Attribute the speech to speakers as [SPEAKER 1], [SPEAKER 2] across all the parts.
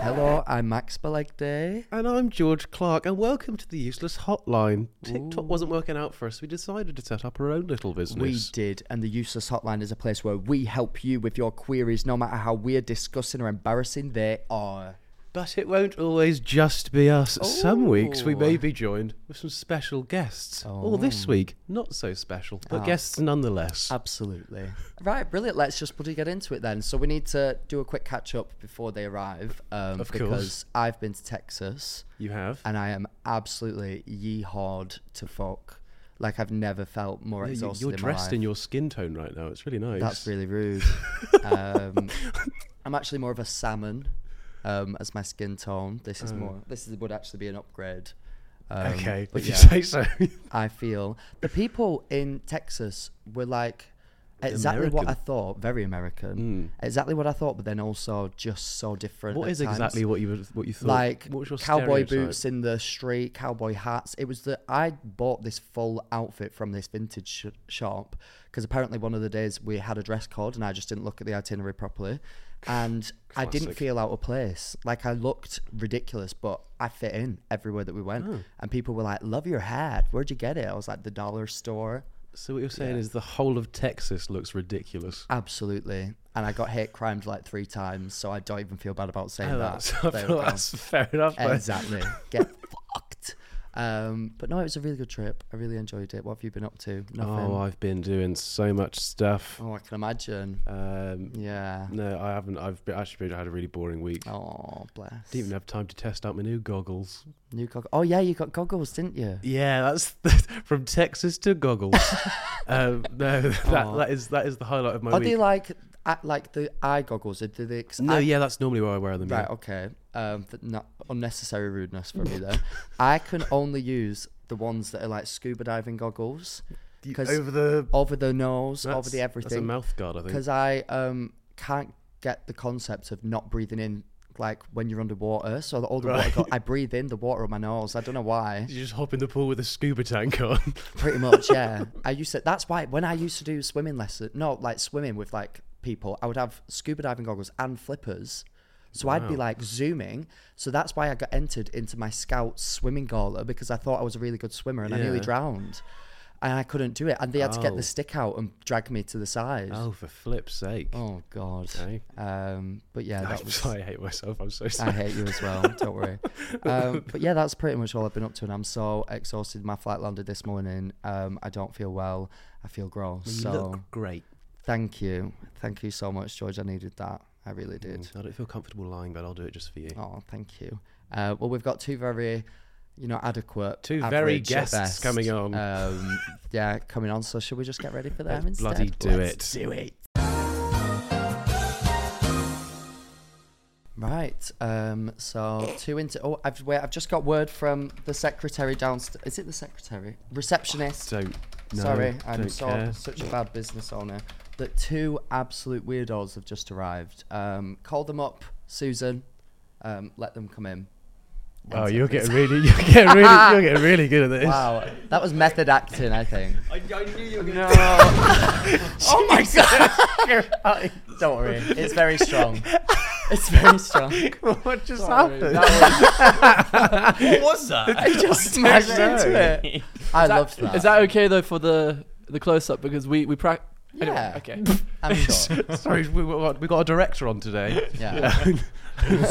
[SPEAKER 1] Hello, I'm Max Belegday.
[SPEAKER 2] And I'm George Clark, and welcome to the Useless Hotline. TikTok wasn't working out for us. We decided to set up our own little
[SPEAKER 1] We
[SPEAKER 2] business.
[SPEAKER 1] did, and the Useless Hotline is a place where we help you with your queries, no matter how weird, disgusting, or embarrassing they are.
[SPEAKER 2] But it won't always just be us. Some weeks we may be joined with some special guests. Or this week, not so special, but guests nonetheless.
[SPEAKER 1] Absolutely. right, brilliant. Let's just bloody get into it then. So we need to do a quick catch up before they arrive, um,
[SPEAKER 2] Of course.
[SPEAKER 1] because I've been to Texas
[SPEAKER 2] you have?
[SPEAKER 1] and I am absolutely yeehawed to fuck. Like I've never felt more
[SPEAKER 2] Yeah, you-
[SPEAKER 1] exhausted.
[SPEAKER 2] You're
[SPEAKER 1] in my
[SPEAKER 2] dressed
[SPEAKER 1] life.
[SPEAKER 2] in your skin tone right now. It's really nice.
[SPEAKER 1] That's really rude. um, I'm actually more of a salmon um, as my skin tone. This is
[SPEAKER 2] Uh.
[SPEAKER 1] more. This is, would actually be an upgrade. Um,
[SPEAKER 2] okay,
[SPEAKER 1] but
[SPEAKER 2] if you
[SPEAKER 1] yeah,
[SPEAKER 2] say so.
[SPEAKER 1] I feel the people in Texas were like exactly what I
[SPEAKER 2] American. Hmm.
[SPEAKER 1] thought. Very American. Exactly what I thought, but then also just so different.
[SPEAKER 2] what
[SPEAKER 1] at
[SPEAKER 2] is
[SPEAKER 1] times.
[SPEAKER 2] exactly what you were, what you thought?
[SPEAKER 1] Like
[SPEAKER 2] what was your
[SPEAKER 1] cowboy
[SPEAKER 2] stereotype?
[SPEAKER 1] boots in the street, cowboy hats. It was the I bought this full outfit from this vintage sh- shop because apparently one of the days we had a dress code and I just didn't look at the itinerary properly, and I didn't feel out of place. Like I looked ridiculous, but I fit in everywhere that we went,
[SPEAKER 2] Oh.
[SPEAKER 1] and people were like, "Love your hat. Where'd you get it?" I was like, "The dollar store."
[SPEAKER 2] So what you're saying is the whole of Texas looks ridiculous.
[SPEAKER 1] Absolutely. And I got hate crimed like three times, so I don't even feel bad about saying
[SPEAKER 2] Oh,
[SPEAKER 1] that.
[SPEAKER 2] that's,
[SPEAKER 1] They were
[SPEAKER 2] I feel
[SPEAKER 1] kind of-
[SPEAKER 2] that's fair enough. but-
[SPEAKER 1] Exactly. Get fucked. Um, but no, it was a really good trip. I really enjoyed it. What have you been up to? Nothing.
[SPEAKER 2] Oh, I've been doing so much stuff.
[SPEAKER 1] Oh, I can imagine.
[SPEAKER 2] Um,
[SPEAKER 1] Yeah.
[SPEAKER 2] no, I haven't. I've been, actually been, had a really boring week.
[SPEAKER 1] Oh, bless.
[SPEAKER 2] Didn't even have time to test out my new goggles.
[SPEAKER 1] New goggle. Oh yeah, you got goggles, didn't you?
[SPEAKER 2] Yeah, that's from Texas to goggles. um, no, that, that is that is the highlight of my
[SPEAKER 1] Are
[SPEAKER 2] week.
[SPEAKER 1] they like a- like the eye goggles? Or do they? Ex-
[SPEAKER 2] no,
[SPEAKER 1] I-
[SPEAKER 2] yeah, that's normally where I wear them. yeah.
[SPEAKER 1] Right. Okay. Um, th- not unnecessary rudeness for me then. I can only use the ones that are like scuba diving goggles.
[SPEAKER 2] You-
[SPEAKER 1] 'cause
[SPEAKER 2] over the-
[SPEAKER 1] over the nose, over
[SPEAKER 2] That's-
[SPEAKER 1] the everything.
[SPEAKER 2] That's a mouth guard, I think.
[SPEAKER 1] because I um can't get the concept of not breathing in like when you're underwater. So all the water, go- I breathe in the water on my nose. I don't know why.
[SPEAKER 2] You just hop in the pool with a scuba tank on.
[SPEAKER 1] Pretty much, yeah. I used to. That's why when I used to do swimming lessons, no, like swimming with like people, I would have scuba diving goggles and flippers. So I'd be like zooming. So that's why I got entered into my scout swimming gala because I thought I was a really good swimmer and I nearly
[SPEAKER 2] Yeah.
[SPEAKER 1] drowned. And I couldn't do it. And they had to get
[SPEAKER 2] Oh.
[SPEAKER 1] the stick out and drag me to the side.
[SPEAKER 2] oh, for flip's sake!
[SPEAKER 1] Oh God.
[SPEAKER 2] Okay.
[SPEAKER 1] Um, but yeah, that
[SPEAKER 2] I'm
[SPEAKER 1] was.
[SPEAKER 2] sorry, I hate myself. I'm so
[SPEAKER 1] I
[SPEAKER 2] sorry.
[SPEAKER 1] hate you as well. Don't worry. Um, but yeah, that's pretty much all I've been up to, and I'm so exhausted. My flight landed this morning. Um, I don't feel well. I feel gross. so
[SPEAKER 2] look great.
[SPEAKER 1] thank you, thank you so much, George. I needed that. I really did.
[SPEAKER 2] I don't feel comfortable lying, but I'll do it just for you.
[SPEAKER 1] Oh, thank you. Uh, well, we've got two very, you know, adequate,
[SPEAKER 2] Two very
[SPEAKER 1] average at
[SPEAKER 2] guests
[SPEAKER 1] best,
[SPEAKER 2] coming on.
[SPEAKER 1] Um, yeah, coming on. So should we just get ready for them
[SPEAKER 2] Let's
[SPEAKER 1] instead?
[SPEAKER 2] bloody do
[SPEAKER 1] Let's
[SPEAKER 2] it.
[SPEAKER 1] Do it. Right. Um, so two into. Oh, I've wait. I've just got word from the secretary downstairs. Is it the secretary? Receptionist.
[SPEAKER 2] Don't. No,
[SPEAKER 1] Sorry, I'm
[SPEAKER 2] don't
[SPEAKER 1] so,
[SPEAKER 2] care.
[SPEAKER 1] such a bad business owner. That two absolute weirdos have just arrived. Um, call them up, Susan. Um, let them come in.
[SPEAKER 2] Oh, you're getting really, you're getting really, you're getting really good at this.
[SPEAKER 1] Wow, that was method acting, I think.
[SPEAKER 2] I, I knew you were going
[SPEAKER 1] oh my god! Don't worry, it's very strong. It's very strong.
[SPEAKER 2] what just happened?
[SPEAKER 3] What was that?
[SPEAKER 1] It just smashed into it. I loved that.
[SPEAKER 4] Is that okay though for the the close up because we we pra- anyway,
[SPEAKER 1] Yeah.
[SPEAKER 4] okay.
[SPEAKER 1] I'm sure.
[SPEAKER 2] Sorry, we, we we got a director on today.
[SPEAKER 1] Yeah.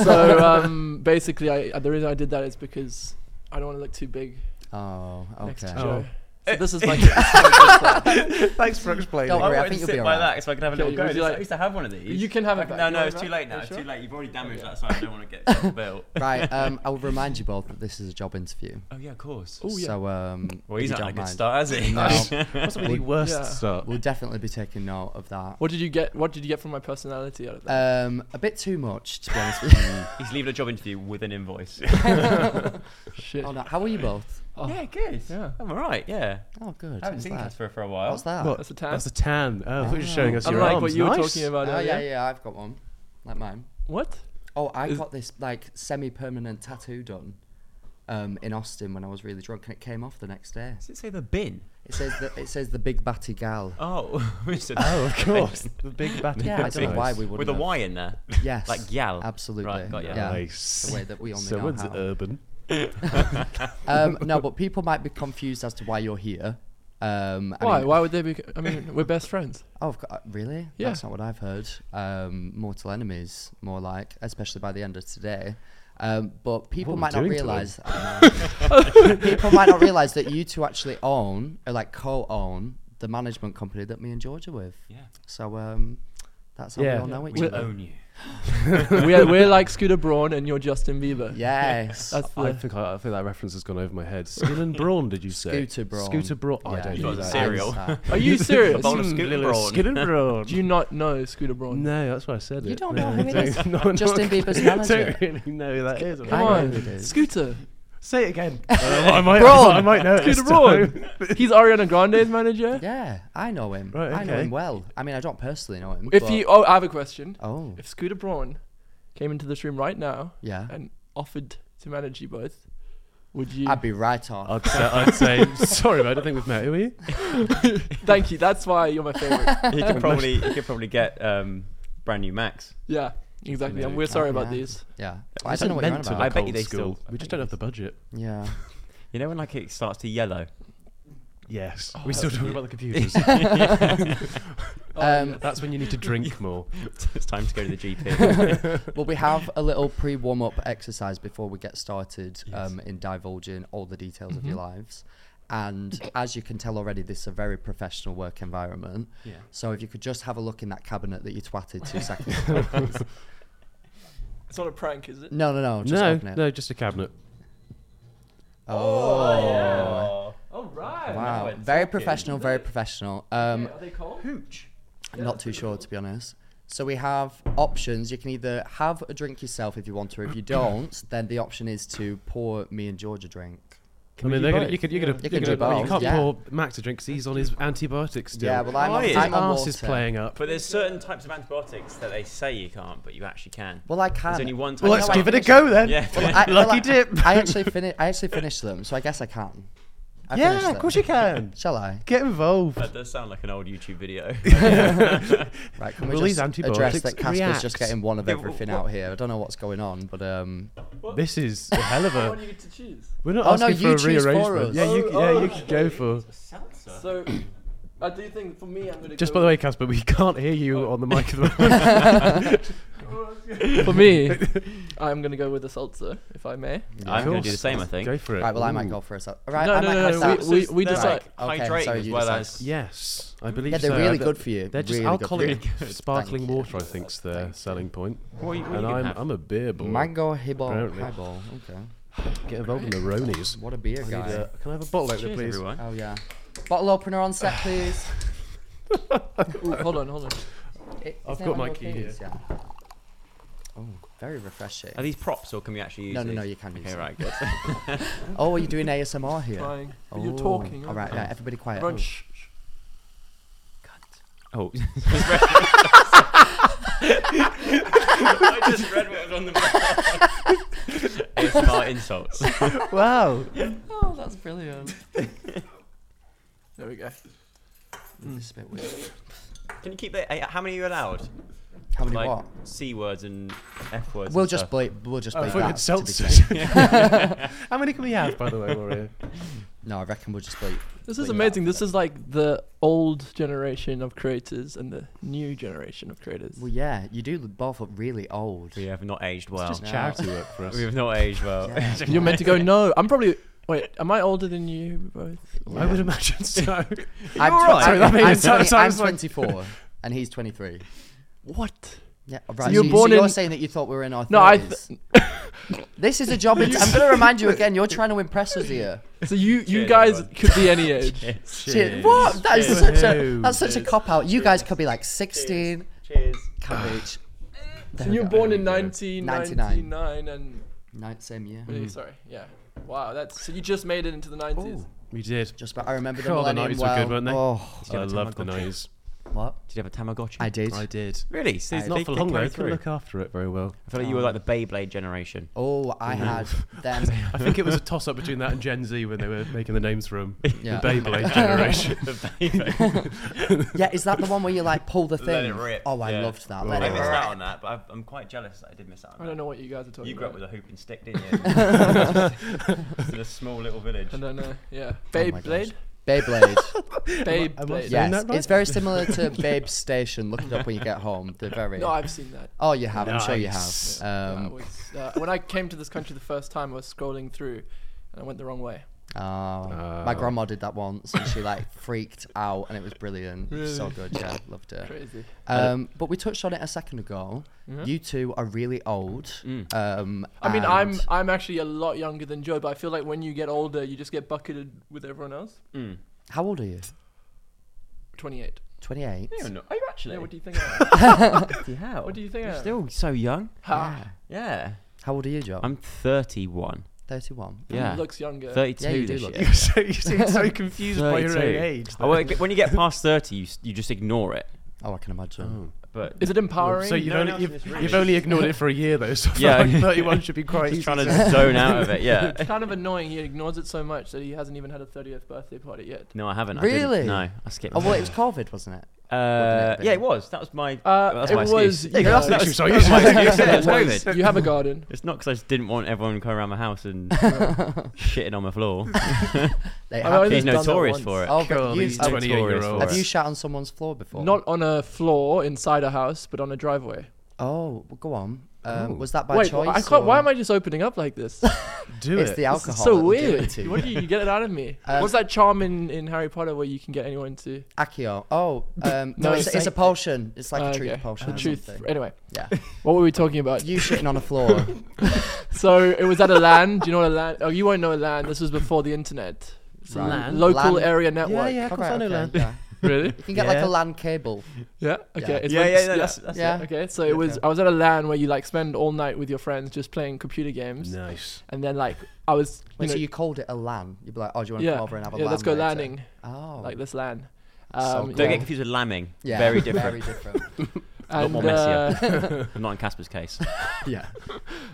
[SPEAKER 4] so um, basically, I uh, the reason I did that is because I don't want to look too big
[SPEAKER 1] Oh,
[SPEAKER 4] next to
[SPEAKER 1] okay.
[SPEAKER 4] Joe.
[SPEAKER 2] Oh.
[SPEAKER 4] So this is my. this is my first one.
[SPEAKER 2] Thanks for explaining.
[SPEAKER 1] Don't
[SPEAKER 3] I
[SPEAKER 1] worry, I
[SPEAKER 3] wanted
[SPEAKER 1] think
[SPEAKER 3] to
[SPEAKER 1] you'll be
[SPEAKER 3] sit by
[SPEAKER 1] alright.
[SPEAKER 3] that so I could have a little
[SPEAKER 4] Okay,
[SPEAKER 3] go.
[SPEAKER 4] would you
[SPEAKER 3] Just-
[SPEAKER 4] like-
[SPEAKER 3] I used to have one of these.
[SPEAKER 4] You can have it
[SPEAKER 3] I-
[SPEAKER 4] back.
[SPEAKER 3] No,
[SPEAKER 4] You
[SPEAKER 3] no,
[SPEAKER 4] want
[SPEAKER 3] it's
[SPEAKER 4] it
[SPEAKER 3] too
[SPEAKER 4] back?
[SPEAKER 3] late now.
[SPEAKER 4] You
[SPEAKER 3] It's
[SPEAKER 4] sure?
[SPEAKER 3] too late. You've already damaged that, so I don't want to get built.
[SPEAKER 1] Right. Um, I'll remind you both that this is a job interview.
[SPEAKER 3] Oh yeah, of course.
[SPEAKER 4] Oh yeah.
[SPEAKER 1] So, um,
[SPEAKER 3] Well,
[SPEAKER 1] if
[SPEAKER 3] he's
[SPEAKER 1] you
[SPEAKER 3] not
[SPEAKER 1] don't
[SPEAKER 3] had a good
[SPEAKER 1] mind,
[SPEAKER 3] start, has he?
[SPEAKER 1] No.
[SPEAKER 2] That's a really worst
[SPEAKER 4] Yeah.
[SPEAKER 2] start.
[SPEAKER 1] We'll definitely be taking note of that.
[SPEAKER 4] What did you get? What did you get from my personality out of that?
[SPEAKER 1] Um, a bit too much, to be honest with you.
[SPEAKER 3] He's leaving a job interview with an invoice.
[SPEAKER 4] Shit.
[SPEAKER 1] oh, no. How are you both?
[SPEAKER 4] Oh.
[SPEAKER 3] yeah, good.
[SPEAKER 4] Yeah.
[SPEAKER 3] I'm alright. Yeah.
[SPEAKER 1] Oh, good.
[SPEAKER 3] I haven't
[SPEAKER 1] I'm
[SPEAKER 3] seen
[SPEAKER 1] glad.
[SPEAKER 3] Casper for a while.
[SPEAKER 1] What's that?
[SPEAKER 2] What?
[SPEAKER 4] That's a tan.
[SPEAKER 2] That's a tan. Oh, I thought you were just showing us your
[SPEAKER 4] Unlike
[SPEAKER 2] arms.
[SPEAKER 4] what you were
[SPEAKER 2] Nice.
[SPEAKER 4] talking about
[SPEAKER 1] Oh,
[SPEAKER 4] earlier.
[SPEAKER 1] yeah, yeah. I've got one. Like mine.
[SPEAKER 4] What?
[SPEAKER 1] Oh, I
[SPEAKER 4] Is-
[SPEAKER 1] got this like semi-permanent tattoo done um, in Austin when I was really drunk, and it came off the next day.
[SPEAKER 3] Does it say the bin?
[SPEAKER 1] It says the, it says the big batty gal.
[SPEAKER 3] Oh, we said
[SPEAKER 2] Oh, of course. the big batty.
[SPEAKER 1] Yeah, I don't know why we wouldn't.
[SPEAKER 3] With a
[SPEAKER 1] have.
[SPEAKER 3] Y in there.
[SPEAKER 1] Yes.
[SPEAKER 3] like gal.
[SPEAKER 1] Absolutely.
[SPEAKER 3] Right, got ya.
[SPEAKER 1] Yeah.
[SPEAKER 2] Nice.
[SPEAKER 1] The way that we only know
[SPEAKER 2] Someone's
[SPEAKER 1] how.
[SPEAKER 2] urban.
[SPEAKER 1] Um, no, but people might be confused as to why you're here. Um, I
[SPEAKER 4] Why?
[SPEAKER 1] mean-
[SPEAKER 4] Why would they be? I mean, we're best friends.
[SPEAKER 1] Oh, of cou- uh, really?
[SPEAKER 4] Yeah.
[SPEAKER 1] That's not what I've heard. Um, mortal enemies, more like, especially by the end of today. Um, but people
[SPEAKER 2] we
[SPEAKER 1] might not
[SPEAKER 2] doing to them?
[SPEAKER 1] realize. um, people might not realize that you two actually own, or like co-own, the management company that me and George are with.
[SPEAKER 3] Yeah.
[SPEAKER 1] So um, that's how
[SPEAKER 2] Yeah.
[SPEAKER 1] we all know each
[SPEAKER 3] We
[SPEAKER 1] other.
[SPEAKER 3] own you.
[SPEAKER 4] we're, we're like Scooter Braun and you're Justin Bieber.
[SPEAKER 1] Yes.
[SPEAKER 4] That's the.
[SPEAKER 2] I think I, I think that reference has gone over my head. Skill and Braun, did you say?
[SPEAKER 1] Scooter Braun.
[SPEAKER 2] Scooter Braun. Oh, I
[SPEAKER 1] Yeah,
[SPEAKER 2] don't
[SPEAKER 1] you
[SPEAKER 2] know
[SPEAKER 3] got
[SPEAKER 2] that.
[SPEAKER 3] cereal.
[SPEAKER 1] Einstein.
[SPEAKER 4] Are you serious?
[SPEAKER 3] bowl of
[SPEAKER 4] Do
[SPEAKER 1] Hmm.
[SPEAKER 2] Hmm.
[SPEAKER 3] Scooter
[SPEAKER 2] Little
[SPEAKER 3] Braun.
[SPEAKER 2] Skill and Braun.
[SPEAKER 4] you not know Scooter Braun?
[SPEAKER 2] No, that's why I said it.
[SPEAKER 1] You don't
[SPEAKER 2] No,
[SPEAKER 1] know who it
[SPEAKER 2] I
[SPEAKER 1] is?
[SPEAKER 2] don't- no, I'm
[SPEAKER 1] Justin
[SPEAKER 2] not-
[SPEAKER 1] Bieber's
[SPEAKER 2] I
[SPEAKER 1] manager.
[SPEAKER 2] don't really know who that is.
[SPEAKER 4] Come
[SPEAKER 1] I know who it
[SPEAKER 4] on,
[SPEAKER 1] is.
[SPEAKER 4] Scooter.
[SPEAKER 2] Say it again. Uh, I, might,
[SPEAKER 1] Braun.
[SPEAKER 2] I might know it.
[SPEAKER 4] Scooter
[SPEAKER 2] this time.
[SPEAKER 4] Braun. He's Ariana Grande's manager.
[SPEAKER 1] Yeah, I know him.
[SPEAKER 2] Right,
[SPEAKER 1] I know
[SPEAKER 2] okay.
[SPEAKER 1] him well. I mean, I don't personally know him.
[SPEAKER 4] If
[SPEAKER 1] but-
[SPEAKER 4] you, oh, I have a question.
[SPEAKER 1] Oh,
[SPEAKER 4] If Scooter Braun came into this room right now
[SPEAKER 1] yeah.
[SPEAKER 4] and offered to manage you both, would you?
[SPEAKER 1] I'd be right off.
[SPEAKER 2] I'd say, I'd say sorry, but I don't think we've met. Who are you?
[SPEAKER 4] Thank you. That's why you're my favorite.
[SPEAKER 3] He could probably he could probably get um, brand new Max.
[SPEAKER 4] yeah, exactly. And we're
[SPEAKER 1] Oh,
[SPEAKER 4] sorry about
[SPEAKER 1] yeah.
[SPEAKER 4] these.
[SPEAKER 1] Yeah. I don't know what you're on
[SPEAKER 2] meant to
[SPEAKER 1] about.
[SPEAKER 2] look
[SPEAKER 3] I bet you
[SPEAKER 2] old
[SPEAKER 3] they
[SPEAKER 2] school.
[SPEAKER 3] still-
[SPEAKER 2] We just don't have the budget.
[SPEAKER 1] Yeah.
[SPEAKER 3] You know when like it starts to yellow.
[SPEAKER 2] Yes.
[SPEAKER 1] Oh,
[SPEAKER 2] we still talking about the computers.
[SPEAKER 1] Um,
[SPEAKER 2] Oh, That's when you need to drink more.
[SPEAKER 3] it's time to go to the GP.
[SPEAKER 1] well, we have a little pre warm up exercise before we get started um, in divulging all the details of your lives. And as you can tell already, this is a very professional work environment.
[SPEAKER 3] Yeah.
[SPEAKER 1] So if you could just have a look in that cabinet that you twatted two seconds ago. please.
[SPEAKER 4] It's not a prank, is it?
[SPEAKER 1] No, no, no. Just
[SPEAKER 2] no,
[SPEAKER 1] open it.
[SPEAKER 2] no, just a cabinet.
[SPEAKER 4] All right.
[SPEAKER 1] Wow. Very professional, very professional. Um,
[SPEAKER 4] Are they cold?
[SPEAKER 3] Hooch.
[SPEAKER 1] Not too sure, to be honest. So we have options. You can either have a drink yourself if you want to. If you don't, then the option is to pour me and George a drink.
[SPEAKER 2] I mean, they're gonna, you could, you're gonna,
[SPEAKER 1] You
[SPEAKER 2] you
[SPEAKER 1] can
[SPEAKER 2] are
[SPEAKER 1] do
[SPEAKER 2] gonna, well, you
[SPEAKER 1] both,
[SPEAKER 2] can't
[SPEAKER 1] yeah.
[SPEAKER 2] pour Max a drink 'cause he's on his antibiotics still.
[SPEAKER 1] Yeah, well, I'm on,
[SPEAKER 3] Oh, yeah.
[SPEAKER 1] I'm
[SPEAKER 2] his
[SPEAKER 1] on
[SPEAKER 2] arse
[SPEAKER 1] water.
[SPEAKER 2] is playing up.
[SPEAKER 3] But there's certain types of antibiotics that they say you can't, but you actually can.
[SPEAKER 1] Well, I can.
[SPEAKER 3] There's only one type.
[SPEAKER 2] Well, let's
[SPEAKER 3] of
[SPEAKER 2] give it a
[SPEAKER 3] antibiotic.
[SPEAKER 2] go then.
[SPEAKER 3] Yeah.
[SPEAKER 1] Well, I,
[SPEAKER 2] Lucky
[SPEAKER 1] I-
[SPEAKER 2] dip.
[SPEAKER 1] I actually finished. I actually finished them, so I guess I can. I finished
[SPEAKER 2] yeah,
[SPEAKER 1] them.
[SPEAKER 2] of course you can.
[SPEAKER 1] Shall I?
[SPEAKER 2] Get involved.
[SPEAKER 3] That does sound like an old YouTube video.
[SPEAKER 1] Right. Can we
[SPEAKER 2] Well, these
[SPEAKER 1] just address that
[SPEAKER 2] antibiotics
[SPEAKER 1] Casper's just
[SPEAKER 2] react.
[SPEAKER 1] getting one of
[SPEAKER 3] Yeah,
[SPEAKER 1] everything
[SPEAKER 3] wh-
[SPEAKER 1] out here? I don't know what's going on, but um.
[SPEAKER 2] This is a hell of
[SPEAKER 4] What do
[SPEAKER 2] a.
[SPEAKER 4] you get to choose?
[SPEAKER 2] We're not
[SPEAKER 1] Oh, no,
[SPEAKER 2] asking
[SPEAKER 1] you
[SPEAKER 2] for a
[SPEAKER 1] choose for
[SPEAKER 2] rearrangement.
[SPEAKER 1] us.
[SPEAKER 2] Yeah, you,
[SPEAKER 4] Oh,
[SPEAKER 2] yeah,
[SPEAKER 4] oh.
[SPEAKER 2] you could go for.
[SPEAKER 4] So, I do think for me, I'm gonna.
[SPEAKER 2] Just by
[SPEAKER 4] go
[SPEAKER 2] the way, Casper, we can't hear you on the mic at the moment.
[SPEAKER 4] for me, I'm gonna go with the seltzer, if I may.
[SPEAKER 3] I'm
[SPEAKER 2] Of
[SPEAKER 3] going
[SPEAKER 2] course.
[SPEAKER 3] to do the same, I think.
[SPEAKER 2] Go for it.
[SPEAKER 1] Right. Well, I might
[SPEAKER 2] Ooh.
[SPEAKER 1] go for a sec. Right.
[SPEAKER 4] No,
[SPEAKER 1] I
[SPEAKER 4] no,
[SPEAKER 1] might
[SPEAKER 4] no,
[SPEAKER 1] have
[SPEAKER 4] no,
[SPEAKER 1] that.
[SPEAKER 4] we- we- we
[SPEAKER 3] they're,
[SPEAKER 4] decide-
[SPEAKER 3] like
[SPEAKER 1] Okay,
[SPEAKER 3] hydrating
[SPEAKER 1] sorry,
[SPEAKER 3] as
[SPEAKER 1] you
[SPEAKER 3] well
[SPEAKER 1] decide.
[SPEAKER 3] as
[SPEAKER 2] Yes, I believe
[SPEAKER 1] Yeah, they're
[SPEAKER 2] so.
[SPEAKER 1] really
[SPEAKER 2] I-
[SPEAKER 1] good for you.
[SPEAKER 2] They're just
[SPEAKER 1] Really good for
[SPEAKER 2] alcoholic
[SPEAKER 1] you.
[SPEAKER 2] sparkling
[SPEAKER 1] Thank you.
[SPEAKER 2] water. I think's their
[SPEAKER 1] Thank you.
[SPEAKER 2] selling point.
[SPEAKER 3] What you- what
[SPEAKER 2] and
[SPEAKER 3] you can
[SPEAKER 2] I'm,
[SPEAKER 3] have?
[SPEAKER 2] I'm a beer boy.
[SPEAKER 1] Mango highball.
[SPEAKER 2] Apparently.
[SPEAKER 1] Highball. Okay.
[SPEAKER 2] Get involved in the Ronies.
[SPEAKER 1] What a beer,
[SPEAKER 2] I need
[SPEAKER 1] guy.
[SPEAKER 2] a- Can I have a bottle opener,
[SPEAKER 3] Cheers,
[SPEAKER 2] please?
[SPEAKER 3] everyone.
[SPEAKER 1] Oh yeah. Bottle opener on set, please.
[SPEAKER 4] Ooh, hold on, hold on.
[SPEAKER 1] I- is
[SPEAKER 2] I've
[SPEAKER 1] there
[SPEAKER 2] got
[SPEAKER 1] one
[SPEAKER 2] my
[SPEAKER 1] more
[SPEAKER 2] key here.
[SPEAKER 1] keys? Yeah. Oh, very refreshing.
[SPEAKER 3] Are these props or can we actually use
[SPEAKER 1] No, no,
[SPEAKER 3] these?
[SPEAKER 1] no, you can use
[SPEAKER 3] Okay,
[SPEAKER 1] them.
[SPEAKER 3] right, good.
[SPEAKER 1] Oh, are you doing ASMR here?
[SPEAKER 4] Fine. But
[SPEAKER 1] Oh.
[SPEAKER 4] You're talking.
[SPEAKER 1] All right, yeah, everybody quiet.
[SPEAKER 4] Everyone, shh, shh.
[SPEAKER 3] Oh. I just read what was on the box. ASMR insults.
[SPEAKER 2] Wow.
[SPEAKER 4] Oh, that's brilliant. there we go.
[SPEAKER 1] This is a bit weird.
[SPEAKER 3] Can you keep that? eh, How many are you allowed?
[SPEAKER 1] How many
[SPEAKER 3] like
[SPEAKER 1] what?
[SPEAKER 3] C words and F words.
[SPEAKER 1] We'll
[SPEAKER 3] and
[SPEAKER 1] just
[SPEAKER 3] stuff.
[SPEAKER 1] bleep. We'll just
[SPEAKER 2] Oh, I
[SPEAKER 1] bleep
[SPEAKER 2] thought you
[SPEAKER 1] that.
[SPEAKER 2] had
[SPEAKER 1] to be
[SPEAKER 2] seltzers.
[SPEAKER 1] fair.
[SPEAKER 2] How many can we have, by the way, Warrior?
[SPEAKER 3] Oh,
[SPEAKER 1] No, I reckon we'll just bleep.
[SPEAKER 4] This is
[SPEAKER 1] bleep
[SPEAKER 4] amazing.
[SPEAKER 1] that.
[SPEAKER 4] This is like the old generation of creators and the new generation of creators.
[SPEAKER 1] Well, yeah, you do both look really old.
[SPEAKER 3] We have not aged well.
[SPEAKER 2] Just charity work for us.
[SPEAKER 3] we have not aged well.
[SPEAKER 4] You're meant to go. No, I'm probably. Wait, am I older than you both?
[SPEAKER 2] I would imagine so.
[SPEAKER 1] I'm,
[SPEAKER 2] You're right. Sorry, that made
[SPEAKER 1] I'm,
[SPEAKER 2] it sound-
[SPEAKER 1] 20 I'm
[SPEAKER 2] sounds like-
[SPEAKER 1] 24 and he's 23.
[SPEAKER 4] What?
[SPEAKER 1] Yeah, right. So
[SPEAKER 4] you're
[SPEAKER 1] you- so
[SPEAKER 4] born
[SPEAKER 1] you're
[SPEAKER 4] in-
[SPEAKER 1] saying that you thought we were in our
[SPEAKER 4] No, I.
[SPEAKER 1] 30s.
[SPEAKER 4] Th-
[SPEAKER 1] This is a job. Int- I'm going to remind you again. You're trying to impress us here.
[SPEAKER 4] so you you
[SPEAKER 3] Cheers,
[SPEAKER 4] guys
[SPEAKER 3] everyone.
[SPEAKER 4] could be any age.
[SPEAKER 1] Shit, What? That is
[SPEAKER 3] Cheers.
[SPEAKER 1] such a
[SPEAKER 2] Cheers.
[SPEAKER 1] that's such a cop out. You guys could be like 16.
[SPEAKER 3] Cheers.
[SPEAKER 1] Cambridge.
[SPEAKER 4] so you were born in 1999 and
[SPEAKER 1] Night same year.
[SPEAKER 4] really, sorry, yeah. Wow, that's so you just made it into the 90s.
[SPEAKER 2] We did.
[SPEAKER 1] Just about. I remember the
[SPEAKER 2] God, the
[SPEAKER 1] millennium
[SPEAKER 2] nineties were
[SPEAKER 1] well.
[SPEAKER 2] good, weren't they?
[SPEAKER 1] Oh,
[SPEAKER 2] I love the nineties.
[SPEAKER 1] what?
[SPEAKER 3] Did you have a Tamagotchi?
[SPEAKER 1] I did.
[SPEAKER 2] I did.
[SPEAKER 3] Really? So
[SPEAKER 2] Not for long though. I couldn't
[SPEAKER 3] I
[SPEAKER 2] look after it very well.
[SPEAKER 3] feel like you were like the Beyblade generation.
[SPEAKER 1] Oh, I had them.
[SPEAKER 2] I think it was a toss up between that and Gen Z when they were making the names for them.
[SPEAKER 1] Yeah.
[SPEAKER 2] The Beyblade generation.
[SPEAKER 1] Yeah, is that the one where you like pull the thing?
[SPEAKER 3] Let it rip.
[SPEAKER 1] Oh, I
[SPEAKER 3] Yeah.
[SPEAKER 1] loved that.
[SPEAKER 2] Oh,
[SPEAKER 1] Let
[SPEAKER 3] I
[SPEAKER 1] it
[SPEAKER 3] missed
[SPEAKER 1] rip.
[SPEAKER 3] out on that, but I've, I'm quite jealous that I did miss out on
[SPEAKER 4] I
[SPEAKER 3] that.
[SPEAKER 4] don't know what you guys are talking
[SPEAKER 3] You grew up
[SPEAKER 4] about.
[SPEAKER 3] with a hoop and stick, didn't you? in a small little village.
[SPEAKER 4] I don't know. uh, Yeah,
[SPEAKER 1] Oh my
[SPEAKER 4] Beyblade.
[SPEAKER 1] Beyblade.
[SPEAKER 4] Beyblade.
[SPEAKER 2] Yeah.
[SPEAKER 1] yes,
[SPEAKER 2] that right?
[SPEAKER 1] it's very similar to Babe Station. Look it up when you get home. They're very.
[SPEAKER 4] No, I've seen that.
[SPEAKER 1] oh, you have. I'm sure you
[SPEAKER 2] Nice.
[SPEAKER 1] have.
[SPEAKER 4] that
[SPEAKER 1] Um,
[SPEAKER 4] was, uh, when I came to this country the first time, I was scrolling through, and I went the wrong way.
[SPEAKER 1] oh,
[SPEAKER 4] Uh.
[SPEAKER 1] my grandma did that once, and she like freaked out, and it was brilliant. It was So good. Yeah, loved it.
[SPEAKER 4] Crazy.
[SPEAKER 1] Um, but we touched on it a second ago. You two are really old. Um,
[SPEAKER 4] Mm-hmm. Mm. I mean,
[SPEAKER 1] and-
[SPEAKER 4] I'm I'm actually a lot younger than Joe, but I feel like when you get older, you just get bucketed with everyone else.
[SPEAKER 1] How old are you?
[SPEAKER 4] 28.
[SPEAKER 1] 28.
[SPEAKER 3] You're not- Are you actually?
[SPEAKER 4] Yeah, what do you think? I am?
[SPEAKER 3] hell?
[SPEAKER 4] what do you think? I
[SPEAKER 3] You're
[SPEAKER 4] am?
[SPEAKER 3] still so young.
[SPEAKER 4] Ha.
[SPEAKER 3] Yeah.
[SPEAKER 1] How old are you, Joe?
[SPEAKER 3] I'm 31.
[SPEAKER 1] 31.
[SPEAKER 3] Yeah.
[SPEAKER 4] Looks younger.
[SPEAKER 3] 32
[SPEAKER 1] Yeah, you do
[SPEAKER 3] this
[SPEAKER 1] look
[SPEAKER 3] year.
[SPEAKER 1] it.
[SPEAKER 2] so you seem so confused by your own
[SPEAKER 3] 32.
[SPEAKER 2] age.
[SPEAKER 3] Oh, well, when you get past 30, you, s- you just ignore it.
[SPEAKER 1] Oh, I can imagine.
[SPEAKER 3] But
[SPEAKER 4] Is it empowering?
[SPEAKER 2] So you've,
[SPEAKER 3] No one
[SPEAKER 2] only,
[SPEAKER 3] else in
[SPEAKER 2] you've,
[SPEAKER 3] this room
[SPEAKER 2] you've
[SPEAKER 3] is.
[SPEAKER 2] only ignored it for a year though, so
[SPEAKER 3] Yeah.
[SPEAKER 2] yeah. 31 should be quite
[SPEAKER 3] he's
[SPEAKER 2] easy
[SPEAKER 3] trying
[SPEAKER 2] to-
[SPEAKER 3] to zone out of it, yeah.
[SPEAKER 4] it's kind of annoying. He ignores it so much that he hasn't even had a 30th birthday party yet.
[SPEAKER 3] No, I haven't. I
[SPEAKER 1] Really?
[SPEAKER 3] didn't. no, I skipped.
[SPEAKER 1] Oh, well, it was COVID, wasn't it?
[SPEAKER 3] Uh,
[SPEAKER 1] Wasn't it?
[SPEAKER 3] yeah, it was. That was my.
[SPEAKER 4] Uh,
[SPEAKER 3] that's
[SPEAKER 4] it
[SPEAKER 3] my
[SPEAKER 4] was.
[SPEAKER 3] excuse.
[SPEAKER 4] you
[SPEAKER 2] Yeah, that's
[SPEAKER 4] know,
[SPEAKER 2] the issue, sorry.
[SPEAKER 3] That's my excuse. Yeah, it's
[SPEAKER 4] it was-
[SPEAKER 3] COVID.
[SPEAKER 4] You have a garden.
[SPEAKER 3] It's not because I just didn't want everyone coming around my house and shitting on my floor.
[SPEAKER 1] They
[SPEAKER 4] I
[SPEAKER 1] have-
[SPEAKER 4] only
[SPEAKER 3] He's
[SPEAKER 4] done that
[SPEAKER 3] notorious
[SPEAKER 4] once.
[SPEAKER 3] for it.
[SPEAKER 1] Oh, but
[SPEAKER 2] Cool,
[SPEAKER 1] you,
[SPEAKER 2] these
[SPEAKER 1] have,
[SPEAKER 2] 28 year olds.
[SPEAKER 1] have you shat on someone's floor before?
[SPEAKER 4] Not on a floor inside a house, but on a driveway.
[SPEAKER 1] Oh, well, go on. Um, was that by
[SPEAKER 4] Oh. Wait,
[SPEAKER 1] choice?
[SPEAKER 4] I can't, why
[SPEAKER 1] or-
[SPEAKER 4] am I just opening up like this?
[SPEAKER 2] do
[SPEAKER 1] It's
[SPEAKER 2] it.
[SPEAKER 1] the alcohol.
[SPEAKER 4] It's so
[SPEAKER 1] that will do
[SPEAKER 4] weird.
[SPEAKER 1] it Uh, to
[SPEAKER 4] What
[SPEAKER 1] you.
[SPEAKER 4] do you, you get it out of me? What's that charm in, in Harry Potter where you can get anyone to?
[SPEAKER 1] Accio. Oh, um, no,
[SPEAKER 4] No,
[SPEAKER 1] it's,
[SPEAKER 4] it's
[SPEAKER 1] it's a
[SPEAKER 4] like-
[SPEAKER 1] potion. It's like Oh,
[SPEAKER 4] Uh,
[SPEAKER 1] a truth
[SPEAKER 4] okay.
[SPEAKER 1] potion.
[SPEAKER 4] The
[SPEAKER 1] or
[SPEAKER 4] truth.
[SPEAKER 1] something.
[SPEAKER 4] Anyway,
[SPEAKER 1] Yeah.
[SPEAKER 4] what were we talking about?
[SPEAKER 1] You shitting on a floor.
[SPEAKER 4] So it was at a LAN. Do you know what a LAN? Oh, you won't know a LAN. This was before the internet. It's a
[SPEAKER 1] Right.
[SPEAKER 3] LAN?
[SPEAKER 4] Local
[SPEAKER 1] LAN.
[SPEAKER 4] area network.
[SPEAKER 2] yeah.
[SPEAKER 1] Alright,
[SPEAKER 2] I know land.
[SPEAKER 1] yeah.
[SPEAKER 4] Really?
[SPEAKER 1] You can get like
[SPEAKER 2] Yeah.
[SPEAKER 1] a LAN cable.
[SPEAKER 4] Yeah. Okay.
[SPEAKER 1] Yeah.
[SPEAKER 4] It's
[SPEAKER 3] yeah,
[SPEAKER 4] like-
[SPEAKER 3] yeah, no, that's, that's
[SPEAKER 1] Yeah.
[SPEAKER 4] Okay. So it was. I was at a LAN where you like spend all night with your friends just playing computer games,
[SPEAKER 2] Nice.
[SPEAKER 4] and then like I was. You
[SPEAKER 1] Wait,
[SPEAKER 4] know,
[SPEAKER 1] so you called it a LAN? You'd be like, oh, do you want to
[SPEAKER 4] yeah.
[SPEAKER 1] come over and have a
[SPEAKER 4] yeah.
[SPEAKER 1] LAN?
[SPEAKER 4] Let's go
[SPEAKER 1] later?
[SPEAKER 4] landing.
[SPEAKER 1] Oh,
[SPEAKER 4] Like this LAN.
[SPEAKER 1] So
[SPEAKER 4] Um,
[SPEAKER 3] Don't
[SPEAKER 4] yeah.
[SPEAKER 3] get confused with lambing.
[SPEAKER 1] yeah,
[SPEAKER 3] Very different.
[SPEAKER 1] Very different.
[SPEAKER 3] a lot
[SPEAKER 4] And,
[SPEAKER 3] more
[SPEAKER 4] uh,
[SPEAKER 3] messier. I'm not in Casper's case.
[SPEAKER 1] yeah.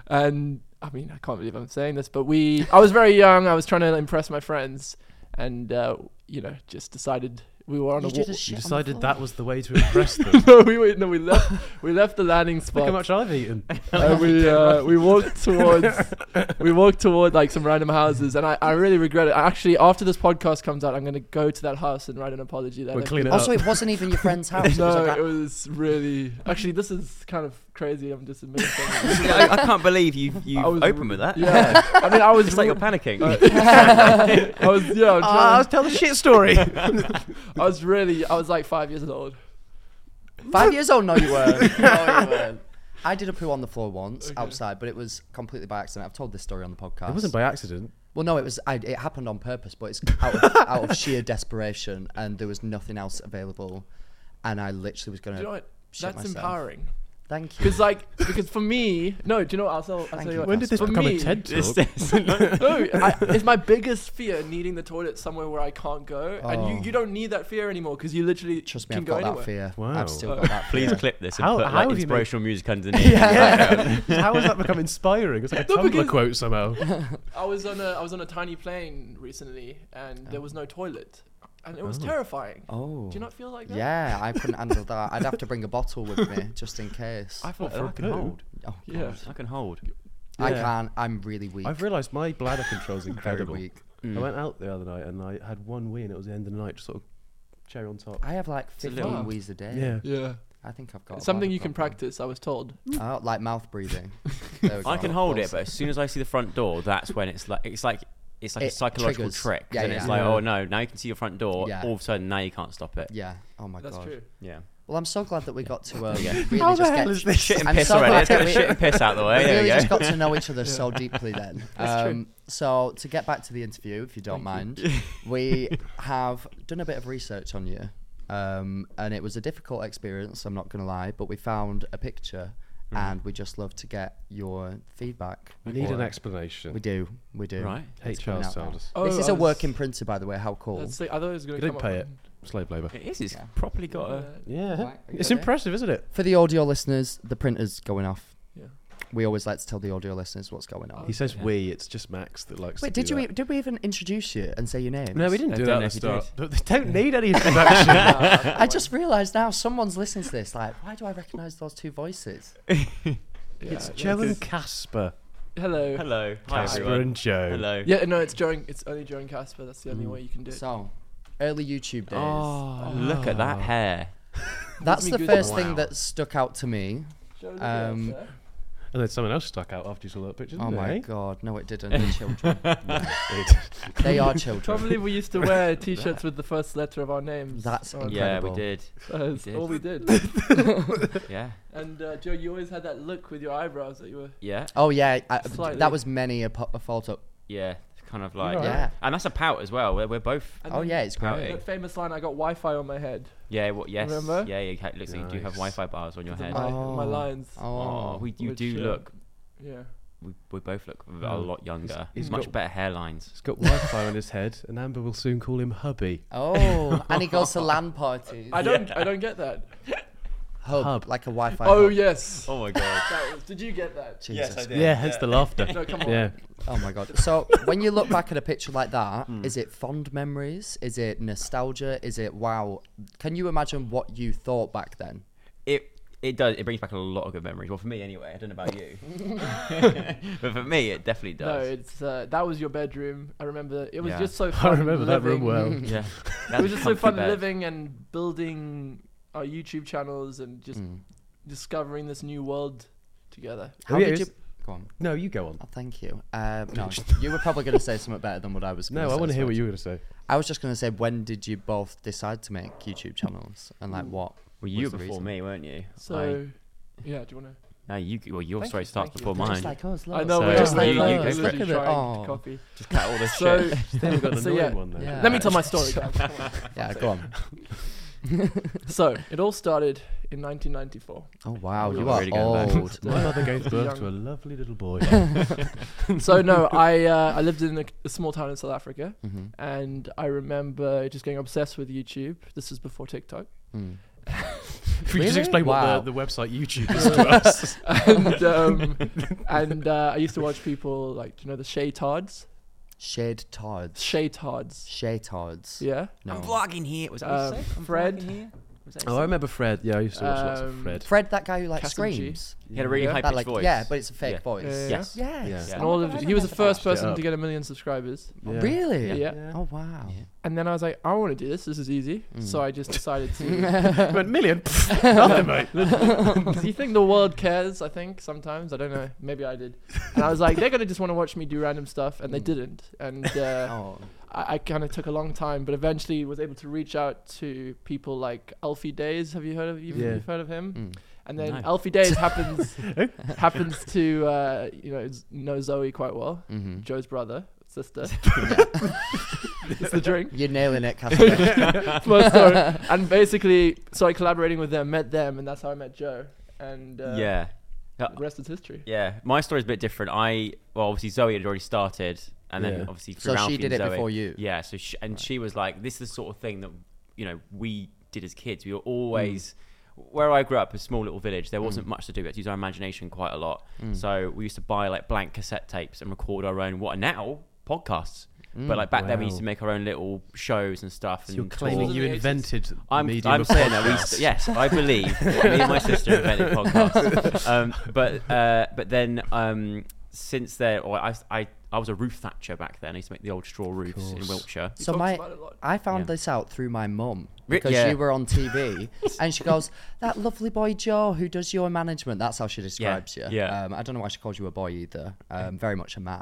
[SPEAKER 4] and I mean, I can't believe I'm saying this, but we, I was very young. I was trying to impress my friends, and uh, you know, just decided we were on
[SPEAKER 1] You
[SPEAKER 4] a walk.
[SPEAKER 1] did a shit
[SPEAKER 2] You
[SPEAKER 1] on the
[SPEAKER 2] decided
[SPEAKER 1] floor.
[SPEAKER 2] that was the way to impress them. Look
[SPEAKER 4] no, we were, no, we left. We left the landing
[SPEAKER 2] how
[SPEAKER 4] spot.
[SPEAKER 2] much I've eaten.
[SPEAKER 4] and we uh, we walked towards we walked toward like some random houses, and I, I really regret it. I actually, after this podcast comes out, I'm gonna go to that house and write an apology. That
[SPEAKER 2] We'll
[SPEAKER 4] I-
[SPEAKER 2] clean it
[SPEAKER 1] Also,
[SPEAKER 2] up.
[SPEAKER 1] Oh, it wasn't even your friend's house. it was
[SPEAKER 4] no,
[SPEAKER 1] like a-
[SPEAKER 4] it was really actually. This is kind of crazy. I'm just admitting. something.
[SPEAKER 3] Yeah, I, I can't believe you you
[SPEAKER 4] I was-
[SPEAKER 3] open with that.
[SPEAKER 4] yeah, Uh, I mean, I was
[SPEAKER 3] It's like you're
[SPEAKER 4] real-
[SPEAKER 3] panicking.
[SPEAKER 4] Ah, I was yeah. I'm trying-
[SPEAKER 2] telling the shit story.
[SPEAKER 4] I was really, I was like five years old.
[SPEAKER 1] Five years old? No, you weren't. No, you weren't. I did a poo on the floor once outside, but it was completely by accident. I've told this story on the podcast.
[SPEAKER 2] it wasn't by accident.
[SPEAKER 1] Well, no, it was. I, it happened on purpose, but it's out of, out of sheer desperation, and there was nothing else available, and I literally was gonna.
[SPEAKER 4] Do you know what?
[SPEAKER 1] shit
[SPEAKER 4] That's
[SPEAKER 1] myself.
[SPEAKER 4] empowering.
[SPEAKER 1] Thank you.
[SPEAKER 4] Because like, because for me, no. Do you know what? I'll tell, I'll
[SPEAKER 1] Thank
[SPEAKER 4] tell
[SPEAKER 1] you.
[SPEAKER 4] you. what.
[SPEAKER 2] When did this
[SPEAKER 4] For
[SPEAKER 2] become
[SPEAKER 4] me-
[SPEAKER 2] a TED
[SPEAKER 3] It's-
[SPEAKER 2] talk?
[SPEAKER 3] it's-
[SPEAKER 4] No, I, it's my biggest fear needing the toilet somewhere where I can't go, and you, you don't need that fear anymore because you literally
[SPEAKER 1] Oh. Trust me,
[SPEAKER 4] can
[SPEAKER 1] I've
[SPEAKER 4] go
[SPEAKER 1] got
[SPEAKER 4] anywhere.
[SPEAKER 1] that fear.
[SPEAKER 2] Wow.
[SPEAKER 1] I've still got that.
[SPEAKER 3] Please
[SPEAKER 1] fear.
[SPEAKER 3] clip this and
[SPEAKER 2] How-
[SPEAKER 3] put
[SPEAKER 2] how
[SPEAKER 3] like,
[SPEAKER 2] have you made-
[SPEAKER 3] inspirational music underneath. Yeah.
[SPEAKER 2] How has that become inspiring? It's like a
[SPEAKER 4] No, because-
[SPEAKER 2] Tumblr quote somehow.
[SPEAKER 4] I was on a I was on a tiny plane recently, and there was no toilet. and it was terrifying.
[SPEAKER 1] Oh.
[SPEAKER 4] Do you not feel like that?
[SPEAKER 1] Yeah, I couldn't handle that. I'd have to bring a bottle with me just in case.
[SPEAKER 3] I thought I can
[SPEAKER 2] poo?
[SPEAKER 3] hold.
[SPEAKER 1] oh, God.
[SPEAKER 4] Yeah.
[SPEAKER 3] I can hold.
[SPEAKER 1] I
[SPEAKER 2] Yeah.
[SPEAKER 1] can't. I'm really weak.
[SPEAKER 2] I've realised my bladder control's
[SPEAKER 1] very
[SPEAKER 2] incredible.
[SPEAKER 1] weak.
[SPEAKER 2] I went out the other night and I had one wee and it was the end of the night, just sort of cherry on top.
[SPEAKER 1] I have like
[SPEAKER 3] a
[SPEAKER 1] 15
[SPEAKER 3] little-
[SPEAKER 1] wheeze a day.
[SPEAKER 2] yeah.
[SPEAKER 4] Yeah.
[SPEAKER 1] I think I've got a
[SPEAKER 4] Something
[SPEAKER 1] bladder
[SPEAKER 4] you can
[SPEAKER 1] problem.
[SPEAKER 4] practice, I was told.
[SPEAKER 1] Oh, like mouth breathing. There we
[SPEAKER 3] I
[SPEAKER 1] go.
[SPEAKER 3] can hold it,
[SPEAKER 1] Close.
[SPEAKER 3] but as soon as I see the front door, that's when it's like it's like it's like
[SPEAKER 1] It
[SPEAKER 3] a psychological
[SPEAKER 1] triggers.
[SPEAKER 3] trick.
[SPEAKER 1] Yeah,
[SPEAKER 3] and
[SPEAKER 1] yeah.
[SPEAKER 3] it's like,
[SPEAKER 2] Yeah.
[SPEAKER 3] oh no, now you can see your front door.
[SPEAKER 1] Yeah.
[SPEAKER 3] All of a sudden, now you can't stop it.
[SPEAKER 1] Yeah. Oh my
[SPEAKER 4] That's
[SPEAKER 1] god.
[SPEAKER 4] true.
[SPEAKER 3] Yeah.
[SPEAKER 1] Well, I'm so glad that we got to uh,
[SPEAKER 3] Yeah.
[SPEAKER 1] really just get
[SPEAKER 3] Shit and
[SPEAKER 1] I'm
[SPEAKER 3] piss
[SPEAKER 1] so
[SPEAKER 3] already.
[SPEAKER 1] glad
[SPEAKER 3] Let's
[SPEAKER 1] that
[SPEAKER 3] get the
[SPEAKER 1] we-
[SPEAKER 3] shit and piss out of the way.
[SPEAKER 1] we
[SPEAKER 3] There we
[SPEAKER 1] really
[SPEAKER 3] go.
[SPEAKER 1] just got to know each other so deeply then. Um, so to get back to the interview, if you don't mind, we have done a bit of research on you, um, and it was a difficult experience. I'm not going to lie, but we found a picture, and we just love to get your feedback.
[SPEAKER 2] We need
[SPEAKER 1] for
[SPEAKER 2] an
[SPEAKER 1] it.
[SPEAKER 2] explanation.
[SPEAKER 1] We do, we do.
[SPEAKER 3] Right.
[SPEAKER 1] It's
[SPEAKER 2] HR
[SPEAKER 1] coming out
[SPEAKER 2] told
[SPEAKER 1] now.
[SPEAKER 2] us.
[SPEAKER 4] Oh,
[SPEAKER 1] this is
[SPEAKER 4] I
[SPEAKER 1] a
[SPEAKER 4] was-
[SPEAKER 1] work in printer, by the way. How cool!
[SPEAKER 4] That's the, I thought it was going
[SPEAKER 2] We
[SPEAKER 4] to come
[SPEAKER 2] didn't
[SPEAKER 4] up
[SPEAKER 2] pay it.
[SPEAKER 4] with-
[SPEAKER 2] Slave labour.
[SPEAKER 3] It is. It's properly got a.
[SPEAKER 2] Yeah.
[SPEAKER 1] Right,
[SPEAKER 2] It's
[SPEAKER 1] okay.
[SPEAKER 2] impressive, isn't it?
[SPEAKER 1] For the audio listeners, the printer's going off.
[SPEAKER 4] Yeah.
[SPEAKER 1] We always like to tell the audio listeners what's going on.
[SPEAKER 2] He says we, it's just Max that likes
[SPEAKER 1] Wait,
[SPEAKER 2] to
[SPEAKER 1] did
[SPEAKER 2] do
[SPEAKER 1] you e-
[SPEAKER 2] that.
[SPEAKER 1] did we even introduce you and say your name?
[SPEAKER 2] No, we didn't
[SPEAKER 3] I
[SPEAKER 2] do that
[SPEAKER 3] don't know
[SPEAKER 2] at the
[SPEAKER 3] if you did.
[SPEAKER 2] start. But they don't need any introduction.
[SPEAKER 1] I just realised now someone's listening to this. Like, why do I recognise those two voices?
[SPEAKER 2] it's Joe and Casper.
[SPEAKER 4] Hello.
[SPEAKER 3] Hello. Hi
[SPEAKER 2] Casper
[SPEAKER 3] everyone.
[SPEAKER 2] and Joe.
[SPEAKER 3] Hello.
[SPEAKER 4] Yeah, no, it's during. It's only during Casper. That's the only way you can do it.
[SPEAKER 1] So, early YouTube days.
[SPEAKER 3] Oh, look at that hair.
[SPEAKER 1] That's
[SPEAKER 4] me
[SPEAKER 1] the
[SPEAKER 4] good-
[SPEAKER 1] first
[SPEAKER 3] Wow.
[SPEAKER 1] thing that stuck out to me.
[SPEAKER 4] Show the
[SPEAKER 1] Um,
[SPEAKER 4] girls there.
[SPEAKER 2] And then someone else stuck out after you saw that picture.
[SPEAKER 1] Oh
[SPEAKER 2] didn't
[SPEAKER 1] my
[SPEAKER 2] they?
[SPEAKER 1] god, no, it didn't. They're children.
[SPEAKER 2] It-
[SPEAKER 1] they are children.
[SPEAKER 4] Probably we used to wear T-shirts with the first letter of our names.
[SPEAKER 1] That's
[SPEAKER 4] on.
[SPEAKER 3] Oh, Yeah, we
[SPEAKER 1] Incredible.
[SPEAKER 3] did.
[SPEAKER 4] That's
[SPEAKER 3] did.
[SPEAKER 4] all we did.
[SPEAKER 3] Yeah.
[SPEAKER 4] and uh, Joe, you always had that look with your eyebrows that you were.
[SPEAKER 3] Yeah.
[SPEAKER 1] Oh yeah, I,
[SPEAKER 4] Slightly.
[SPEAKER 1] that was many a, po- a photo.
[SPEAKER 3] Yeah. Kind of like.
[SPEAKER 1] Yeah.
[SPEAKER 3] And that's a pout as well. We're, we're both.
[SPEAKER 4] And
[SPEAKER 1] Oh
[SPEAKER 4] then
[SPEAKER 1] yeah, it's
[SPEAKER 3] How
[SPEAKER 1] great.
[SPEAKER 3] it-
[SPEAKER 4] That famous line, "I got Wi-Fi on my head."
[SPEAKER 3] Yeah. What? Yes.
[SPEAKER 4] Remember?
[SPEAKER 3] Yeah. yeah it looks like you do have
[SPEAKER 2] Nice.
[SPEAKER 3] Wi-Fi bars on your
[SPEAKER 4] My,
[SPEAKER 3] head.
[SPEAKER 4] my
[SPEAKER 1] Oh.
[SPEAKER 4] lines.
[SPEAKER 3] Oh,
[SPEAKER 1] Oh,
[SPEAKER 3] we you
[SPEAKER 4] Which,
[SPEAKER 3] do
[SPEAKER 4] uh,
[SPEAKER 3] look.
[SPEAKER 4] Yeah.
[SPEAKER 3] We, we both look v- a
[SPEAKER 2] Oh,
[SPEAKER 3] lot younger.
[SPEAKER 2] he's
[SPEAKER 3] Much
[SPEAKER 2] got-
[SPEAKER 3] better hairlines.
[SPEAKER 2] He's got Wi Fi on his head, and Amber will soon call him hubby.
[SPEAKER 1] oh, and he goes to LAN parties.
[SPEAKER 4] I don't. I don't get that.
[SPEAKER 1] Hub,
[SPEAKER 2] Hub.
[SPEAKER 1] like a Wi-Fi.
[SPEAKER 4] Oh
[SPEAKER 1] hub.
[SPEAKER 4] yes.
[SPEAKER 3] my god.
[SPEAKER 4] That was, did you get that?
[SPEAKER 1] Jesus.
[SPEAKER 2] Yeah, hence the laughter.
[SPEAKER 4] No, come on.
[SPEAKER 2] Yeah.
[SPEAKER 1] Oh my god. So when you look back at a picture like that, is it fond memories? Is it nostalgia? Is it wow? Can you imagine what you thought back then?
[SPEAKER 3] It it does. It brings back a lot of good memories. Well, for me anyway. I don't know about you, but for me it definitely
[SPEAKER 4] No,
[SPEAKER 3] does.
[SPEAKER 4] it's uh, that was your bedroom. I remember it was
[SPEAKER 3] Yeah.
[SPEAKER 4] just so
[SPEAKER 2] I
[SPEAKER 4] fun.
[SPEAKER 2] remember that room
[SPEAKER 4] living-
[SPEAKER 2] well.
[SPEAKER 3] yeah.
[SPEAKER 4] It was just so fun living and building our YouTube channels and just
[SPEAKER 3] Mm.
[SPEAKER 4] discovering this new world together.
[SPEAKER 1] How
[SPEAKER 2] yeah,
[SPEAKER 1] did you?
[SPEAKER 2] it's-
[SPEAKER 1] Go on.
[SPEAKER 2] No, you go on.
[SPEAKER 1] Oh, thank you. Um, no, you were probably going to say something better than what I was. Gonna
[SPEAKER 2] No, I
[SPEAKER 1] say,
[SPEAKER 2] want to hear
[SPEAKER 1] so
[SPEAKER 2] what you were going to say.
[SPEAKER 1] I was just going to say, when did you both decide to make YouTube channels, and like what?
[SPEAKER 3] Well, you
[SPEAKER 1] was
[SPEAKER 3] were
[SPEAKER 1] the
[SPEAKER 3] before
[SPEAKER 1] reason?
[SPEAKER 3] me, weren't you?
[SPEAKER 4] So,
[SPEAKER 3] I-
[SPEAKER 4] yeah, do you want
[SPEAKER 3] no, you. Well, your
[SPEAKER 4] Thank
[SPEAKER 3] story
[SPEAKER 4] you,
[SPEAKER 3] starts
[SPEAKER 4] thank
[SPEAKER 3] before
[SPEAKER 4] you. Just
[SPEAKER 3] mine.
[SPEAKER 1] Just like us.
[SPEAKER 4] to? I
[SPEAKER 1] look.
[SPEAKER 4] know
[SPEAKER 3] So-
[SPEAKER 4] we're
[SPEAKER 3] Just
[SPEAKER 4] just
[SPEAKER 3] like
[SPEAKER 4] like,
[SPEAKER 3] you- you go for
[SPEAKER 4] literally
[SPEAKER 3] it.
[SPEAKER 4] trying
[SPEAKER 1] Oh.
[SPEAKER 4] to copy.
[SPEAKER 3] Just cut all this
[SPEAKER 4] So,
[SPEAKER 3] shit.
[SPEAKER 2] Then we got an
[SPEAKER 4] So,
[SPEAKER 2] annoying
[SPEAKER 4] yeah.
[SPEAKER 2] one, though.
[SPEAKER 1] Yeah.
[SPEAKER 4] let me tell my story. guys.
[SPEAKER 1] Yeah, go on.
[SPEAKER 4] so, it all started in 1994.
[SPEAKER 1] Oh wow,
[SPEAKER 4] We're
[SPEAKER 1] you
[SPEAKER 3] not
[SPEAKER 1] are
[SPEAKER 3] really going back.
[SPEAKER 1] old.
[SPEAKER 2] My mother gave birth to a lovely little boy. That's
[SPEAKER 4] so no, I uh, I lived in a, a small town in South Africa,
[SPEAKER 1] Mhm.
[SPEAKER 4] and I remember just getting obsessed with YouTube. This was before TikTok,
[SPEAKER 1] Mm.
[SPEAKER 2] If we just
[SPEAKER 1] Really?
[SPEAKER 2] explain
[SPEAKER 1] Wow.
[SPEAKER 2] what the, the website YouTube is to
[SPEAKER 1] mm.
[SPEAKER 2] us.
[SPEAKER 4] and um, and uh, I used to watch people like do you know the Shaytards,
[SPEAKER 1] Shade Tards.
[SPEAKER 4] Shaytards,
[SPEAKER 1] Shade Tards.
[SPEAKER 4] yeah.
[SPEAKER 1] No.
[SPEAKER 3] vlogging here. Was
[SPEAKER 4] um, Uh, Fred.
[SPEAKER 2] Oh, I remember Fred. Yeah, I used to watch lots of
[SPEAKER 4] Um,
[SPEAKER 2] Fred.
[SPEAKER 1] Fred, that guy who like
[SPEAKER 4] Casting G.
[SPEAKER 1] screams.
[SPEAKER 3] He had a really
[SPEAKER 4] Yeah.
[SPEAKER 3] high
[SPEAKER 1] That,
[SPEAKER 3] pitched
[SPEAKER 1] like,
[SPEAKER 3] voice.
[SPEAKER 1] Yeah, but it's a fake
[SPEAKER 3] Yeah.
[SPEAKER 1] voice.
[SPEAKER 4] Yeah.
[SPEAKER 3] Yes.
[SPEAKER 1] Yes.
[SPEAKER 3] Yeah.
[SPEAKER 4] And all of he was the first person
[SPEAKER 2] up.
[SPEAKER 4] to get a million subscribers.
[SPEAKER 2] Yeah.
[SPEAKER 1] Really?
[SPEAKER 4] Yeah.
[SPEAKER 1] Oh wow.
[SPEAKER 4] And then I was like, I want to do this. This is easy. So I just decided to.
[SPEAKER 2] Went million. Nothing, mate.
[SPEAKER 4] Do you think the world cares? I think sometimes I don't know. Maybe I did. And I was like, they're gonna just want to watch me do random stuff, and they didn't. And uh,
[SPEAKER 1] Oh.
[SPEAKER 4] I, I kind of took a long time, but eventually was able to reach out to people like Alfie Days. Have you heard of you,
[SPEAKER 2] Yeah.
[SPEAKER 4] have heard of him?
[SPEAKER 3] Hmm.
[SPEAKER 1] Mm.
[SPEAKER 4] And then
[SPEAKER 3] No.
[SPEAKER 4] Alfie Days happens happens to uh, you know z- know Zoe quite well,
[SPEAKER 1] Mm-hmm.
[SPEAKER 4] Joe's brother sister. it's the drink.
[SPEAKER 1] You're nailing it, Casper.
[SPEAKER 4] Well, so- and basically started collaborating with them, met them, and that's how I met Joe. And uh,
[SPEAKER 3] Yeah. Uh,
[SPEAKER 4] the rest is history.
[SPEAKER 3] Yeah, my story's a bit different. I well, obviously Zoe had already started, and then
[SPEAKER 2] Yeah.
[SPEAKER 3] obviously
[SPEAKER 1] So
[SPEAKER 3] through
[SPEAKER 1] she
[SPEAKER 3] Alfie
[SPEAKER 1] did
[SPEAKER 3] and
[SPEAKER 1] it
[SPEAKER 3] Zoe-
[SPEAKER 1] before you?
[SPEAKER 3] Yeah, so she, and she was like, "This is the sort of thing that you know we did as kids.
[SPEAKER 1] Mm.
[SPEAKER 3] We were always." Where I grew up, a small little village, there wasn't much to do. We had to use our imagination quite
[SPEAKER 1] Mm.
[SPEAKER 3] a lot. So we used to buy like blank cassette tapes and record our own what are now podcasts.
[SPEAKER 1] Mm.
[SPEAKER 3] But like back then, we used
[SPEAKER 2] Wow.
[SPEAKER 3] to make our own little shows and stuff.
[SPEAKER 2] So
[SPEAKER 3] and
[SPEAKER 2] you're claiming
[SPEAKER 3] tours.
[SPEAKER 2] you invented the
[SPEAKER 3] I'm,
[SPEAKER 2] medium
[SPEAKER 3] I'm
[SPEAKER 2] of
[SPEAKER 3] saying that we
[SPEAKER 2] podcast.
[SPEAKER 3] st- yes, I believe that me and my sister invented podcasts. Um, but uh, but then um, since then, or I, I I was a roof thatcher back then. I used to make the old straw roofs in
[SPEAKER 2] course.
[SPEAKER 3] Wiltshire.
[SPEAKER 1] So
[SPEAKER 4] talks
[SPEAKER 1] my,
[SPEAKER 4] about it a lot.
[SPEAKER 1] I found
[SPEAKER 3] Yeah.
[SPEAKER 1] this out through my mum
[SPEAKER 3] Re-
[SPEAKER 1] because
[SPEAKER 3] yeah.
[SPEAKER 1] you were on TV, and she goes, "That lovely boy Joe who does your management." That's how she describes you.
[SPEAKER 3] yeah.
[SPEAKER 1] Um, I don't know why she calls you a boy either. Um, very much a man.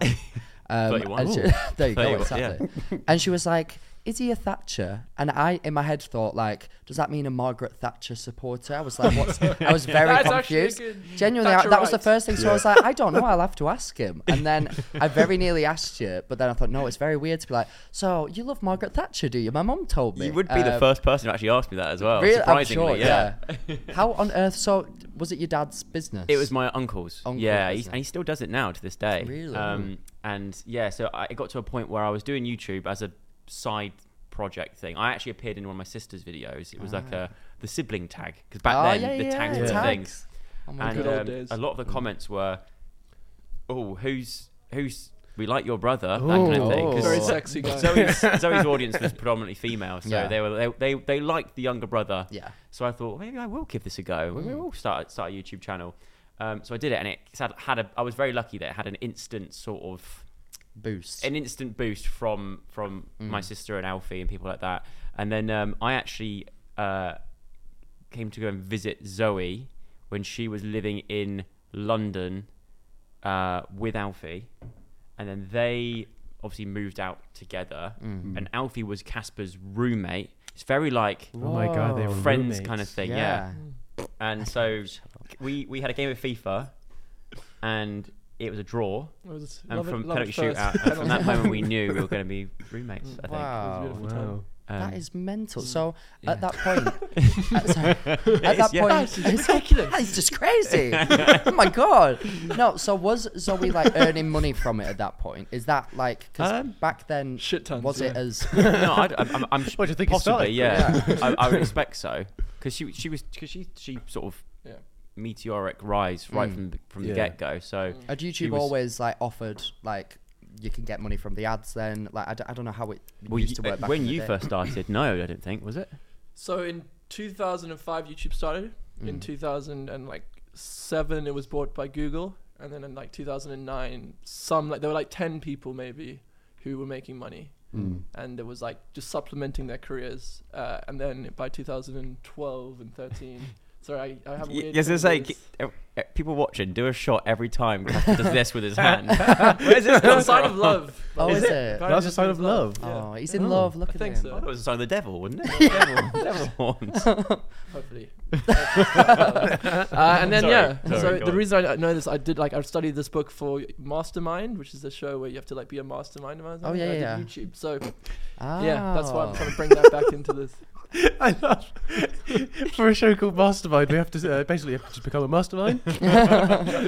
[SPEAKER 1] Um,
[SPEAKER 3] 31.
[SPEAKER 1] and she-
[SPEAKER 3] Ooh.
[SPEAKER 1] there you go,
[SPEAKER 3] 31,
[SPEAKER 1] exactly. And she was like, "Is he a Thatcher?" And I, in my head, thought like, "Does that mean a Margaret Thatcher supporter?" I was like, "What's?" I was very
[SPEAKER 4] That's actually a
[SPEAKER 1] confused.
[SPEAKER 4] good
[SPEAKER 1] Genuinely, I, that was the
[SPEAKER 4] Thatcherite.
[SPEAKER 1] first first thing. So I was like, I don't know. I'll have to ask him. And then I very nearly asked you, but then I thought, no, it's very weird to be like, so you love Margaret Thatcher, do you? My mum told me.
[SPEAKER 3] You would be the
[SPEAKER 1] Um,
[SPEAKER 3] first person who actually asked me that as well.
[SPEAKER 1] really- I'm
[SPEAKER 3] surprisingly,
[SPEAKER 1] sure,
[SPEAKER 3] yeah.
[SPEAKER 1] yeah. How on earth? So was it your dad's business?
[SPEAKER 3] It was my uncle's.
[SPEAKER 1] Uncle's
[SPEAKER 3] yeah, he,
[SPEAKER 1] business.
[SPEAKER 3] and he still does it now to this day.
[SPEAKER 1] Really?
[SPEAKER 3] Um, and yeah, so I, it got to a point where I was doing YouTube as a side project thing. I actually appeared in one of my sister's videos. It was like a the sibling tag because back
[SPEAKER 1] Oh,
[SPEAKER 3] then
[SPEAKER 1] Ah. yeah,
[SPEAKER 3] the
[SPEAKER 1] yeah,
[SPEAKER 3] tags
[SPEAKER 1] yeah.
[SPEAKER 3] were
[SPEAKER 1] Tags.
[SPEAKER 3] things.
[SPEAKER 1] Oh my
[SPEAKER 3] and
[SPEAKER 4] Good old
[SPEAKER 3] um,
[SPEAKER 4] days.
[SPEAKER 3] a lot of the comments were, "Oh, who's who's we like your brother?" That kind of thing. 'Cause
[SPEAKER 4] Very
[SPEAKER 3] Zo-
[SPEAKER 4] sexy guy.
[SPEAKER 3] Zoe's, Zoe's audience was predominantly female, so
[SPEAKER 1] Yeah.
[SPEAKER 3] they were they, they they liked the younger brother.
[SPEAKER 1] Yeah. Mm.
[SPEAKER 3] So I thought maybe I will give this a go. Maybe we'll start start a YouTube channel. Um, so I did it, and it had, had a. I was very lucky that it had an instant sort of
[SPEAKER 1] boost.
[SPEAKER 3] an instant boost from from my sister and Alfie and people like that. And then um, I actually uh, came to go and visit Zoe when she was living in London uh, with Alfie, and then they obviously moved out together. And Alfie was Casper's roommate. It's very like
[SPEAKER 2] Oh my god, they were
[SPEAKER 3] friends
[SPEAKER 2] roommates.
[SPEAKER 3] kind of thing,
[SPEAKER 1] yeah.
[SPEAKER 3] yeah. And so we we had a game of FIFA, and it was a draw.
[SPEAKER 4] It was
[SPEAKER 3] And
[SPEAKER 4] love it-
[SPEAKER 3] from
[SPEAKER 4] love
[SPEAKER 3] penalty
[SPEAKER 4] at first
[SPEAKER 3] shootout, and from that moment we knew we were going to be roommates. I think.
[SPEAKER 1] Wow.
[SPEAKER 4] beautiful.
[SPEAKER 2] Oh, Wow.
[SPEAKER 3] Um,
[SPEAKER 1] that is mental. So at that point, at, sorry, at that
[SPEAKER 3] yeah.
[SPEAKER 1] point, it's ridiculous. That is just crazy. oh my god! No, so was Zoe like earning money from it at that point? Is that like because
[SPEAKER 3] Um,
[SPEAKER 1] back then
[SPEAKER 4] Shit tons,
[SPEAKER 1] was it
[SPEAKER 4] yeah.
[SPEAKER 1] as
[SPEAKER 3] no, I, am I'm, I'm
[SPEAKER 2] What, do you think it
[SPEAKER 3] possibly,
[SPEAKER 2] started?
[SPEAKER 3] yeah. I, I would expect so, because she she was because she she sort of
[SPEAKER 4] Yeah.
[SPEAKER 3] meteoric rise right from the- from the
[SPEAKER 2] Yeah.
[SPEAKER 3] get go. So
[SPEAKER 1] Had
[SPEAKER 3] He
[SPEAKER 1] YouTube
[SPEAKER 3] was-
[SPEAKER 1] always like offered like you can get money from the ads then? Like I, d- I don't know how it
[SPEAKER 3] well,
[SPEAKER 1] used
[SPEAKER 3] you-
[SPEAKER 1] to work back
[SPEAKER 3] when
[SPEAKER 1] in the
[SPEAKER 3] you
[SPEAKER 1] day.
[SPEAKER 3] first started, no, I don't think was it.
[SPEAKER 4] So in 2005, YouTube started. In
[SPEAKER 2] Mm.
[SPEAKER 4] 2007, it was bought by Google, and then in like 2009, some like there were like 10 people maybe who were making money,
[SPEAKER 2] Mm.
[SPEAKER 4] and it was like just supplementing their careers. Uh, and then by 2012 and 13, sorry, I, I have weird.
[SPEAKER 3] Yes, it's like
[SPEAKER 4] things
[SPEAKER 3] eh,
[SPEAKER 4] with this.
[SPEAKER 3] people watching do a shot every time Gaff does this with his hand. Where's this
[SPEAKER 4] It's a
[SPEAKER 3] come
[SPEAKER 4] sign
[SPEAKER 3] from?
[SPEAKER 4] of love.
[SPEAKER 1] Oh,
[SPEAKER 4] Apparently
[SPEAKER 1] is it?
[SPEAKER 4] it
[SPEAKER 2] That's a
[SPEAKER 4] just
[SPEAKER 2] sign
[SPEAKER 4] means
[SPEAKER 2] of love.
[SPEAKER 1] Oh,
[SPEAKER 4] Yeah.
[SPEAKER 1] he's in love. Look
[SPEAKER 4] I
[SPEAKER 1] at
[SPEAKER 4] think
[SPEAKER 1] him.
[SPEAKER 3] I thought it
[SPEAKER 4] so.
[SPEAKER 3] was a sign of the devil, wasn't it? devil, devil horns.
[SPEAKER 4] Hopefully. uh, and then
[SPEAKER 3] Sorry,
[SPEAKER 4] yeah,
[SPEAKER 3] sorry,
[SPEAKER 4] so
[SPEAKER 3] go
[SPEAKER 4] the
[SPEAKER 3] on.
[SPEAKER 4] reason I know this, I did like I studied this book for Mastermind, which is the show where you have to like be a mastermind. mastermind.
[SPEAKER 1] Oh, yeah,
[SPEAKER 4] I did
[SPEAKER 1] yeah, yeah.
[SPEAKER 4] YouTube. So
[SPEAKER 1] Oh.
[SPEAKER 4] yeah, that's why I'm trying to bring that back into this.
[SPEAKER 2] I love for a show called Mastermind. We have to uh, basically have to just become a mastermind.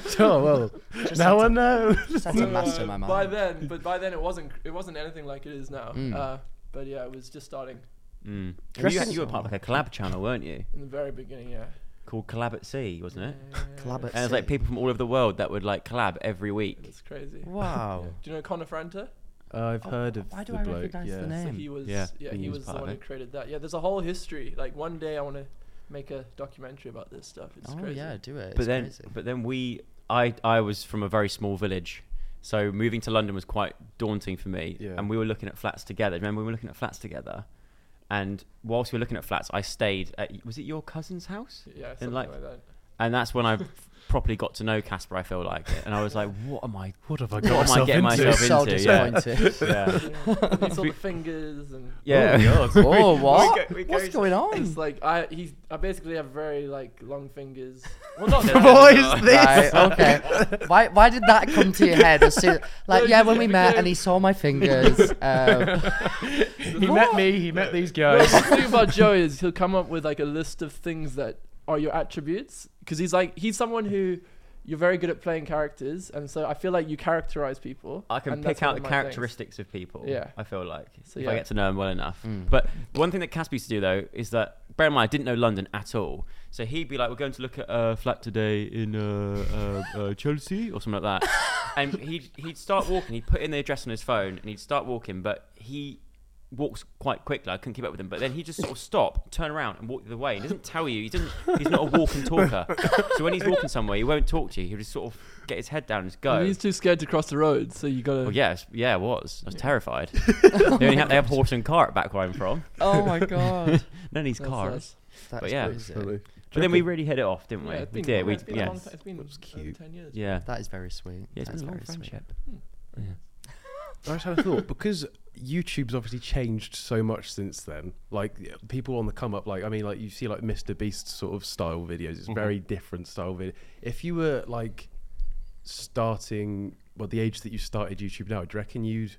[SPEAKER 2] so oh, well, now I know.
[SPEAKER 1] Just had to master my mind.
[SPEAKER 4] By then, but by then it wasn't it wasn't anything like it is now.
[SPEAKER 1] Hmm.
[SPEAKER 4] Uh, but yeah, it was just starting
[SPEAKER 3] Mm.
[SPEAKER 1] Dress
[SPEAKER 3] You,
[SPEAKER 1] is
[SPEAKER 3] you were part of like a collab channel, weren't you?
[SPEAKER 4] in the very beginning. Yeah.
[SPEAKER 3] Called Collab at Sea, wasn't it?
[SPEAKER 1] Collab at
[SPEAKER 3] And it's like
[SPEAKER 1] sea.
[SPEAKER 3] people from all over the world that would like collab every week.
[SPEAKER 4] It's crazy.
[SPEAKER 1] Wow.
[SPEAKER 4] Do you know Conor Franta?
[SPEAKER 2] I've heard of
[SPEAKER 1] Oh, Why do
[SPEAKER 2] the
[SPEAKER 1] I
[SPEAKER 2] bloke.
[SPEAKER 1] recognise
[SPEAKER 2] yeah.
[SPEAKER 1] the name?
[SPEAKER 4] So he was yeah,
[SPEAKER 3] Yeah,
[SPEAKER 4] he,
[SPEAKER 3] he was
[SPEAKER 4] was the
[SPEAKER 3] part of
[SPEAKER 4] one who
[SPEAKER 3] it.
[SPEAKER 4] created that. Yeah, there's a whole history. Like one day I want to make a documentary about this stuff. It's
[SPEAKER 1] oh
[SPEAKER 4] crazy.
[SPEAKER 1] yeah, do it. It's
[SPEAKER 3] But then,
[SPEAKER 1] crazy.
[SPEAKER 3] but then we, I, I was from a very small village, so moving to London was quite daunting for me.
[SPEAKER 2] Yeah.
[SPEAKER 3] And we were looking at flats together. Remember, we were looking at flats together. And whilst we were looking at flats, I stayed at was it your cousin's house?
[SPEAKER 4] Yeah,
[SPEAKER 3] And
[SPEAKER 4] something
[SPEAKER 3] like-
[SPEAKER 4] like, that.
[SPEAKER 3] And that's when I properly got to know Casper. I feel like, and I was like, what am I?
[SPEAKER 2] What have I
[SPEAKER 3] What
[SPEAKER 2] got
[SPEAKER 3] am I
[SPEAKER 2] myself
[SPEAKER 3] getting
[SPEAKER 2] into?
[SPEAKER 3] myself
[SPEAKER 1] so
[SPEAKER 3] into, yeah.
[SPEAKER 1] disappointed.
[SPEAKER 3] Yeah.
[SPEAKER 4] Yeah. And it's all the fingers and
[SPEAKER 3] yeah.
[SPEAKER 1] oh what? What's going
[SPEAKER 4] it's
[SPEAKER 1] on?
[SPEAKER 4] like I he's I basically have very like long fingers. Well, not
[SPEAKER 2] What is
[SPEAKER 1] Right,
[SPEAKER 2] this?
[SPEAKER 1] okay. Why, why did that come to your head? As soon, like,
[SPEAKER 4] No,
[SPEAKER 1] yeah,
[SPEAKER 4] just
[SPEAKER 1] when we met
[SPEAKER 4] because-
[SPEAKER 1] and he saw my fingers. Um,
[SPEAKER 2] He met me. He met these guys.
[SPEAKER 4] the thing about Joe is he'll come up with like a list of things that are your attributes because he's like he's someone who you're very good at playing characters, and so I feel like you characterize people.
[SPEAKER 3] I can
[SPEAKER 4] and
[SPEAKER 3] pick
[SPEAKER 4] that's one
[SPEAKER 3] out
[SPEAKER 4] of
[SPEAKER 3] the
[SPEAKER 4] my things.
[SPEAKER 3] characteristics of people.
[SPEAKER 4] Yeah.
[SPEAKER 3] I feel like
[SPEAKER 4] So,
[SPEAKER 3] if
[SPEAKER 4] yeah. Mm.
[SPEAKER 3] I get to know them well enough. But one thing that Casper used to do though is that bear in mind, I didn't know London at all. So he'd be like, "We're going to look at a flat today in uh, uh, uh, Chelsea or something like that," and he'd he'd start walking. He'd put in the address on his phone and he'd start walking, but he walks quite quickly. I couldn't keep up with him, but then he just sort of stop, turn around, and walk the other way. He doesn't tell you. He doesn't. He's not a walk and talker. So when he's walking somewhere, he won't talk to you. He'll just sort of get his head down and just go.
[SPEAKER 4] And He's too scared to cross the road, so you gotta.
[SPEAKER 3] Well, yes, yeah, it was. I was terrified. they only have, they have horse and cart back where I'm from.
[SPEAKER 1] Oh my god.
[SPEAKER 3] None of these
[SPEAKER 4] That's
[SPEAKER 3] cars.
[SPEAKER 4] us.
[SPEAKER 1] That's
[SPEAKER 3] But yeah.
[SPEAKER 1] crazy.
[SPEAKER 2] Funny.
[SPEAKER 3] But then we really hit it off, didn't we?
[SPEAKER 4] Yeah,
[SPEAKER 3] we did. We,
[SPEAKER 4] it's been a
[SPEAKER 3] yeah.
[SPEAKER 4] long ti- It's been
[SPEAKER 2] cute.
[SPEAKER 4] uh, ten years.
[SPEAKER 3] Yeah.
[SPEAKER 1] That is very sweet.
[SPEAKER 3] Yeah, it's
[SPEAKER 1] That's
[SPEAKER 3] been a long
[SPEAKER 1] very sweet.
[SPEAKER 3] friendship.
[SPEAKER 2] I just had a thought because YouTube's obviously changed so much since then. Like y- people on the come up, like I mean, like you see like Mr. Beast sort of style videos. It's very different style video. If you were like starting, well, the age that you started YouTube now, do you reckon you'd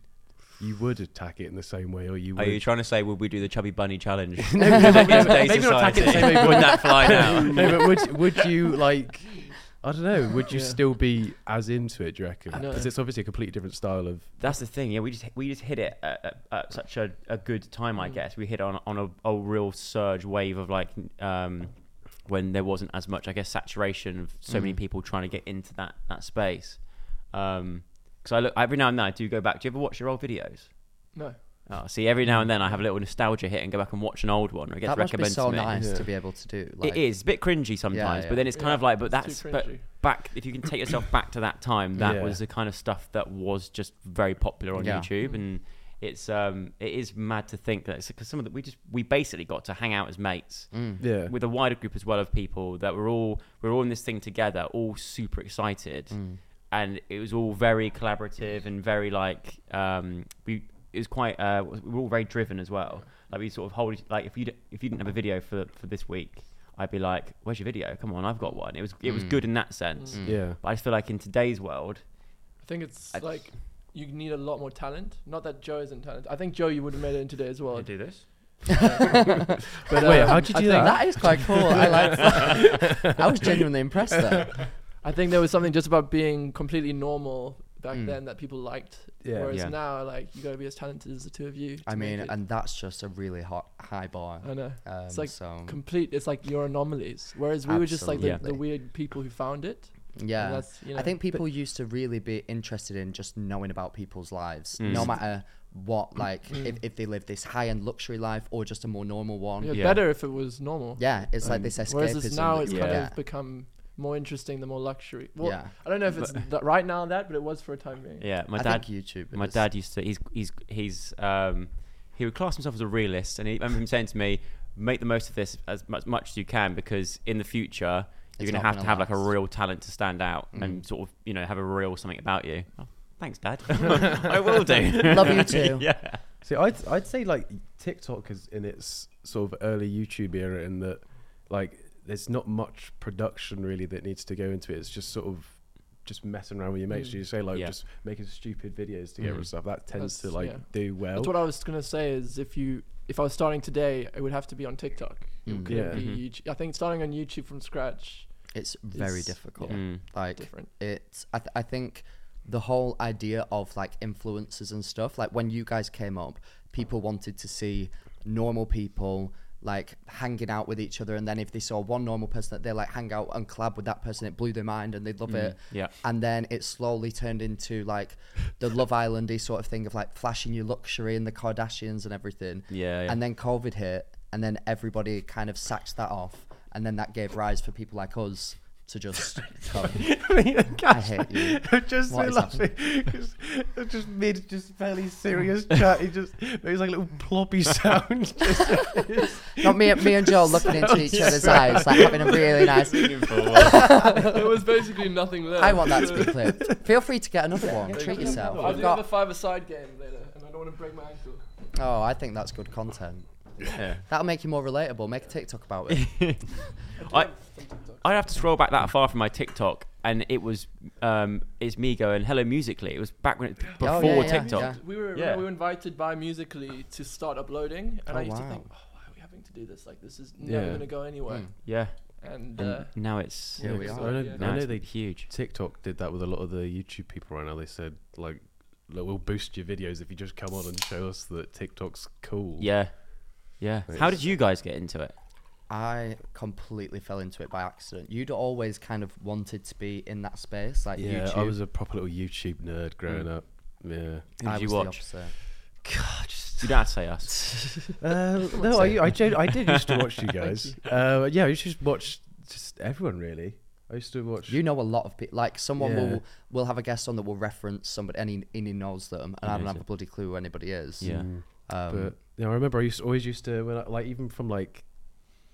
[SPEAKER 2] you would attack it in the same way, or you
[SPEAKER 3] Are
[SPEAKER 2] would?
[SPEAKER 3] you trying to say would we do the chubby bunny challenge?
[SPEAKER 2] no, no,
[SPEAKER 3] In
[SPEAKER 2] no,
[SPEAKER 3] today's
[SPEAKER 2] maybe not attack it the same
[SPEAKER 3] society,
[SPEAKER 2] way,
[SPEAKER 3] Would that fly now?
[SPEAKER 2] no, but would would you like? I don't know. Would you
[SPEAKER 4] Yeah.
[SPEAKER 2] still be as into it? Do you reckon?
[SPEAKER 4] No.
[SPEAKER 2] Because it's obviously a completely different style of.
[SPEAKER 3] That's the thing. Yeah, we just we just hit it at, at, at such a, a good time.
[SPEAKER 1] Mm.
[SPEAKER 3] I guess we hit on on a, a real surge wave of like um, when there wasn't as much, I guess, saturation of so
[SPEAKER 1] Mm.
[SPEAKER 3] many people trying to get into that that space. Because I look every now and then I do go back. Do you ever watch your old videos?
[SPEAKER 4] No.
[SPEAKER 3] Oh, see, every now and then I have a little nostalgia hit and go back and watch an old one, or it gets
[SPEAKER 1] That must be
[SPEAKER 3] recommended
[SPEAKER 1] so
[SPEAKER 3] to me.
[SPEAKER 1] nice
[SPEAKER 2] Yeah.
[SPEAKER 1] to be able to do. Like,
[SPEAKER 3] it is a bit cringy sometimes,
[SPEAKER 1] yeah.
[SPEAKER 3] but then it's kind
[SPEAKER 4] Yeah,
[SPEAKER 3] of like, but
[SPEAKER 4] it's
[SPEAKER 3] that's
[SPEAKER 4] too
[SPEAKER 3] but
[SPEAKER 4] cringy.
[SPEAKER 3] back if you can take yourself back to that time, that
[SPEAKER 2] Yeah.
[SPEAKER 3] was the kind of stuff that was just very popular on
[SPEAKER 1] Yeah.
[SPEAKER 3] YouTube, and it's um it is mad to think that because some of the we just we basically got to hang out as mates
[SPEAKER 1] Mm.
[SPEAKER 2] Yeah.
[SPEAKER 3] with a wider group as well of people that were all we're all in this thing together, all super excited, and it was all very collaborative and very like um, we it was quite uh, we were all very driven as well. Like we sort of hold like if you d- if you didn't have a video for for this week, I'd be like, "Where's your video? Come on, I've got one." It was it was good in that sense,
[SPEAKER 2] Yeah.
[SPEAKER 3] but I just feel like in today's world,
[SPEAKER 4] I think it's
[SPEAKER 3] I-
[SPEAKER 4] like you need a lot more talent. Not that Joe isn't talented. I think Joe, you would have made it in today as well.
[SPEAKER 3] do this.
[SPEAKER 4] But,
[SPEAKER 2] Wait,
[SPEAKER 4] um,
[SPEAKER 2] how'd you
[SPEAKER 4] I
[SPEAKER 2] do
[SPEAKER 4] think-
[SPEAKER 2] that?
[SPEAKER 1] That is quite cool. I like that. I was genuinely impressed there.
[SPEAKER 4] I think there was something just about being completely normal back
[SPEAKER 1] Hmm.
[SPEAKER 4] then that people liked.
[SPEAKER 2] Yeah.
[SPEAKER 4] Whereas
[SPEAKER 3] Yeah.
[SPEAKER 4] now, like, you gotta be as talented as the two of you.
[SPEAKER 1] I
[SPEAKER 4] to make
[SPEAKER 1] mean,
[SPEAKER 4] it.
[SPEAKER 1] and that's just a really hot high bar.
[SPEAKER 4] I know.
[SPEAKER 1] Um,
[SPEAKER 4] it's like
[SPEAKER 1] so
[SPEAKER 4] complete. It's like your anomalies. Whereas we were just like the,
[SPEAKER 3] Absolutely.
[SPEAKER 4] the weird people who found it.
[SPEAKER 1] yeah,
[SPEAKER 4] that's, you
[SPEAKER 1] I
[SPEAKER 4] know,
[SPEAKER 1] think people used to really be interested in just knowing about people's lives, no matter what, like
[SPEAKER 4] Mm.
[SPEAKER 1] if, if they live this high end luxury life or just a more normal one.
[SPEAKER 4] It'd
[SPEAKER 1] Yeah,
[SPEAKER 4] be
[SPEAKER 3] Yeah.
[SPEAKER 4] better if it was normal.
[SPEAKER 1] it's like this escapism.
[SPEAKER 4] Whereas it's now
[SPEAKER 1] that
[SPEAKER 4] it's
[SPEAKER 1] you
[SPEAKER 4] kind
[SPEAKER 1] get.
[SPEAKER 4] of become more interesting the more luxury. Well,
[SPEAKER 1] Yeah.
[SPEAKER 4] I don't know if it's th- right now that, but it was for a time being.
[SPEAKER 3] Yeah, my
[SPEAKER 1] I
[SPEAKER 3] dad
[SPEAKER 1] think YouTube
[SPEAKER 3] My
[SPEAKER 1] is-
[SPEAKER 3] dad used to. He's he's he's um, he would class himself as a realist, and he, I remember him saying to me, "Make the most of this as much, much as you can, because in the future you're
[SPEAKER 1] It's
[SPEAKER 3] going to
[SPEAKER 1] not
[SPEAKER 3] have
[SPEAKER 1] gonna
[SPEAKER 3] to have like a
[SPEAKER 1] last." Mm.
[SPEAKER 3] real talent to stand out and sort of you know have a real something about you." Oh, thanks, Dad. I will do.
[SPEAKER 1] Love you too.
[SPEAKER 3] yeah.
[SPEAKER 2] See, I'd I'd say like TikTok is in its sort of early YouTube era in that like there's not much production really that needs to go into it. It's just sort of just messing around with your mates. You say like
[SPEAKER 3] Yeah.
[SPEAKER 2] just making stupid videos together and stuff. That tends to
[SPEAKER 4] That's-
[SPEAKER 2] like
[SPEAKER 4] yeah.
[SPEAKER 2] do well.
[SPEAKER 4] That's what I was gonna say. Is if you if I was starting today, it would have to be on TikTok.
[SPEAKER 1] Mm.
[SPEAKER 4] It couldn't
[SPEAKER 2] Yeah.
[SPEAKER 4] be YouTube. I think starting on YouTube from scratch.
[SPEAKER 1] It's very
[SPEAKER 4] It's-
[SPEAKER 1] difficult.
[SPEAKER 4] yeah,
[SPEAKER 1] like
[SPEAKER 4] different.
[SPEAKER 1] it's I, th- I think the whole idea of like influences and stuff, like when you guys came up, people wanted to see normal people like hanging out with each other and then if they saw one normal person that they like hang out and collab with that person it blew their mind and they'd love it
[SPEAKER 3] yeah.
[SPEAKER 1] and then it slowly turned into like the love islandy sort of thing of like flashing you luxury and the kardashians and everything
[SPEAKER 3] Yeah, yeah.
[SPEAKER 1] and then covid hit and then everybody kind of sacked that off and then that gave rise for people like us to just come. I hate you.
[SPEAKER 2] just
[SPEAKER 1] What is
[SPEAKER 2] laughing because just mid just fairly serious chat. He just makes like a little ploppy sound.
[SPEAKER 1] Not me, me and Joel looking into each other's eyes, like having a really nice.
[SPEAKER 4] there was basically nothing there.
[SPEAKER 1] I want that to be clipped. Feel free to get another one. Treat
[SPEAKER 4] I'll
[SPEAKER 1] yourself.
[SPEAKER 4] do
[SPEAKER 1] We've
[SPEAKER 4] the
[SPEAKER 1] got,
[SPEAKER 4] five-a-side game later, and I don't want to break my ankle.
[SPEAKER 1] oh, I think that's good content.
[SPEAKER 3] Yeah.
[SPEAKER 1] That'll make you more relatable. Make a TikTok about it.
[SPEAKER 3] I I have to scroll back that far from my TikTok, and it was um, it's me going hello musically. It was back when it, before
[SPEAKER 1] Oh, yeah, yeah,
[SPEAKER 3] TikTok.
[SPEAKER 1] yeah.
[SPEAKER 4] We were
[SPEAKER 3] Yeah.
[SPEAKER 4] we were invited by Musically to start uploading, and I
[SPEAKER 1] Oh,
[SPEAKER 4] used
[SPEAKER 1] wow. Mm.
[SPEAKER 4] to think, oh, why are we having to do this? Like this is never
[SPEAKER 2] Yeah.
[SPEAKER 4] gonna go anywhere.
[SPEAKER 3] yeah.
[SPEAKER 4] And,
[SPEAKER 3] And
[SPEAKER 4] uh,
[SPEAKER 3] now it's
[SPEAKER 1] Here we
[SPEAKER 2] I
[SPEAKER 1] are.
[SPEAKER 2] know,
[SPEAKER 4] Yeah.
[SPEAKER 3] now
[SPEAKER 2] I know
[SPEAKER 3] it's
[SPEAKER 2] they
[SPEAKER 3] huge.
[SPEAKER 2] TikTok did that with a lot of the YouTube people right now. They said like, "Look, we'll boost your videos if you just come on and show us that TikTok's cool."
[SPEAKER 3] Yeah. Yeah. How did you guys get into it?
[SPEAKER 1] I completely fell into it by accident. You'd always kind of wanted to be in that space, like
[SPEAKER 2] Yeah,
[SPEAKER 1] YouTube.
[SPEAKER 2] I was a proper little YouTube nerd growing up. Yeah.
[SPEAKER 3] Who
[SPEAKER 1] I
[SPEAKER 3] did you
[SPEAKER 1] was the
[SPEAKER 3] watch?
[SPEAKER 1] opposite.
[SPEAKER 3] God, just... You don't have to say us.
[SPEAKER 2] Um, no, I, I, gen- I did used to watch you guys. Uh, yeah, I used to just watch just everyone really. I used to watch.
[SPEAKER 1] You know a lot of people. Like someone
[SPEAKER 2] Yeah.
[SPEAKER 1] will will have a guest on that will reference somebody, and he, and he knows them, and I don't have a bloody clue who anybody is.
[SPEAKER 3] Yeah.
[SPEAKER 1] Um,
[SPEAKER 2] but you know, I remember I used always used to when I, like even from like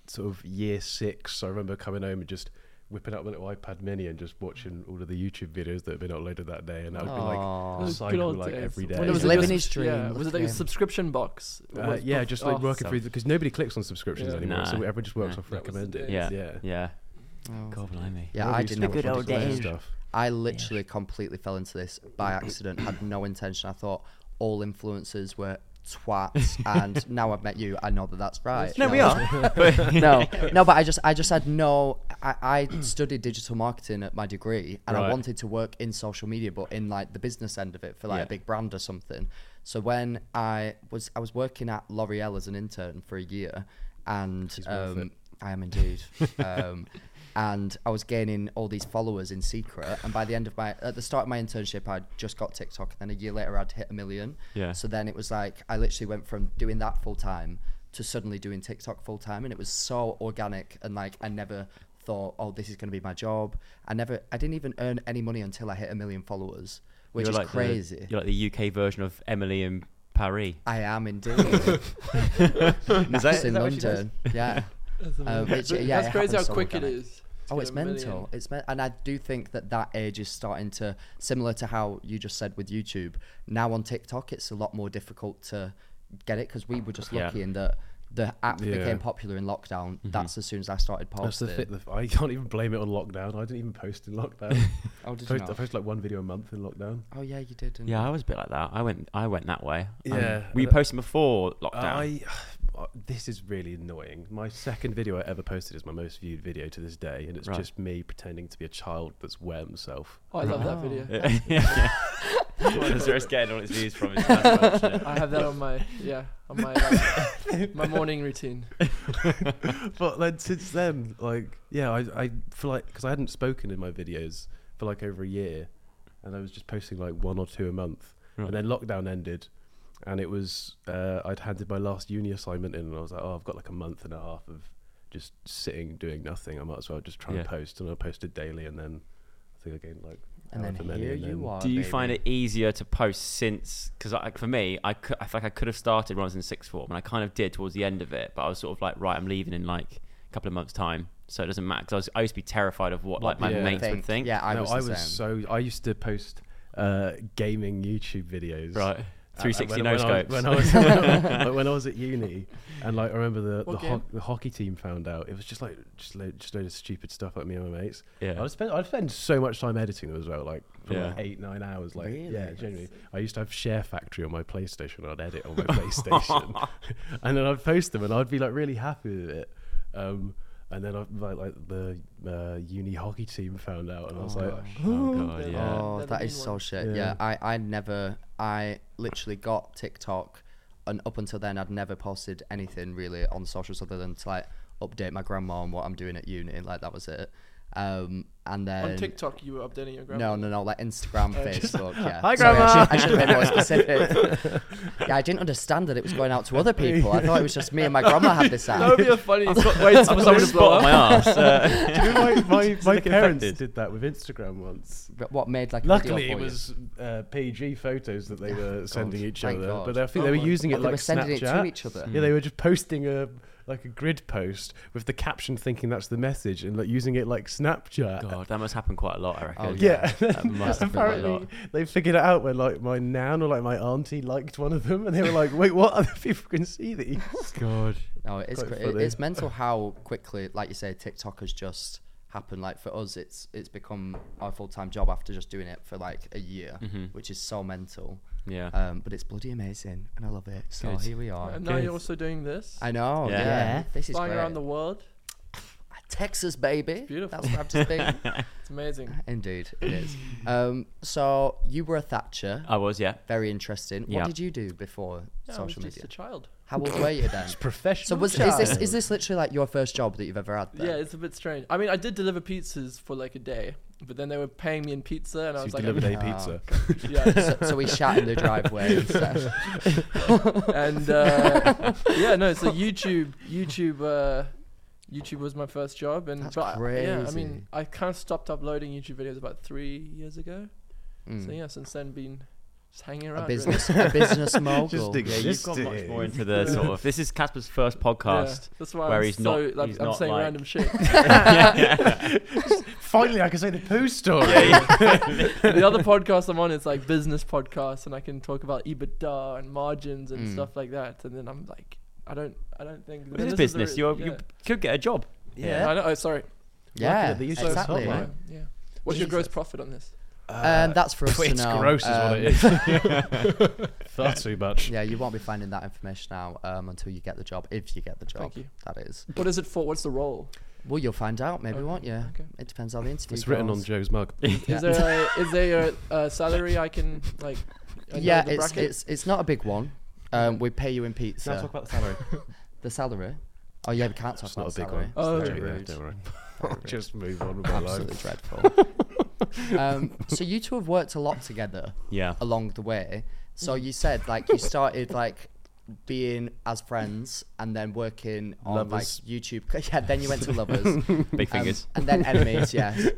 [SPEAKER 2] sort of year six. I remember coming home and just whipping up my little iPad Mini and just watching all of the YouTube videos that had been uploaded that day, and that would be like a
[SPEAKER 4] Those good
[SPEAKER 2] cycle
[SPEAKER 4] old
[SPEAKER 2] like
[SPEAKER 4] days.
[SPEAKER 2] every day.
[SPEAKER 4] When it was
[SPEAKER 1] He's living
[SPEAKER 4] just-
[SPEAKER 1] his dream,
[SPEAKER 4] Yeah, was it
[SPEAKER 1] look
[SPEAKER 4] like
[SPEAKER 1] at
[SPEAKER 4] a
[SPEAKER 1] him.
[SPEAKER 4] subscription box? It
[SPEAKER 2] Uh,
[SPEAKER 4] was
[SPEAKER 2] yeah,
[SPEAKER 4] bef-
[SPEAKER 2] just like
[SPEAKER 4] oh,
[SPEAKER 2] working through because nobody clicks on subscriptions
[SPEAKER 4] Yeah.
[SPEAKER 2] anymore, so
[SPEAKER 3] Nah.
[SPEAKER 2] everyone just works
[SPEAKER 3] Nah.
[SPEAKER 2] off
[SPEAKER 4] That was the
[SPEAKER 2] recommended.
[SPEAKER 4] day.
[SPEAKER 3] Yeah.
[SPEAKER 2] yeah.
[SPEAKER 3] Yeah. Yeah. God blimey.
[SPEAKER 1] yeah,
[SPEAKER 2] Nobody
[SPEAKER 1] I
[SPEAKER 2] used to
[SPEAKER 1] didn't have
[SPEAKER 2] watch
[SPEAKER 1] a
[SPEAKER 2] all
[SPEAKER 1] bloody
[SPEAKER 2] this
[SPEAKER 1] clue.
[SPEAKER 2] other Stuff.
[SPEAKER 1] I literally completely fell into this by accident, had no intention. I thought all influencers were twats, and now I've met you, I know that that's right.
[SPEAKER 3] No, we are. But-
[SPEAKER 1] no, no, but I just, I just had no. I, I studied digital marketing at my degree, and I
[SPEAKER 2] Right.
[SPEAKER 1] wanted to work in social media, but in like the business end of it for like
[SPEAKER 3] Yeah.
[SPEAKER 1] a big brand or something. So when I was, I was working at L'Oreal as an intern for a year, and um, I am indeed. um, and I was gaining all these followers in secret. And by the end of my, at the start of my internship, I just got TikTok, and then a year later, I'd hit a million.
[SPEAKER 3] Yeah.
[SPEAKER 1] So then it was like I literally went from doing that full time to suddenly doing TikTok full time, and it was so organic. And like I never thought, oh, this is going to be my job. I never, I didn't even earn any money until I hit a million followers, which
[SPEAKER 3] You're
[SPEAKER 1] is
[SPEAKER 3] like the-
[SPEAKER 1] crazy.
[SPEAKER 3] you're like the UK version of Emily in Paris.
[SPEAKER 1] I am indeed. That's
[SPEAKER 3] that-
[SPEAKER 1] in
[SPEAKER 4] that what she does?
[SPEAKER 1] London. Yeah. Uh, which-
[SPEAKER 4] But
[SPEAKER 1] yeah, it
[SPEAKER 4] that's crazy
[SPEAKER 1] happens
[SPEAKER 4] how
[SPEAKER 1] so
[SPEAKER 4] quick it
[SPEAKER 1] organic.
[SPEAKER 4] is. to
[SPEAKER 1] Oh,
[SPEAKER 4] get
[SPEAKER 1] it's
[SPEAKER 4] a million.
[SPEAKER 1] mental. It's men- and I do think that that age is starting to similar to how you just said with YouTube. Now on TikTok, it's a lot more difficult to get it because we were just
[SPEAKER 3] Yeah.
[SPEAKER 1] lucky in that the app
[SPEAKER 2] Yeah. Mm-hmm.
[SPEAKER 1] became popular in lockdown. That's as soon as I started
[SPEAKER 2] That's the
[SPEAKER 1] posting.
[SPEAKER 2] thing. the- I can't even blame it on lockdown. I didn't even post in lockdown.
[SPEAKER 1] Oh, did you
[SPEAKER 2] post,
[SPEAKER 1] not?
[SPEAKER 2] I posted like one video a month in lockdown.
[SPEAKER 1] Oh yeah, you did. didn't
[SPEAKER 3] Yeah,
[SPEAKER 1] you?
[SPEAKER 3] I was a bit like that. I went, I went that way. Um,
[SPEAKER 2] Yeah.
[SPEAKER 3] were you posting before lockdown?
[SPEAKER 2] I uh, this is really annoying. My second video I ever posted is my most viewed video to this day, and it's
[SPEAKER 3] Right.
[SPEAKER 2] just me pretending to be a child that's wet himself.
[SPEAKER 4] Oh, I love that video.
[SPEAKER 3] yeah. That's where it's getting all its views from. It's that's what I'm
[SPEAKER 4] I have that on my yeah on my like, my morning routine.
[SPEAKER 2] but then since then, like, yeah, I, I for like because I hadn't spoken in my videos for like over a year, and I was just posting like one or two a month, and then lockdown ended, and it was uh, I'd handed my last uni assignment in, and I was like, oh, I've got like a month and a half of just sitting doing nothing. I might as well just try
[SPEAKER 3] Yeah.
[SPEAKER 2] and post, and I posted daily, and then I think I gained like
[SPEAKER 1] And then
[SPEAKER 2] however many,
[SPEAKER 1] here
[SPEAKER 2] and
[SPEAKER 1] you
[SPEAKER 2] then-
[SPEAKER 1] are.
[SPEAKER 3] Do you
[SPEAKER 1] baby.
[SPEAKER 3] find it easier to post since? Because I, for me, I, cou- I feel like I could have started when I was in sixth form, and I kind of did towards the end of it. But I was sort of like, right, I'm leaving in like a couple of months' time, so it doesn't matter. Because I, was- I used to be terrified of what, like my
[SPEAKER 2] people
[SPEAKER 3] mates would think.
[SPEAKER 1] Yeah, I
[SPEAKER 2] no,
[SPEAKER 1] was.
[SPEAKER 2] I
[SPEAKER 1] the
[SPEAKER 2] was
[SPEAKER 1] same.
[SPEAKER 2] so I used to post uh, gaming YouTube videos.
[SPEAKER 3] Right.
[SPEAKER 2] Uh,
[SPEAKER 3] 360
[SPEAKER 2] when-
[SPEAKER 3] no
[SPEAKER 2] when I-
[SPEAKER 3] scopes.
[SPEAKER 2] When I, was, when, I, like, when I was at uni, and like I remember the the,
[SPEAKER 4] What
[SPEAKER 2] ho-
[SPEAKER 4] game?
[SPEAKER 2] the hockey team found out it was just like just load, just load of stupid stuff like me and my mates.
[SPEAKER 3] Yeah.
[SPEAKER 2] I'd spend I'd spend so much time editing them as well, like, for like
[SPEAKER 3] Yeah.
[SPEAKER 2] eight nine hours. Like
[SPEAKER 1] Really?
[SPEAKER 2] yeah, genuinely. I used to have Share Factory on my PlayStation. and I'd edit on my PlayStation, and then I'd post them, and I'd be like really happy with it. Um, and then I, like, like the uh, uni hockey team found out, and I was like,
[SPEAKER 3] Oh god, yeah.
[SPEAKER 1] Oh,
[SPEAKER 4] Never
[SPEAKER 1] that
[SPEAKER 4] been
[SPEAKER 1] is so
[SPEAKER 4] one.
[SPEAKER 1] shit. Yeah. I, I never, I literally got TikTok, and up until then, I'd never posted anything really on socials other than to like update my grandma on what I'm doing at uni. Like that was it. Um, and then
[SPEAKER 4] On TikTok, you were updating your grandma. Oh,
[SPEAKER 1] No, no, no, like Instagram, Facebook. Yeah.
[SPEAKER 2] "Hi,
[SPEAKER 1] Sorry,
[SPEAKER 2] grandma."
[SPEAKER 1] I should have been more specific. yeah, I didn't understand that it was going out to other people. I thought it was just me and my grandma had this
[SPEAKER 4] That would
[SPEAKER 1] app.
[SPEAKER 4] be a funny way to
[SPEAKER 3] Someone
[SPEAKER 4] blow
[SPEAKER 3] spot on
[SPEAKER 4] up.
[SPEAKER 3] my ass. Uh,
[SPEAKER 2] Do you know my, my, my
[SPEAKER 3] get
[SPEAKER 2] parents
[SPEAKER 3] affected.
[SPEAKER 2] did that with Instagram once.
[SPEAKER 1] But what made like a video
[SPEAKER 2] Luckily,
[SPEAKER 1] for
[SPEAKER 2] it
[SPEAKER 1] you?
[SPEAKER 2] was uh, PG photos that they were sending each
[SPEAKER 1] Thank
[SPEAKER 2] other,
[SPEAKER 1] God.
[SPEAKER 2] but I think they were using
[SPEAKER 1] Oh,
[SPEAKER 2] it
[SPEAKER 1] they
[SPEAKER 2] like
[SPEAKER 1] were sending it to
[SPEAKER 2] Snapchat.
[SPEAKER 1] each other?
[SPEAKER 2] Yeah, they were just posting a like a grid post with the caption thinking that's the message and like using it like Snapchat.
[SPEAKER 3] god, that must happen quite a lot. I reckon.
[SPEAKER 1] Oh,
[SPEAKER 2] Yeah,
[SPEAKER 3] must have been a
[SPEAKER 2] apparently
[SPEAKER 3] lot.
[SPEAKER 2] they figured it out when like my nan or like my auntie liked one of them, and they were like, "Wait, what? Other people can see these."
[SPEAKER 3] God.
[SPEAKER 1] No, Oh, it's
[SPEAKER 2] Quite
[SPEAKER 1] cra-
[SPEAKER 2] funny.
[SPEAKER 1] it's mental how quickly, like you say, TikTok has just happened. Like for us, it's it's become our full time job after just doing it for like a year, which is so mental.
[SPEAKER 3] Mm-hmm. Yeah.
[SPEAKER 1] Um, but it's bloody amazing, and I love it. So
[SPEAKER 3] Good.
[SPEAKER 1] here we are.
[SPEAKER 4] And now you're also doing this.
[SPEAKER 1] I know. Yeah.
[SPEAKER 3] Yeah.
[SPEAKER 1] This is
[SPEAKER 4] flying
[SPEAKER 1] great.
[SPEAKER 4] around the world.
[SPEAKER 1] I Texas, baby.
[SPEAKER 4] Beautiful.
[SPEAKER 1] That's Raptors thing.
[SPEAKER 4] It's amazing.
[SPEAKER 1] Indeed, it is. Um, so you were a Thatcher.
[SPEAKER 3] I was, yeah.
[SPEAKER 1] Very interesting.
[SPEAKER 3] Uh, Yeah.
[SPEAKER 1] What did you do before
[SPEAKER 4] Yeah, I was
[SPEAKER 1] social
[SPEAKER 4] just
[SPEAKER 1] media?
[SPEAKER 4] a child.
[SPEAKER 1] How old were you then? so
[SPEAKER 2] Professional.
[SPEAKER 1] was is this is this literally like your first job that you've ever had? Then?
[SPEAKER 4] Yeah, it's a bit strange. I mean, I did deliver pizzas for like a day, but then they were paying me in pizza, and
[SPEAKER 2] So
[SPEAKER 4] I
[SPEAKER 2] you
[SPEAKER 4] was like,
[SPEAKER 2] delivered a
[SPEAKER 1] Ah.
[SPEAKER 2] pizza.
[SPEAKER 4] yeah.
[SPEAKER 1] So, so we shat in the driveway and stuff.
[SPEAKER 4] and uh, yeah, no. So YouTube, YouTube, uh, YouTube was my first job, and
[SPEAKER 1] That's
[SPEAKER 4] but I- yeah, I
[SPEAKER 1] crazy.
[SPEAKER 4] mean, I kind of stopped uploading YouTube videos about three years ago. So
[SPEAKER 1] Mm.
[SPEAKER 4] yeah, since then, been just hanging around.
[SPEAKER 1] A
[SPEAKER 4] really.
[SPEAKER 1] business, a business mogul.
[SPEAKER 5] Just
[SPEAKER 3] Yeah, you've got much
[SPEAKER 5] existed.
[SPEAKER 3] more into the sort of. This is Casper's first
[SPEAKER 4] Yeah,
[SPEAKER 3] podcast.
[SPEAKER 4] that's why
[SPEAKER 3] where
[SPEAKER 4] I'm
[SPEAKER 3] he's
[SPEAKER 4] so
[SPEAKER 3] not-
[SPEAKER 4] like,
[SPEAKER 3] he's
[SPEAKER 4] I'm
[SPEAKER 3] not
[SPEAKER 4] saying
[SPEAKER 3] like-
[SPEAKER 4] random shit.
[SPEAKER 5] Finally, I can say the poo story.
[SPEAKER 4] the other podcast I'm on is like business podcasts, and I can talk about EBITDA and margins and
[SPEAKER 1] Mm.
[SPEAKER 4] stuff like that. And then I'm like, I don't, I don't think
[SPEAKER 3] This is
[SPEAKER 4] the
[SPEAKER 3] business.
[SPEAKER 4] re-
[SPEAKER 3] You
[SPEAKER 4] yeah.
[SPEAKER 3] you could get a job.
[SPEAKER 4] Yeah, I know. Oh, sorry.
[SPEAKER 1] Yeah,
[SPEAKER 2] Lucky that they used to
[SPEAKER 1] exactly.
[SPEAKER 2] Yeah.
[SPEAKER 4] Yeah.
[SPEAKER 2] hotline.
[SPEAKER 4] yeah. What's your gross profit on this?
[SPEAKER 1] Um, that's for us to
[SPEAKER 5] it's
[SPEAKER 1] know.
[SPEAKER 5] gross, is what
[SPEAKER 1] um,
[SPEAKER 5] it is. Far too much.
[SPEAKER 1] Yeah, you won't be finding that information out um, until you get the job, if you get the job.
[SPEAKER 4] Thank you.
[SPEAKER 1] That is.
[SPEAKER 4] What is it for? What's the role?
[SPEAKER 1] Well, you'll find out, maybe,
[SPEAKER 4] Okay,
[SPEAKER 1] won't you?
[SPEAKER 4] okay.
[SPEAKER 1] It depends how the interview
[SPEAKER 2] It's written on
[SPEAKER 1] goes.
[SPEAKER 2] Joe's mug.
[SPEAKER 1] Yeah.
[SPEAKER 4] Is there a, is there a, a salary I can like? I know
[SPEAKER 1] yeah,
[SPEAKER 4] the
[SPEAKER 1] it's,
[SPEAKER 4] bracket?
[SPEAKER 1] it's it's not a big one. Um, we pay you in pizza.
[SPEAKER 5] Now talk about the salary.
[SPEAKER 1] the salary? Oh yeah, we can't talk
[SPEAKER 2] It's
[SPEAKER 1] about
[SPEAKER 2] not a big
[SPEAKER 1] salary.
[SPEAKER 2] one.
[SPEAKER 4] Oh,
[SPEAKER 2] It's
[SPEAKER 4] okay.
[SPEAKER 2] joke there,
[SPEAKER 1] Rude.
[SPEAKER 2] Don't worry. Just move on with my life.
[SPEAKER 1] Absolutely dreadful. um, so you two have worked a lot together
[SPEAKER 3] Yeah.
[SPEAKER 1] along the way. So you said like you started like being as friends and then working on
[SPEAKER 2] Lovers.
[SPEAKER 1] like YouTube. Yeah, then you went to lovers.
[SPEAKER 3] Big
[SPEAKER 1] Um,
[SPEAKER 3] fingers.
[SPEAKER 1] and then enemies, yes.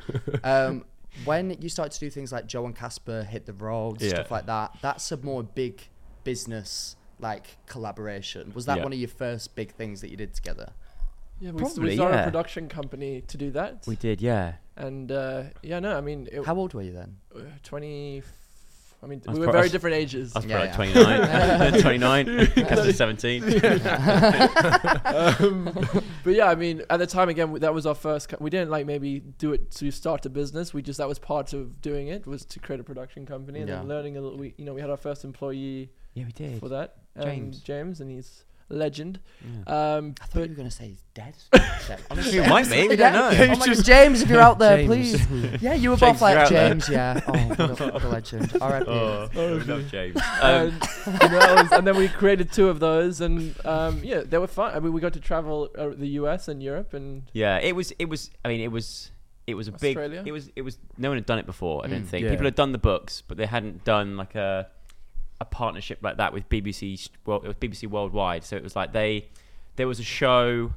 [SPEAKER 1] Um, when you start to do things like Joe and Casper hit the road,
[SPEAKER 3] Yeah.
[SPEAKER 1] stuff like that, that's a more big business like collaboration. Was that
[SPEAKER 3] Yeah.
[SPEAKER 1] one of your first big things that you did together?
[SPEAKER 4] yeah, we, s- we
[SPEAKER 3] probably,
[SPEAKER 4] started
[SPEAKER 3] yeah.
[SPEAKER 4] a production company to do that.
[SPEAKER 3] We did, yeah.
[SPEAKER 4] and uh, yeah, no, I mean, it,
[SPEAKER 1] How old were you then?
[SPEAKER 4] uh, twenty. f- I mean,
[SPEAKER 3] I was
[SPEAKER 4] we were
[SPEAKER 3] pro- I
[SPEAKER 4] very
[SPEAKER 3] was-
[SPEAKER 4] different ages.
[SPEAKER 3] I was
[SPEAKER 1] Yeah,
[SPEAKER 3] probably
[SPEAKER 1] yeah.
[SPEAKER 3] like 29. 29. Casper's 17.
[SPEAKER 4] But yeah, I mean, at the time again, that was our first. Co- we didn't like maybe do it to start a business. We just that was part of doing it was to create a production company and then
[SPEAKER 1] Yeah.
[SPEAKER 4] learning a little. We, you know, we had our first employee
[SPEAKER 3] Yeah, we did.
[SPEAKER 4] for that, um,
[SPEAKER 3] James.
[SPEAKER 4] James, and he's a legend.
[SPEAKER 3] Yeah.
[SPEAKER 4] Um,
[SPEAKER 1] I thought
[SPEAKER 4] but
[SPEAKER 1] you were gonna say he's dead. Honestly,
[SPEAKER 3] You might be. We don't know.
[SPEAKER 1] Oh my God, James, if you're out there,
[SPEAKER 2] James.
[SPEAKER 1] please. Yeah, you were
[SPEAKER 3] James,
[SPEAKER 1] both like
[SPEAKER 3] if you're out
[SPEAKER 1] James. Yeah. Oh, the, the legend. R.I.P.
[SPEAKER 3] Oh, we love James.
[SPEAKER 4] and,
[SPEAKER 3] Um,
[SPEAKER 4] and, that was- and then we created two of those, and um, yeah, they were fun. I mean, we got to travel uh, the U.S. and Europe, and
[SPEAKER 3] yeah, it was. It was. I mean, it was. It was a big.
[SPEAKER 4] Australia?
[SPEAKER 3] It was. It was. No one had done it before. I don't think
[SPEAKER 2] Yeah.
[SPEAKER 3] people had done the books, but they hadn't done like a a partnership like that with BBC. st- Well, it was BBC Worldwide. So it was like they there was a show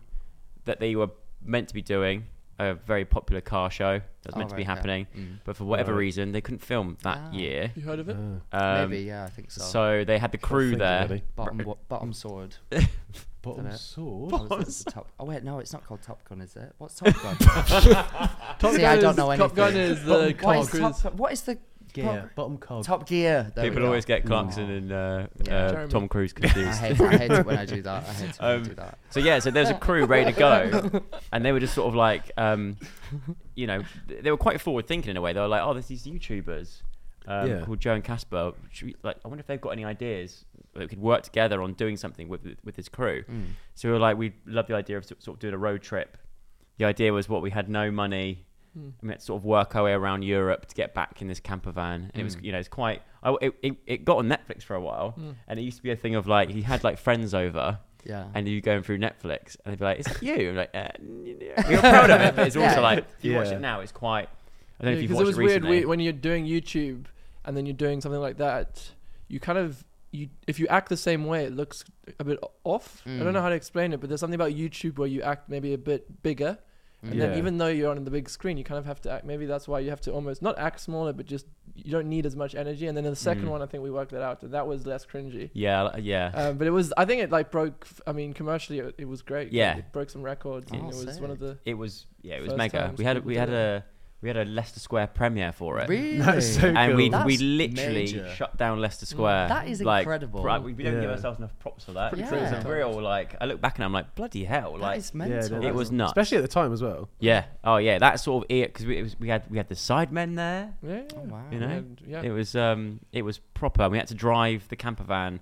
[SPEAKER 3] that they were meant to be doing a very popular car show that was meant
[SPEAKER 1] Oh,
[SPEAKER 3] to be
[SPEAKER 1] right, yeah.
[SPEAKER 3] happening,
[SPEAKER 1] Mm.
[SPEAKER 3] but for whatever
[SPEAKER 2] Right.
[SPEAKER 3] reason they couldn't film that
[SPEAKER 1] Ah.
[SPEAKER 3] year.
[SPEAKER 4] you heard of it?
[SPEAKER 3] Um,
[SPEAKER 1] Maybe. Yeah, I think so.
[SPEAKER 3] So they had the crew
[SPEAKER 2] think
[SPEAKER 3] there.
[SPEAKER 2] really.
[SPEAKER 1] bottom, wa- bottom sword.
[SPEAKER 2] Bottom sword.
[SPEAKER 1] Or is that the top- Oh wait, no, it's not called Top Gun, is it? What's Top Gun?
[SPEAKER 4] Top
[SPEAKER 1] See, I don't
[SPEAKER 4] is-
[SPEAKER 1] know
[SPEAKER 4] Top Gun
[SPEAKER 1] anything.
[SPEAKER 4] is the
[SPEAKER 1] what,
[SPEAKER 4] Tom
[SPEAKER 1] is
[SPEAKER 4] Cruise.
[SPEAKER 1] top, what is the
[SPEAKER 2] Yeah, bottom cog.
[SPEAKER 1] Top Gear? There we
[SPEAKER 3] People
[SPEAKER 1] go.
[SPEAKER 3] always get
[SPEAKER 1] Mm.
[SPEAKER 3] Clarkson and uh,
[SPEAKER 1] Yeah.
[SPEAKER 3] uh,
[SPEAKER 4] Jeremy.
[SPEAKER 3] Tom Cruise
[SPEAKER 1] I
[SPEAKER 3] confused.
[SPEAKER 1] hate, I hate it when I do that. I hate it when
[SPEAKER 3] Um,
[SPEAKER 1] I do that.
[SPEAKER 3] So yeah, so there's a crew ready to go, and they were just sort of like, um, you know, th- they were quite forward thinking in a way. They were like, oh, there's these YouTubers um,
[SPEAKER 2] Yeah.
[SPEAKER 3] called Joe and Casper. Should we- like, I wonder if they've got any ideas that could work together on doing something with with this crew.
[SPEAKER 1] Mm.
[SPEAKER 3] So we were like, we love the idea of sort sort of doing a road trip. The idea was what we had no money.
[SPEAKER 4] Hmm.
[SPEAKER 3] And we had to sort of work our way around Europe to get back in this camper van, and it
[SPEAKER 4] Hmm.
[SPEAKER 3] was you know it's quite. I, it, it, it got on Netflix for a while, and it used to be a thing of like he had like friends over,
[SPEAKER 1] Yeah.
[SPEAKER 3] and you going through Netflix, and they'd be like, "Is that you?" I'm like, uh, "You're proud of it, but it's also
[SPEAKER 1] Yeah.
[SPEAKER 3] like if you watch
[SPEAKER 2] Yeah.
[SPEAKER 3] it now, it's quite." I don't know if you've
[SPEAKER 4] Yeah, because
[SPEAKER 3] watched
[SPEAKER 4] it
[SPEAKER 3] it
[SPEAKER 4] was weird
[SPEAKER 3] recently.
[SPEAKER 4] we, when you're doing YouTube and then you're doing something like that. You kind of you if you act the same way, it looks a bit o- off. I
[SPEAKER 3] Mm.
[SPEAKER 4] don't know how to explain it, but there's something about YouTube where you act maybe a bit bigger, and
[SPEAKER 2] Yeah.
[SPEAKER 4] then even though you're on the big screen, you kind of have to act. Maybe that's why you have to almost not act smaller, but just you don't need as much energy. And then in the second
[SPEAKER 3] Mm.
[SPEAKER 4] one, I think we worked that out, and that was less cringy.
[SPEAKER 3] yeah, like- yeah,
[SPEAKER 4] Um, but it was, I think it like broke. f- I mean, commercially, it, it was great.
[SPEAKER 3] Yeah.
[SPEAKER 4] it broke some records, and
[SPEAKER 1] Oh,
[SPEAKER 4] it was one of the.
[SPEAKER 3] it was yeah, it was
[SPEAKER 4] First
[SPEAKER 3] mega.
[SPEAKER 4] time
[SPEAKER 3] We had
[SPEAKER 4] people
[SPEAKER 3] we
[SPEAKER 4] do
[SPEAKER 3] had
[SPEAKER 4] that.
[SPEAKER 3] a we had a Leicester Square premiere for it.
[SPEAKER 1] Really?
[SPEAKER 3] And we
[SPEAKER 1] cool.
[SPEAKER 3] we
[SPEAKER 1] That's
[SPEAKER 3] literally
[SPEAKER 1] major.
[SPEAKER 3] shut down Leicester Square.
[SPEAKER 1] That is
[SPEAKER 3] like,
[SPEAKER 1] incredible.
[SPEAKER 3] Right, we, we don't give
[SPEAKER 2] Yeah.
[SPEAKER 3] ourselves enough props for that.
[SPEAKER 1] Pretty
[SPEAKER 3] It
[SPEAKER 1] crazy
[SPEAKER 3] was a
[SPEAKER 1] times.
[SPEAKER 3] real like. I look back and I'm like, bloody hell!
[SPEAKER 1] that
[SPEAKER 3] Like,
[SPEAKER 1] is
[SPEAKER 2] Yeah,
[SPEAKER 1] mental.
[SPEAKER 3] it was nuts.
[SPEAKER 2] Especially at the time as well.
[SPEAKER 3] yeah. Oh yeah, that sort of it because we it was, we had we had the Sidemen there.
[SPEAKER 4] Yeah,
[SPEAKER 1] Oh, wow.
[SPEAKER 3] You know?
[SPEAKER 4] And, yeah.
[SPEAKER 3] It was um, it was proper. We had to drive the camper van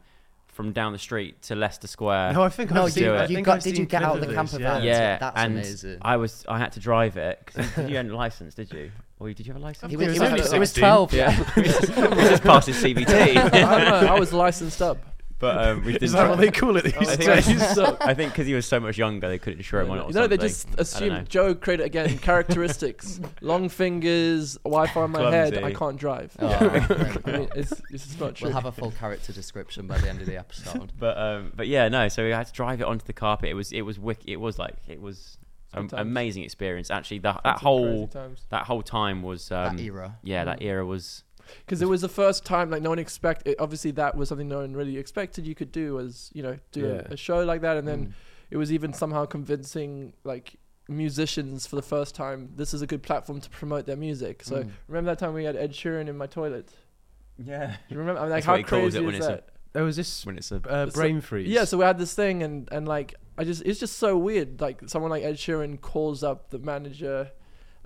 [SPEAKER 3] from down the street to Leicester Square.
[SPEAKER 5] No, I think
[SPEAKER 1] No,
[SPEAKER 5] I've
[SPEAKER 3] you-
[SPEAKER 5] seen. I
[SPEAKER 1] you
[SPEAKER 5] think
[SPEAKER 1] got-
[SPEAKER 5] I've
[SPEAKER 1] did you
[SPEAKER 5] seen
[SPEAKER 1] get
[SPEAKER 5] clip
[SPEAKER 1] out
[SPEAKER 5] of
[SPEAKER 1] the
[SPEAKER 5] this,
[SPEAKER 1] camper
[SPEAKER 5] yeah.
[SPEAKER 1] van?
[SPEAKER 3] yeah,
[SPEAKER 1] Oh, That's
[SPEAKER 3] and
[SPEAKER 1] amazing.
[SPEAKER 3] I was I had to drive it because you had a license, did you? Or did you have a license?
[SPEAKER 1] He was,
[SPEAKER 5] course,
[SPEAKER 1] he was-
[SPEAKER 5] only
[SPEAKER 1] he was
[SPEAKER 5] 16.
[SPEAKER 1] twelve.
[SPEAKER 3] yeah, we just, we just passed his CBT,
[SPEAKER 4] I, don't know, uh, I was licensed up.
[SPEAKER 3] but um, we didn't.
[SPEAKER 5] Is that what they call it
[SPEAKER 3] I
[SPEAKER 5] these
[SPEAKER 3] think-
[SPEAKER 5] days?
[SPEAKER 3] I think because he was so much younger, they couldn't insure him on it. Or
[SPEAKER 4] no, they
[SPEAKER 3] something.
[SPEAKER 4] just
[SPEAKER 3] I don't know.
[SPEAKER 4] assumed Joe created again characteristics, long fingers, Wi-Fi on my head. I
[SPEAKER 3] Clumsy.
[SPEAKER 4] can't drive.
[SPEAKER 1] Oh,
[SPEAKER 4] I
[SPEAKER 1] there we
[SPEAKER 4] mean,
[SPEAKER 1] go.
[SPEAKER 4] it's this is not true.
[SPEAKER 1] We'll have a full character description by the end of the episode.
[SPEAKER 3] But um, but yeah, no. So we had to drive it onto the carpet. It was it was wick. It was like it was an
[SPEAKER 4] Sometimes.
[SPEAKER 3] amazing experience. Actually, that that
[SPEAKER 4] It's some crazy Mm.
[SPEAKER 3] whole
[SPEAKER 4] times.
[SPEAKER 3] that whole time was um,
[SPEAKER 1] that era.
[SPEAKER 3] Yeah, that era was.
[SPEAKER 4] because it was the first time like no one expect it, obviously that was something no one really expected you could do as you know do
[SPEAKER 2] Yeah.
[SPEAKER 4] a, a show like that and
[SPEAKER 3] Mm.
[SPEAKER 4] then
[SPEAKER 1] Mm.
[SPEAKER 4] it was even somehow convincing like musicians for the first time this is a good platform to promote their music so
[SPEAKER 3] Mm.
[SPEAKER 4] remember that time we had ed sheeran in my toilet
[SPEAKER 3] Yeah.
[SPEAKER 4] do you remember I mean, like
[SPEAKER 3] That's
[SPEAKER 4] how
[SPEAKER 3] what he calls
[SPEAKER 4] crazy
[SPEAKER 3] it
[SPEAKER 4] is
[SPEAKER 3] when it's a-
[SPEAKER 4] that
[SPEAKER 2] There was this
[SPEAKER 3] When it's a
[SPEAKER 2] uh,
[SPEAKER 4] So-
[SPEAKER 2] brain freeze.
[SPEAKER 4] yeah so we had this thing and and like i just it's just so weird like someone like ed sheeran calls up the manager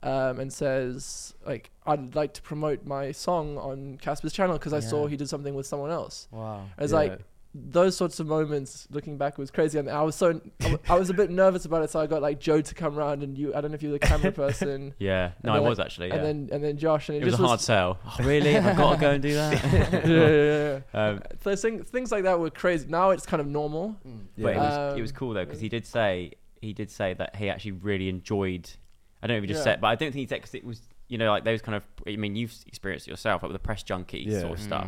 [SPEAKER 4] um, and says like i'd like to promote my song on casper's channel because i saw
[SPEAKER 1] Yeah.
[SPEAKER 4] he did something with someone else
[SPEAKER 1] Wow.
[SPEAKER 4] It's
[SPEAKER 2] Yeah.
[SPEAKER 4] like those sorts of moments looking back was crazy, and I was so I wa- I was a bit nervous about it, so I got like Joe to come round, and you I don't know if you were the camera person,
[SPEAKER 3] Yeah. No, I
[SPEAKER 4] then, like-
[SPEAKER 3] was actually. Yeah.
[SPEAKER 4] and then and then Josh, and it,
[SPEAKER 3] it was a
[SPEAKER 4] just
[SPEAKER 3] hard sell. Oh, really? I've got to go and do that.
[SPEAKER 4] yeah, yeah, yeah, yeah.
[SPEAKER 3] Um,
[SPEAKER 4] So thing, things like that were crazy. Now it's kind of normal.
[SPEAKER 3] But it was, it was
[SPEAKER 4] Um,
[SPEAKER 3] cool though because he did say he did say that he actually really enjoyed. I don't know if he just
[SPEAKER 4] Yeah.
[SPEAKER 3] said, but I don't think he said because it was you know like those kind of. I mean, you've experienced it yourself like with the press junkie
[SPEAKER 2] Yeah.
[SPEAKER 3] sort of stuff.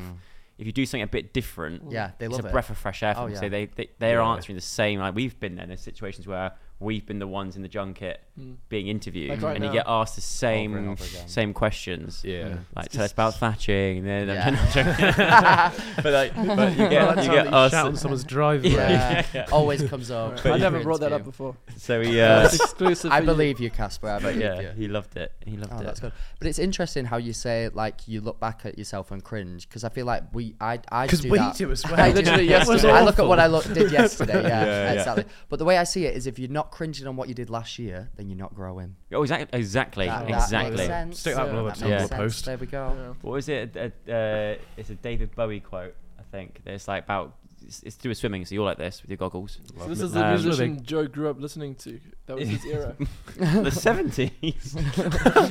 [SPEAKER 3] If you do something a bit different,
[SPEAKER 1] Mm. Yeah, they
[SPEAKER 3] it's
[SPEAKER 1] love
[SPEAKER 3] a
[SPEAKER 1] it.
[SPEAKER 3] breath of fresh air. For
[SPEAKER 1] Oh,
[SPEAKER 3] them.
[SPEAKER 1] yeah.
[SPEAKER 3] So they, they they're
[SPEAKER 2] Yeah.
[SPEAKER 3] answering the same. Like we've been there. There's situations where we've been the ones in the junket
[SPEAKER 4] Mm.
[SPEAKER 3] being interviewed,
[SPEAKER 4] Like right
[SPEAKER 3] and
[SPEAKER 4] now.
[SPEAKER 3] you get asked the same
[SPEAKER 1] Over and over again. Mm.
[SPEAKER 3] same questions.
[SPEAKER 2] yeah.
[SPEAKER 3] Like tell us about thatching, and then
[SPEAKER 1] Yeah.
[SPEAKER 3] but like but you
[SPEAKER 2] Yeah,
[SPEAKER 3] get you
[SPEAKER 2] you
[SPEAKER 3] get
[SPEAKER 2] shout on
[SPEAKER 3] asked.
[SPEAKER 2] someone's driveway.
[SPEAKER 1] Yeah, always comes over.
[SPEAKER 4] I never brought that up before.
[SPEAKER 3] So he uh,
[SPEAKER 4] It's exclusive.
[SPEAKER 1] I
[SPEAKER 4] for you.
[SPEAKER 1] believe you, Casper. I believe
[SPEAKER 3] yeah,
[SPEAKER 1] you.
[SPEAKER 3] he loved it. He loved
[SPEAKER 1] Oh,
[SPEAKER 3] it.
[SPEAKER 1] that's good. But it's interesting how you say like you look back at yourself and cringe because I feel like we I I
[SPEAKER 5] Because
[SPEAKER 1] do
[SPEAKER 5] we
[SPEAKER 1] that.
[SPEAKER 5] do as well.
[SPEAKER 1] I, do
[SPEAKER 4] Literally
[SPEAKER 1] that.
[SPEAKER 4] yesterday.
[SPEAKER 1] I look at what I look, did yesterday. Yeah,
[SPEAKER 3] Yeah, yeah.
[SPEAKER 1] exactly. But the way I see it is, if you're not cringing on what you did last year, then you're not growing.
[SPEAKER 3] Oh, exactly, exactly,
[SPEAKER 1] That- that
[SPEAKER 3] exactly.
[SPEAKER 1] makes sense.
[SPEAKER 5] Stick that
[SPEAKER 1] Yeah,
[SPEAKER 5] one on the
[SPEAKER 1] that makes
[SPEAKER 2] Tumblr
[SPEAKER 1] sense.
[SPEAKER 2] post.
[SPEAKER 1] There we go.
[SPEAKER 4] Yeah.
[SPEAKER 3] what was it? Uh, uh, it's a David Bowie quote, I think. It's like about it's, it's through swimming, so you're like this with your goggles.
[SPEAKER 4] So this is
[SPEAKER 3] Um,
[SPEAKER 4] the
[SPEAKER 3] Um,
[SPEAKER 4] musician Joe grew up listening to. That was his era.
[SPEAKER 3] the seventies.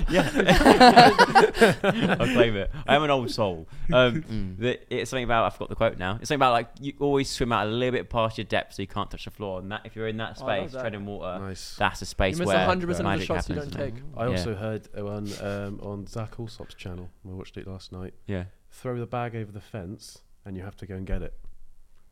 [SPEAKER 3] yeah, I'll claim it. I am an old soul. Um,
[SPEAKER 1] Mm.
[SPEAKER 3] the, it's something about I forgot the quote now. It's something about like you always swim out a little bit past your depth, so you can't touch the floor. And that if you're in that
[SPEAKER 4] Oh, I love
[SPEAKER 3] space,
[SPEAKER 4] that.
[SPEAKER 3] treading water,
[SPEAKER 2] Nice.
[SPEAKER 3] that's a
[SPEAKER 4] You
[SPEAKER 3] space
[SPEAKER 4] miss
[SPEAKER 3] where
[SPEAKER 4] 100% of the
[SPEAKER 3] magic
[SPEAKER 4] shots you
[SPEAKER 3] happens,
[SPEAKER 4] don't
[SPEAKER 3] isn't
[SPEAKER 4] take.
[SPEAKER 3] it?
[SPEAKER 2] I
[SPEAKER 3] Yeah.
[SPEAKER 2] also heard one um, on Zach Allsop's channel. I watched it last night.
[SPEAKER 3] Yeah.
[SPEAKER 2] Throw the bag over the fence, and you have to go and get it.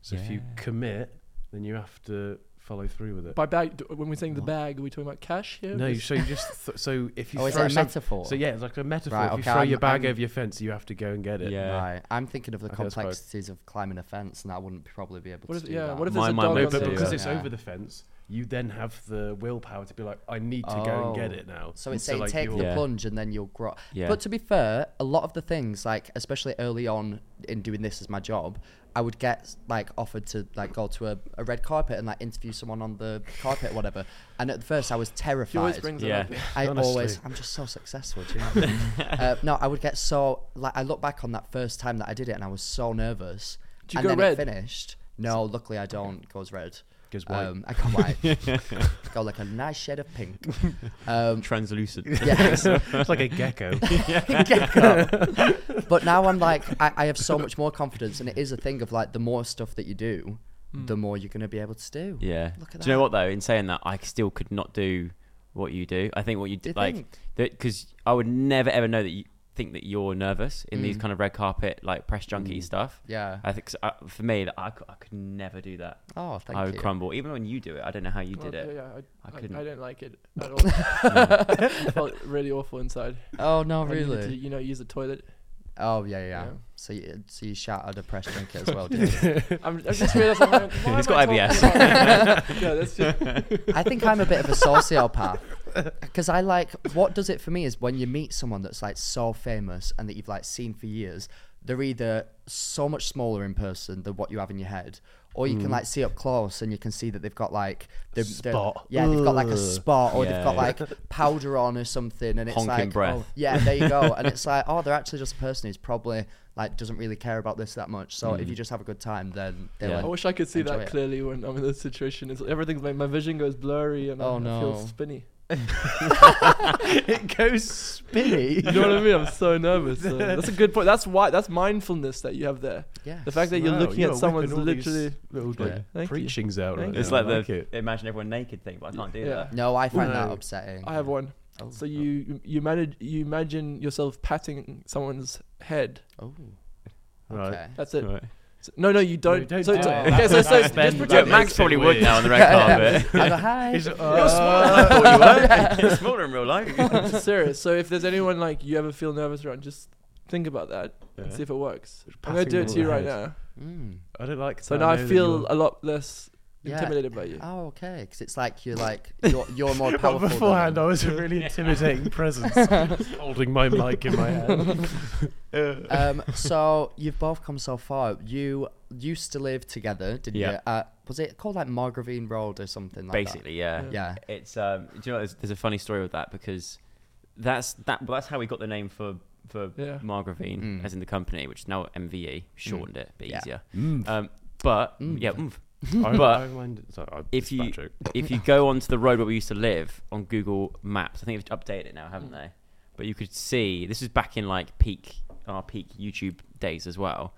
[SPEAKER 2] So if you
[SPEAKER 3] Yeah.
[SPEAKER 2] commit, then you have to follow through with it.
[SPEAKER 4] By bag, d- when we're saying the bag, are we talking about cash here?
[SPEAKER 2] no,
[SPEAKER 4] Is-
[SPEAKER 2] you- so you just th- so if you
[SPEAKER 1] Oh, is
[SPEAKER 2] throw
[SPEAKER 1] that a
[SPEAKER 2] some-
[SPEAKER 1] metaphor?
[SPEAKER 2] So yeah, it's like a metaphor.
[SPEAKER 1] Right,
[SPEAKER 2] if you
[SPEAKER 1] okay,
[SPEAKER 2] throw
[SPEAKER 1] I'm-
[SPEAKER 2] your bag
[SPEAKER 1] I'm-
[SPEAKER 2] over your fence, you have to go and get it.
[SPEAKER 3] Yeah.
[SPEAKER 1] Right. I'm thinking of the
[SPEAKER 2] I think that's quite-
[SPEAKER 1] complexities of climbing a fence, and I wouldn't probably be able
[SPEAKER 4] What
[SPEAKER 1] to
[SPEAKER 4] if-
[SPEAKER 1] do
[SPEAKER 4] yeah,
[SPEAKER 1] that.
[SPEAKER 4] what if
[SPEAKER 3] My
[SPEAKER 4] there's a
[SPEAKER 3] mind
[SPEAKER 4] dog
[SPEAKER 3] would
[SPEAKER 2] No,
[SPEAKER 4] on
[SPEAKER 3] Don't
[SPEAKER 2] but
[SPEAKER 3] do
[SPEAKER 2] because
[SPEAKER 4] the
[SPEAKER 2] it's
[SPEAKER 1] Oh, Yeah.
[SPEAKER 2] over the fence, you then have the willpower to be like, I need to go and get
[SPEAKER 1] Oh.
[SPEAKER 2] it now.
[SPEAKER 1] So it's
[SPEAKER 2] So,
[SPEAKER 1] saying
[SPEAKER 2] like,
[SPEAKER 1] take
[SPEAKER 2] you're-
[SPEAKER 1] the
[SPEAKER 3] Yeah.
[SPEAKER 1] plunge and then you'll grow.
[SPEAKER 3] Yeah.
[SPEAKER 1] But to be fair, a lot of the things, like especially early on in doing this as my job, I would get like offered to like go to a, a red carpet and like interview someone on the carpet, or whatever. And at first, I was
[SPEAKER 4] He always
[SPEAKER 1] terrified.
[SPEAKER 4] brings
[SPEAKER 3] Yeah.
[SPEAKER 4] it up.
[SPEAKER 1] I
[SPEAKER 2] Honestly.
[SPEAKER 1] always, I'm just so successful. Do you know what I mean? uh, no, I would get so like I look back on that first time that I did it, and I was so nervous.
[SPEAKER 4] Did you
[SPEAKER 1] and
[SPEAKER 4] go
[SPEAKER 1] then
[SPEAKER 4] red?
[SPEAKER 1] It finished. No, luckily I don't. Goes red.
[SPEAKER 2] Goes white.
[SPEAKER 1] Um, I got white. go like a nice shade of pink. Um,
[SPEAKER 3] Translucent.
[SPEAKER 1] yeah,
[SPEAKER 2] it's like a gecko.
[SPEAKER 1] Gecko. but now I'm like, I, I have so much more confidence, and it is a thing of like, the more stuff that you do, the more you're going to be able to do.
[SPEAKER 3] Yeah.
[SPEAKER 1] Look at
[SPEAKER 3] Do you
[SPEAKER 1] that.
[SPEAKER 3] know what though? In saying that, I still could not do what you do. I think what you
[SPEAKER 1] Do you
[SPEAKER 3] did, like,
[SPEAKER 1] think?
[SPEAKER 3] because I would never ever know that you think that you're nervous in
[SPEAKER 1] Mm.
[SPEAKER 3] these kind of red carpet, like press junkie stuff.
[SPEAKER 1] Yeah.
[SPEAKER 3] I think so, uh, for me, like, I, cou- I could never do that.
[SPEAKER 1] Oh, thank
[SPEAKER 3] I would
[SPEAKER 1] you.
[SPEAKER 3] crumble. Even when you do it, I don't know how you did
[SPEAKER 4] Okay,
[SPEAKER 3] it.
[SPEAKER 4] Yeah,
[SPEAKER 3] I
[SPEAKER 4] I, I,
[SPEAKER 3] couldn't.
[SPEAKER 4] I, don't like it at all. I felt really awful inside.
[SPEAKER 1] Oh no,
[SPEAKER 4] I needed to,
[SPEAKER 1] really?
[SPEAKER 4] you know, use the toilet.
[SPEAKER 1] Oh yeah, yeah.
[SPEAKER 4] Yeah.
[SPEAKER 1] So you, so you shot a depressed junkie as well. Did you?
[SPEAKER 4] I'm, I'm just realizing. why am I
[SPEAKER 3] He's got
[SPEAKER 4] talking
[SPEAKER 3] IBS.
[SPEAKER 4] about that? yeah, that's just,
[SPEAKER 1] I think I'm a bit of a sociopath because I like what does it for me is when you meet someone that's like so famous and that you've like seen for years, they're either so much smaller in person than what you have in your head, or you can like see up close and you can see that they've got like the
[SPEAKER 2] Spot.
[SPEAKER 1] yeah, they've got like a spot, or
[SPEAKER 3] Yeah,
[SPEAKER 1] they've got
[SPEAKER 3] yeah.
[SPEAKER 1] like powder on or something, and it's
[SPEAKER 3] Honking
[SPEAKER 1] like,
[SPEAKER 3] breath.
[SPEAKER 1] oh, yeah, there you go, and it's like, oh, they're actually just a person who's probably like doesn't really care about this that much. So if you just have a good time, then they'll.
[SPEAKER 3] Yeah.
[SPEAKER 1] like,
[SPEAKER 4] I wish I could see
[SPEAKER 1] enjoy
[SPEAKER 4] that
[SPEAKER 1] it.
[SPEAKER 4] clearly when I'm in this situation. It's everything's my, my vision goes blurry and I-
[SPEAKER 1] Oh,
[SPEAKER 4] I feel
[SPEAKER 1] no.
[SPEAKER 4] spinny.
[SPEAKER 2] it goes spinny.
[SPEAKER 4] You know what I mean? I'm so nervous. so that's a good point. That's why that's mindfulness that you have there.
[SPEAKER 1] Yeah.
[SPEAKER 4] The fact that you're
[SPEAKER 2] Wow,
[SPEAKER 4] looking
[SPEAKER 2] you are
[SPEAKER 4] at someone's
[SPEAKER 2] whipping all these
[SPEAKER 4] literally Oh,
[SPEAKER 2] little like,
[SPEAKER 4] Thank you.
[SPEAKER 2] preachings out.
[SPEAKER 4] Thank
[SPEAKER 2] Right
[SPEAKER 4] you.
[SPEAKER 3] It's
[SPEAKER 2] now.
[SPEAKER 3] like
[SPEAKER 2] I like
[SPEAKER 3] the
[SPEAKER 2] it.
[SPEAKER 3] imagine everyone naked thing, but I can't do
[SPEAKER 4] Yeah.
[SPEAKER 3] that.
[SPEAKER 1] No, I find that
[SPEAKER 2] No.
[SPEAKER 1] upsetting.
[SPEAKER 4] I have one.
[SPEAKER 1] Oh.
[SPEAKER 4] So you you manage you imagine yourself patting someone's head.
[SPEAKER 1] Oh.
[SPEAKER 2] Right.
[SPEAKER 1] Okay.
[SPEAKER 4] That's it.
[SPEAKER 3] Right.
[SPEAKER 4] So- no, no, you don't.
[SPEAKER 2] don't
[SPEAKER 4] so,
[SPEAKER 2] do
[SPEAKER 4] so-
[SPEAKER 2] it.
[SPEAKER 4] okay, so, so just
[SPEAKER 5] Ben,
[SPEAKER 3] Yeah,
[SPEAKER 4] pretend.
[SPEAKER 5] that
[SPEAKER 3] Max
[SPEAKER 5] makes it
[SPEAKER 3] probably would
[SPEAKER 5] weird.
[SPEAKER 3] now on the red carpet.
[SPEAKER 1] I go, hi.
[SPEAKER 2] Is it-
[SPEAKER 3] You're small.
[SPEAKER 2] uh,
[SPEAKER 3] I thought you were. You're smaller in real life.
[SPEAKER 4] it's serious. So if there's anyone like you ever feel nervous around, just think about that and
[SPEAKER 2] Yeah.
[SPEAKER 4] see if it works.
[SPEAKER 2] Just
[SPEAKER 4] I'm gonna
[SPEAKER 2] patting
[SPEAKER 4] do
[SPEAKER 2] them
[SPEAKER 4] it
[SPEAKER 2] on
[SPEAKER 4] to you
[SPEAKER 2] the
[SPEAKER 4] right
[SPEAKER 2] head.
[SPEAKER 4] now.
[SPEAKER 1] Mm.
[SPEAKER 2] I don't like.
[SPEAKER 4] So
[SPEAKER 2] that
[SPEAKER 4] now I
[SPEAKER 2] know that
[SPEAKER 4] feel
[SPEAKER 2] you're-
[SPEAKER 4] a lot less
[SPEAKER 1] Yeah.
[SPEAKER 4] intimidated by you.
[SPEAKER 1] Oh, okay. Because it's like you're like you're, you're more
[SPEAKER 2] But
[SPEAKER 1] powerful.
[SPEAKER 2] beforehand, I
[SPEAKER 1] than
[SPEAKER 2] was a really intimidating presence, just holding my mic in my hand.
[SPEAKER 1] um, so you've both come so far. You used to live together, didn't
[SPEAKER 3] Yeah.
[SPEAKER 1] you? Uh, was it called like Margravine Road or something like
[SPEAKER 3] Basically, yeah.
[SPEAKER 1] that? Yeah.
[SPEAKER 3] It's um. Do you know there's, there's a funny story with that because that's that well, that's how we got the name for for
[SPEAKER 4] Yeah.
[SPEAKER 3] Margravine
[SPEAKER 1] Mm.
[SPEAKER 3] as in the company, which is now MVE shortened it, but
[SPEAKER 1] Yeah.
[SPEAKER 3] easier.
[SPEAKER 2] Mm.
[SPEAKER 3] Um, but
[SPEAKER 1] Mm.
[SPEAKER 3] yeah, oomph.
[SPEAKER 2] I,
[SPEAKER 3] But
[SPEAKER 2] I mind, sorry, I,
[SPEAKER 3] if
[SPEAKER 2] it's
[SPEAKER 3] you-
[SPEAKER 2] that joke.
[SPEAKER 3] if you go onto the road where we used to live on Google Maps, I think they've updated it now,
[SPEAKER 1] Hmm.
[SPEAKER 3] haven't they? But you could see this is back in like peak our peak YouTube days as well,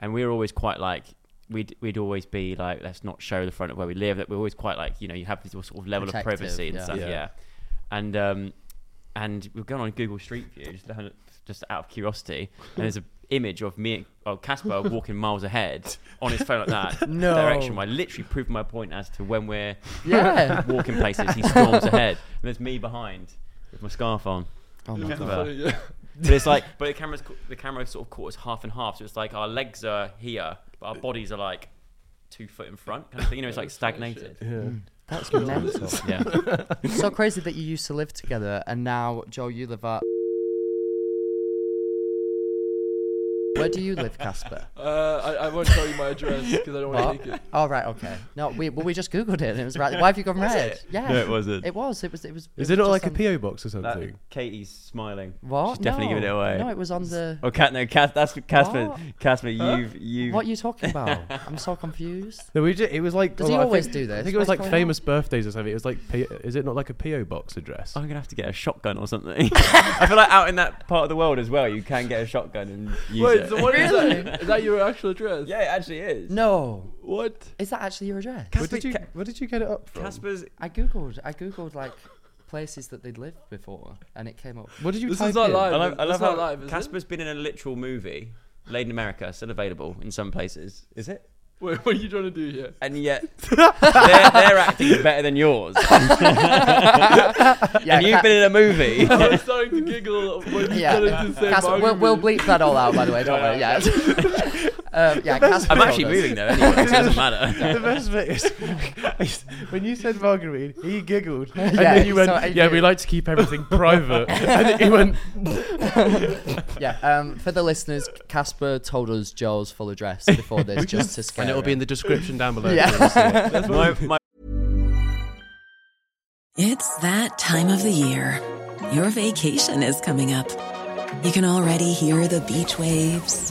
[SPEAKER 3] and we were always quite like we'd we'd always be like let's not show the front of where we live. That we're always quite like you know you have this sort of level of
[SPEAKER 1] Protective,
[SPEAKER 3] privacy and
[SPEAKER 1] yeah.
[SPEAKER 3] stuff, yeah.
[SPEAKER 2] Yeah.
[SPEAKER 3] And um, and we've gone on Google Street View just, to- just out of curiosity, and there's a image of me and oh, Casper walking miles ahead on his phone like that
[SPEAKER 1] No.
[SPEAKER 3] direction. I literally proved my point as to when we're
[SPEAKER 1] Yeah.
[SPEAKER 3] walking places, he storms ahead, and there's me behind with my scarf on.
[SPEAKER 1] Oh my
[SPEAKER 3] Yeah.
[SPEAKER 1] god.
[SPEAKER 3] Funny, But it's like, but the camera's ca- the camera sort of caught us half and half, so it's like our legs are here, but our bodies are like two foot in front. Kind of thing. You know, it's like stagnated.
[SPEAKER 2] Yeah.
[SPEAKER 1] Mm. That's mental.
[SPEAKER 3] Yeah,
[SPEAKER 1] It's so crazy that you used to live together and now Joe, you live at Where do you live, Casper?
[SPEAKER 4] Uh, I, I won't tell you my address because I don't want
[SPEAKER 1] What?
[SPEAKER 4] to leak it.
[SPEAKER 1] Oh right, okay. No, we well, we just googled it and it was right. Why have you gone red? Yeah,
[SPEAKER 3] wasn't.
[SPEAKER 1] It was. It was. It was.
[SPEAKER 2] Is
[SPEAKER 1] was
[SPEAKER 2] it not
[SPEAKER 1] just
[SPEAKER 2] like a
[SPEAKER 1] on-
[SPEAKER 2] PO box or something?
[SPEAKER 3] That, Katie's smiling.
[SPEAKER 1] What?
[SPEAKER 3] She's definitely
[SPEAKER 1] no.
[SPEAKER 3] giving it away.
[SPEAKER 1] No, it was on the.
[SPEAKER 3] Oh, Cat, no, Cat, that's Casper.
[SPEAKER 1] What?
[SPEAKER 3] Casper, you've you've.
[SPEAKER 1] What are you talking about? I'm so confused.
[SPEAKER 2] No, we ju- it was like.
[SPEAKER 1] Does
[SPEAKER 2] oh,
[SPEAKER 1] he
[SPEAKER 2] I think-
[SPEAKER 1] always do this?
[SPEAKER 2] I think it
[SPEAKER 1] What's
[SPEAKER 2] was like
[SPEAKER 1] going on?
[SPEAKER 2] famous birthdays or something. It was like, P- is it not like a PO box address?
[SPEAKER 3] I'm gonna have to get a shotgun or something. I feel like out in that part of the world as well, you can get a shotgun and use
[SPEAKER 4] Wait,
[SPEAKER 3] it.
[SPEAKER 4] so what is that? Is that your actual address?
[SPEAKER 3] Yeah, it actually is.
[SPEAKER 1] No,
[SPEAKER 4] What?
[SPEAKER 1] is that actually your address?
[SPEAKER 2] Where did you? Where did you get it up from?
[SPEAKER 3] Casper's
[SPEAKER 1] I googled. I googled like places that they'd lived before, and it came up.
[SPEAKER 2] What did you
[SPEAKER 4] This
[SPEAKER 2] type
[SPEAKER 4] is not
[SPEAKER 2] in?
[SPEAKER 4] live.
[SPEAKER 3] I love, I
[SPEAKER 4] It's
[SPEAKER 3] love
[SPEAKER 4] not
[SPEAKER 3] how
[SPEAKER 4] live, is it?
[SPEAKER 3] Casper's been in a literal movie, Late in America, still available in some places. Is it?
[SPEAKER 4] Wait, what are you trying to do here?
[SPEAKER 3] And yet, their, their acting is better than yours.
[SPEAKER 1] Yeah,
[SPEAKER 3] and you've
[SPEAKER 1] Ca-
[SPEAKER 3] been in a movie.
[SPEAKER 4] I was starting to giggle when you
[SPEAKER 1] yeah.
[SPEAKER 4] started to say
[SPEAKER 1] Casper, we'll,
[SPEAKER 4] Margaret.
[SPEAKER 1] we'll bleep that all out, by the way, don't worry. Yeah. um, yeah, Casper
[SPEAKER 3] I'm actually
[SPEAKER 1] told us.
[SPEAKER 3] moving though, anyway, so it doesn't matter.
[SPEAKER 2] the best bit is when you said margarine, he giggled, and
[SPEAKER 1] Yeah,
[SPEAKER 2] then you went,
[SPEAKER 1] so I
[SPEAKER 2] "Yeah,
[SPEAKER 1] do.
[SPEAKER 2] we like to keep everything private." and he went,
[SPEAKER 1] Yeah. Um, for the listeners, Casper told us Joe's full address before this, just to scare.
[SPEAKER 2] and it'll be in
[SPEAKER 1] him.
[SPEAKER 2] the description down below.
[SPEAKER 1] Yeah.
[SPEAKER 3] my, my
[SPEAKER 6] It's that time of the year. Your vacation is coming up. You can already hear the beach waves,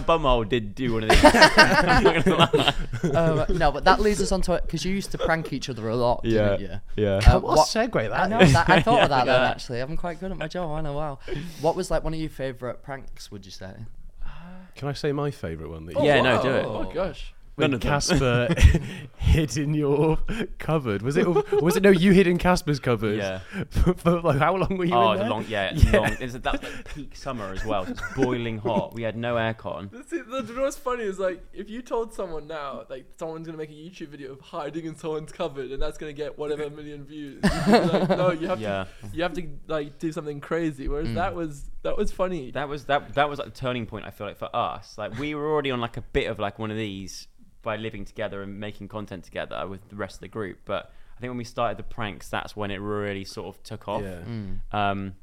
[SPEAKER 3] bumhole did do one of these. I'm not gonna lie.
[SPEAKER 1] Um, no, but that leads us on to it because you used to prank each other a lot, didn't you?
[SPEAKER 3] yeah.
[SPEAKER 1] Uh,
[SPEAKER 2] What,
[SPEAKER 1] what-
[SPEAKER 2] a segue
[SPEAKER 1] I
[SPEAKER 2] that
[SPEAKER 1] know.
[SPEAKER 2] is.
[SPEAKER 1] That, I thought of that then.
[SPEAKER 3] Yeah.
[SPEAKER 1] Actually, I'm quite good at my job. I know. Wow. What was like one of your favourite pranks? Would you say?
[SPEAKER 2] Can I say my favourite one? That you
[SPEAKER 3] Yeah,
[SPEAKER 4] wow.
[SPEAKER 3] no, do it.
[SPEAKER 4] Oh gosh.
[SPEAKER 2] when
[SPEAKER 3] None of them.
[SPEAKER 2] Casper hid in your cupboard? Was it? Or was it? No, you hid in Casper's cupboard.
[SPEAKER 3] Yeah.
[SPEAKER 2] For, for, like how long were you
[SPEAKER 3] oh,
[SPEAKER 2] in
[SPEAKER 3] the
[SPEAKER 2] there?
[SPEAKER 3] long, yeah, it's long. It's, that's like peak summer as well. It's boiling hot. We had no aircon.
[SPEAKER 4] That's it. That's what's funny is like if you told someone now, like someone's gonna make a YouTube video of hiding in someone's cupboard, and that's gonna get whatever million views. You'd be like, no, you have
[SPEAKER 3] Yeah. Mm.
[SPEAKER 4] to, you have to like do something crazy. Whereas that was that was funny.
[SPEAKER 3] That was that. That was like the turning point. I feel like for us, like we were already on like a bit of like one of these by living together and making content together with the rest of the group. But I think when we started the pranks, that's when it really sort of took off.
[SPEAKER 2] Yeah.
[SPEAKER 1] Mm.
[SPEAKER 3] Um,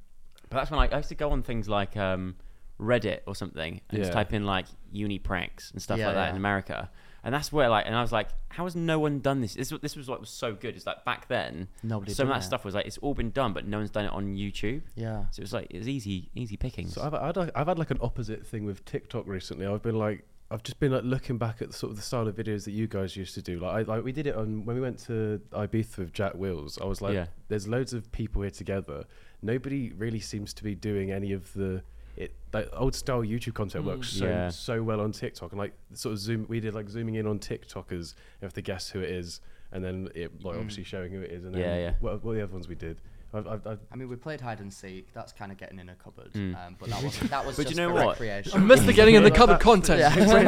[SPEAKER 3] but that's when like, I used to go on things like um, Reddit or something and just
[SPEAKER 2] Yeah.
[SPEAKER 3] type in like uni pranks and stuff
[SPEAKER 1] Yeah,
[SPEAKER 3] like that
[SPEAKER 1] yeah.
[SPEAKER 3] in America. And that's where like, and I was like, how has no one done this? This, this was what was so good. It's like back then,
[SPEAKER 1] Nobody
[SPEAKER 3] some of
[SPEAKER 1] done
[SPEAKER 3] that
[SPEAKER 1] it.
[SPEAKER 3] stuff was like it's all been done, but no one's done it on YouTube.
[SPEAKER 1] Yeah.
[SPEAKER 3] So it was like it was easy, easy pickings.
[SPEAKER 2] So I've, I'd, like- I've had like an opposite thing with TikTok recently. I've been like, I've just been like looking back at sort of the style of videos that you guys used to do. Like, I, like we did it on when we went to Ibiza with Jack Wills. I was like,
[SPEAKER 3] Yeah.
[SPEAKER 2] there's loads of people here together. Nobody really seems to be doing any of the it like old style YouTube content works so
[SPEAKER 3] Mm. Yeah.
[SPEAKER 2] so well on TikTok. And like sort of zoom, we did like zooming in on TikTokers and have to guess who it is, and then it like obviously showing who it is. And
[SPEAKER 3] Mm. Yeah,
[SPEAKER 2] then
[SPEAKER 3] yeah.
[SPEAKER 2] What, what are the other ones we did? I've, I've, I've
[SPEAKER 1] I mean, we played hide and seek. That's kind of getting in a cupboard. Um, but that was that was
[SPEAKER 3] Hmm. But
[SPEAKER 1] just
[SPEAKER 3] you know
[SPEAKER 1] for
[SPEAKER 3] what?
[SPEAKER 1] recreation.
[SPEAKER 4] I missed the getting in the cupboard content.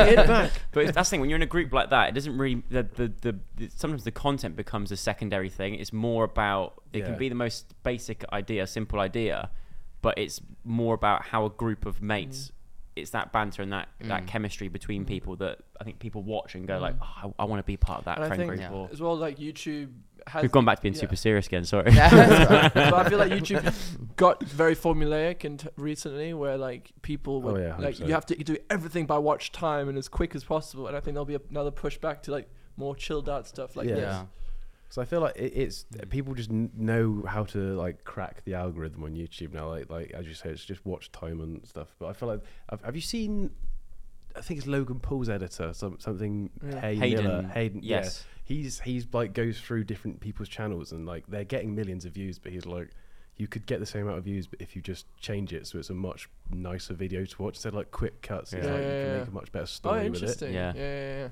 [SPEAKER 3] But it's- that's the thing when you're in a group like that, it doesn't really the the, the, the sometimes the content becomes a secondary thing. It's more about it
[SPEAKER 2] Yeah.
[SPEAKER 3] can be the most basic idea, simple idea, but it's more about how a group of mates.
[SPEAKER 4] Mm.
[SPEAKER 3] It's that banter and that,
[SPEAKER 1] Mm.
[SPEAKER 3] that chemistry between people that I think people watch and go like, oh, I, I want to be part of that
[SPEAKER 4] Mm. And I
[SPEAKER 3] friend
[SPEAKER 4] think
[SPEAKER 3] group. Or,
[SPEAKER 4] as well, like YouTube has.
[SPEAKER 3] We've gone back to being
[SPEAKER 4] yeah.
[SPEAKER 3] super serious again. Sorry.
[SPEAKER 4] but I feel like YouTube got very formulaic and recently, where like people would,
[SPEAKER 2] Oh, yeah, I hope
[SPEAKER 4] like
[SPEAKER 2] so.
[SPEAKER 4] you have to do everything by watch time and as quick as possible. And I think there'll be another pushback to like more chilled out stuff like
[SPEAKER 2] Yeah.
[SPEAKER 4] this.
[SPEAKER 1] Yeah.
[SPEAKER 2] So I feel like it, it's
[SPEAKER 4] Hmm.
[SPEAKER 2] people just n- know how to like crack the algorithm on YouTube now. Like like as you say, it's just watch time and stuff. But I feel like have, have you seen? I think it's Logan Paul's editor, some, something Hay
[SPEAKER 3] Hayden,
[SPEAKER 2] Miller. Hayden,
[SPEAKER 3] yes.
[SPEAKER 2] Yeah. He's he's like goes through different people's channels and like they're getting millions of views, but he's like, you could get the same amount of views, but if you just change it so it's a much nicer video to watch instead of like quick cuts, it's
[SPEAKER 3] Yeah.
[SPEAKER 2] like you
[SPEAKER 4] Yeah.
[SPEAKER 2] can make a much better
[SPEAKER 4] Oh,
[SPEAKER 2] story with it.
[SPEAKER 4] interesting.
[SPEAKER 3] Yeah.
[SPEAKER 4] Yeah. yeah, yeah, yeah.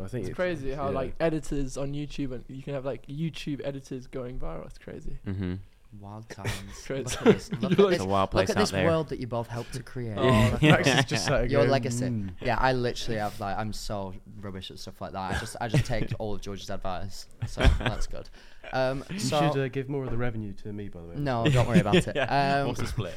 [SPEAKER 2] I think
[SPEAKER 4] It's crazy how
[SPEAKER 2] yeah.
[SPEAKER 4] like editors on YouTube and you can have like YouTube editors going viral. It's crazy.
[SPEAKER 3] mm-hmm.
[SPEAKER 1] Wild times.
[SPEAKER 4] Crazy.
[SPEAKER 1] Look at this. Look at this,
[SPEAKER 4] It's
[SPEAKER 3] a wild
[SPEAKER 1] look
[SPEAKER 3] place
[SPEAKER 1] at
[SPEAKER 3] out
[SPEAKER 1] this
[SPEAKER 3] there.
[SPEAKER 1] world that you both helped to create.
[SPEAKER 2] Max is just sat there
[SPEAKER 1] Your
[SPEAKER 2] going,
[SPEAKER 1] legacy.
[SPEAKER 4] Hmm.
[SPEAKER 2] "Mm."
[SPEAKER 1] Yeah, I literally have like I'm so rubbish at stuff like that. I just I just take all of George's advice. So that's good. Um,
[SPEAKER 2] You
[SPEAKER 1] so
[SPEAKER 2] should uh, give more of the revenue to me, by the way.
[SPEAKER 1] no, don't worry about it. Um,
[SPEAKER 3] What's the split?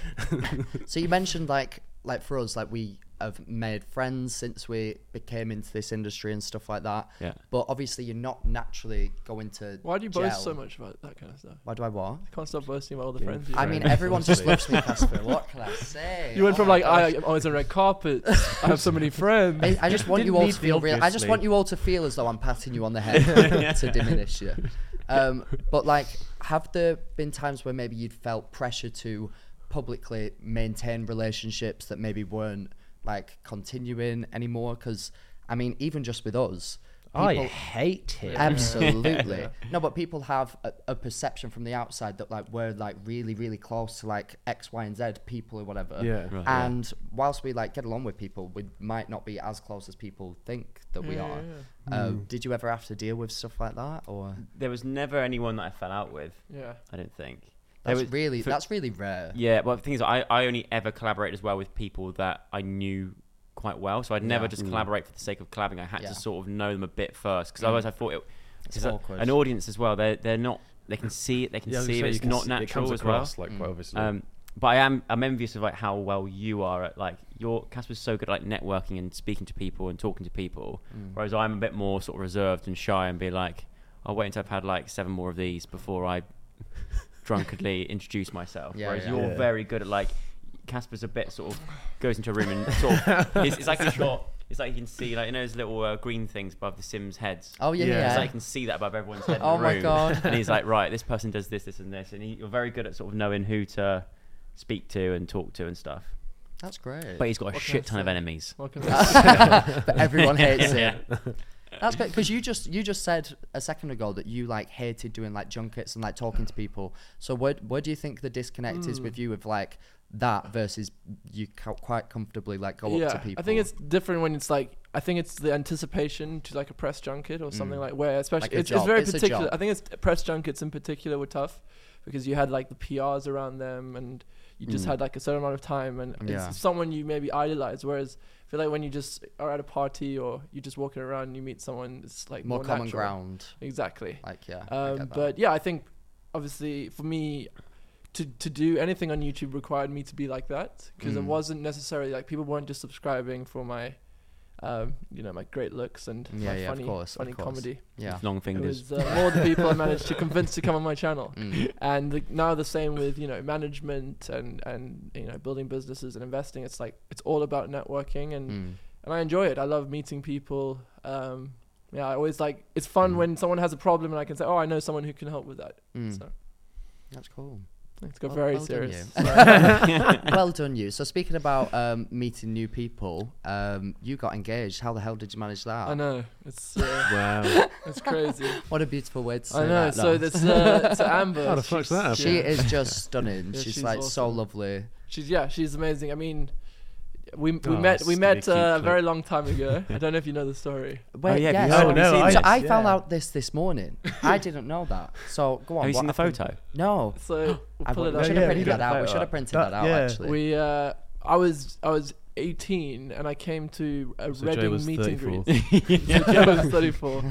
[SPEAKER 1] so you mentioned like like for us like we have made friends since we became into this industry and stuff like that.
[SPEAKER 3] Yeah.
[SPEAKER 1] But obviously you're not naturally going to.
[SPEAKER 4] Why do you boast
[SPEAKER 1] gel.
[SPEAKER 4] so much about that kind of stuff?
[SPEAKER 1] Why do I what?
[SPEAKER 4] I can't stop boasting about all the friends.
[SPEAKER 1] I
[SPEAKER 4] you
[SPEAKER 1] mean,
[SPEAKER 2] Friends,
[SPEAKER 1] everyone just loves
[SPEAKER 2] honestly.
[SPEAKER 1] me, Casper. What can I say?
[SPEAKER 4] You went
[SPEAKER 1] Oh
[SPEAKER 4] from
[SPEAKER 1] my
[SPEAKER 4] like I,
[SPEAKER 1] gosh.
[SPEAKER 4] I'm always on red carpets. I have so many friends.
[SPEAKER 1] I, I just want you all
[SPEAKER 2] need
[SPEAKER 1] to
[SPEAKER 2] the
[SPEAKER 1] feel real. I just
[SPEAKER 2] obviously.
[SPEAKER 1] want you all to feel as though I'm patting you on the head to diminish you. Um, but like, have there been times where maybe you'd felt pressure to publicly maintain relationships that maybe weren't like continuing anymore? Because I mean, even just with us,
[SPEAKER 2] Oh,
[SPEAKER 5] I
[SPEAKER 1] people-
[SPEAKER 5] hate him.
[SPEAKER 1] Absolutely. No, but people have a, a perception from the outside that like we're like really, really close to like X, Y, and Z people or whatever.
[SPEAKER 2] Yeah. Right,
[SPEAKER 3] yeah.
[SPEAKER 1] and whilst we like get along with people, we might not be as close as people think that we are. Uh,
[SPEAKER 2] Hmm.
[SPEAKER 1] Did you ever have to deal with stuff like that, or
[SPEAKER 3] There was never anyone that I fell out with.
[SPEAKER 4] yeah.
[SPEAKER 3] I don't think. There
[SPEAKER 1] that's
[SPEAKER 3] was-
[SPEAKER 1] really
[SPEAKER 3] for-
[SPEAKER 1] that's really rare.
[SPEAKER 3] Yeah, well, the thing is, I, I only ever collaborate as well with people that I knew quite well. So I'd never
[SPEAKER 1] Yeah.
[SPEAKER 2] Mm.
[SPEAKER 3] just collaborate for the sake of collabing. I had
[SPEAKER 1] Yeah.
[SPEAKER 3] to sort of know them a bit first because otherwise I thought it. It's
[SPEAKER 1] awkward.
[SPEAKER 3] An audience as well. They're they're not. They can see it. They can
[SPEAKER 2] Yeah, I was
[SPEAKER 3] see it.
[SPEAKER 2] gonna say,
[SPEAKER 3] It's
[SPEAKER 2] you can
[SPEAKER 3] not
[SPEAKER 2] see- it
[SPEAKER 3] natural
[SPEAKER 2] comes
[SPEAKER 3] as well.
[SPEAKER 2] across, Like, quite obviously.
[SPEAKER 3] Um, but I am I'm envious of like how well you are at like your Casper's so good at like networking and speaking to people and talking to people,
[SPEAKER 1] Mm.
[SPEAKER 3] whereas I'm a bit more sort of reserved and shy and be like, I'll wait until I've had like seven more of these before I drunkenly introduce myself.
[SPEAKER 1] Yeah,
[SPEAKER 3] whereas
[SPEAKER 1] yeah.
[SPEAKER 3] you're
[SPEAKER 2] Yeah.
[SPEAKER 3] very good at like Casper's a bit sort of goes into a room and sort of it's, it's like he's got it's like you can see like you know those little uh, green things above the Sims heads.
[SPEAKER 1] Oh yeah,
[SPEAKER 2] Yeah.
[SPEAKER 1] yeah.
[SPEAKER 2] It's
[SPEAKER 3] It's like you can see that above everyone's head. in
[SPEAKER 1] Oh
[SPEAKER 3] the
[SPEAKER 1] my
[SPEAKER 3] room.
[SPEAKER 1] God.
[SPEAKER 3] And he's like, right, this person does this, this, and this, and he, you're very good at sort of knowing who to speak to and talk to and stuff.
[SPEAKER 1] that's great.
[SPEAKER 3] But he's got a
[SPEAKER 4] What can I
[SPEAKER 3] shit ton of
[SPEAKER 4] say?
[SPEAKER 3] enemies.
[SPEAKER 4] What can I say?
[SPEAKER 1] but everyone hates it. That's great because you just you just said a second ago that you like
[SPEAKER 4] Hmm.
[SPEAKER 1] hated doing like junkets and like talking to people. So where where do you think the disconnect is with you of like that versus you ca- quite comfortably like go up to people.
[SPEAKER 4] I think it's different when it's like I think it's the anticipation to like a press junket or something like where especially
[SPEAKER 1] Mm. Like a
[SPEAKER 4] it's, it's
[SPEAKER 1] job.
[SPEAKER 4] very
[SPEAKER 1] It's a
[SPEAKER 4] particular.
[SPEAKER 1] job.
[SPEAKER 4] I think it's press junkets in particular were tough because you had like the PRs around them and you just had like a certain amount of time and
[SPEAKER 1] Mm. Yeah.
[SPEAKER 4] it's someone you maybe idolize. Whereas I feel like when you just are at a party or you're just walking around and you meet someone, it's like
[SPEAKER 1] more,
[SPEAKER 4] more
[SPEAKER 1] common
[SPEAKER 4] natural.
[SPEAKER 1] ground.
[SPEAKER 4] Exactly.
[SPEAKER 1] Like yeah, I
[SPEAKER 4] Um,
[SPEAKER 1] get that.
[SPEAKER 4] but yeah, I think obviously for me to to do anything on YouTube required me to be like that because
[SPEAKER 1] Mm.
[SPEAKER 4] it wasn't necessarily like people weren't just subscribing for my um, you know my great looks and
[SPEAKER 1] Yeah,
[SPEAKER 4] my
[SPEAKER 1] yeah, of
[SPEAKER 4] funny
[SPEAKER 1] course, of
[SPEAKER 4] funny
[SPEAKER 1] course.
[SPEAKER 4] comedy.
[SPEAKER 1] yeah,
[SPEAKER 3] Long fingers.
[SPEAKER 4] It was uh, more the people I managed to convince to come on my channel,
[SPEAKER 1] Mm,
[SPEAKER 4] and the, now the same with you know management and and you know building businesses and investing. It's like it's all about networking, and
[SPEAKER 1] mm.
[SPEAKER 4] and I enjoy it. I love meeting people. Um, yeah, I always like it's
[SPEAKER 1] Mm.
[SPEAKER 4] fun when someone has a problem and I can say, oh, I know someone who can help with that. So
[SPEAKER 1] that's cool.
[SPEAKER 4] it's got
[SPEAKER 1] Mm. Well-
[SPEAKER 4] very
[SPEAKER 1] well done,
[SPEAKER 4] serious.
[SPEAKER 1] you.
[SPEAKER 4] Sorry.
[SPEAKER 1] well done, you. So speaking about um, meeting new people, um, you got engaged. How the hell did you manage that?
[SPEAKER 4] I know it's uh,
[SPEAKER 3] wow.
[SPEAKER 4] it's crazy.
[SPEAKER 1] What a beautiful way to say
[SPEAKER 4] I know.
[SPEAKER 1] that.
[SPEAKER 4] So that's uh, so Amber.
[SPEAKER 2] How the fuck's
[SPEAKER 4] she's-
[SPEAKER 2] that happen?
[SPEAKER 1] she is just stunning.
[SPEAKER 4] Yeah,
[SPEAKER 1] she's,
[SPEAKER 4] she's
[SPEAKER 1] like so
[SPEAKER 4] awesome.
[SPEAKER 1] lovely.
[SPEAKER 4] She's yeah, she's amazing. I mean, we we
[SPEAKER 2] Oh,
[SPEAKER 4] met we
[SPEAKER 2] sneaky
[SPEAKER 4] met uh, a
[SPEAKER 2] clip.
[SPEAKER 4] very long time ago. I don't know if you know the story.
[SPEAKER 1] Wait,
[SPEAKER 3] yeah,
[SPEAKER 1] yes.
[SPEAKER 3] because I
[SPEAKER 1] so-
[SPEAKER 4] Oh,
[SPEAKER 3] haven't No, seen
[SPEAKER 1] so
[SPEAKER 3] this,
[SPEAKER 1] I found
[SPEAKER 2] yeah.
[SPEAKER 1] out this this morning. I didn't know that. So go on.
[SPEAKER 3] Have you
[SPEAKER 1] what
[SPEAKER 3] seen the
[SPEAKER 1] happened?
[SPEAKER 3] photo?
[SPEAKER 1] No.
[SPEAKER 4] So we'll
[SPEAKER 1] I
[SPEAKER 4] pull it
[SPEAKER 1] would-
[SPEAKER 4] up.
[SPEAKER 1] we should
[SPEAKER 2] yeah,
[SPEAKER 1] have
[SPEAKER 2] you
[SPEAKER 1] printed
[SPEAKER 2] got
[SPEAKER 1] that out.
[SPEAKER 2] the
[SPEAKER 1] We
[SPEAKER 2] photo
[SPEAKER 1] should have
[SPEAKER 2] up.
[SPEAKER 1] printed
[SPEAKER 2] That-
[SPEAKER 1] that out
[SPEAKER 2] yeah.
[SPEAKER 1] actually.
[SPEAKER 4] We uh, I was I was 18 and I came to a
[SPEAKER 2] So Jay
[SPEAKER 4] Reading
[SPEAKER 2] was
[SPEAKER 4] meet and
[SPEAKER 2] 34.
[SPEAKER 4] greet. So Jay was 34,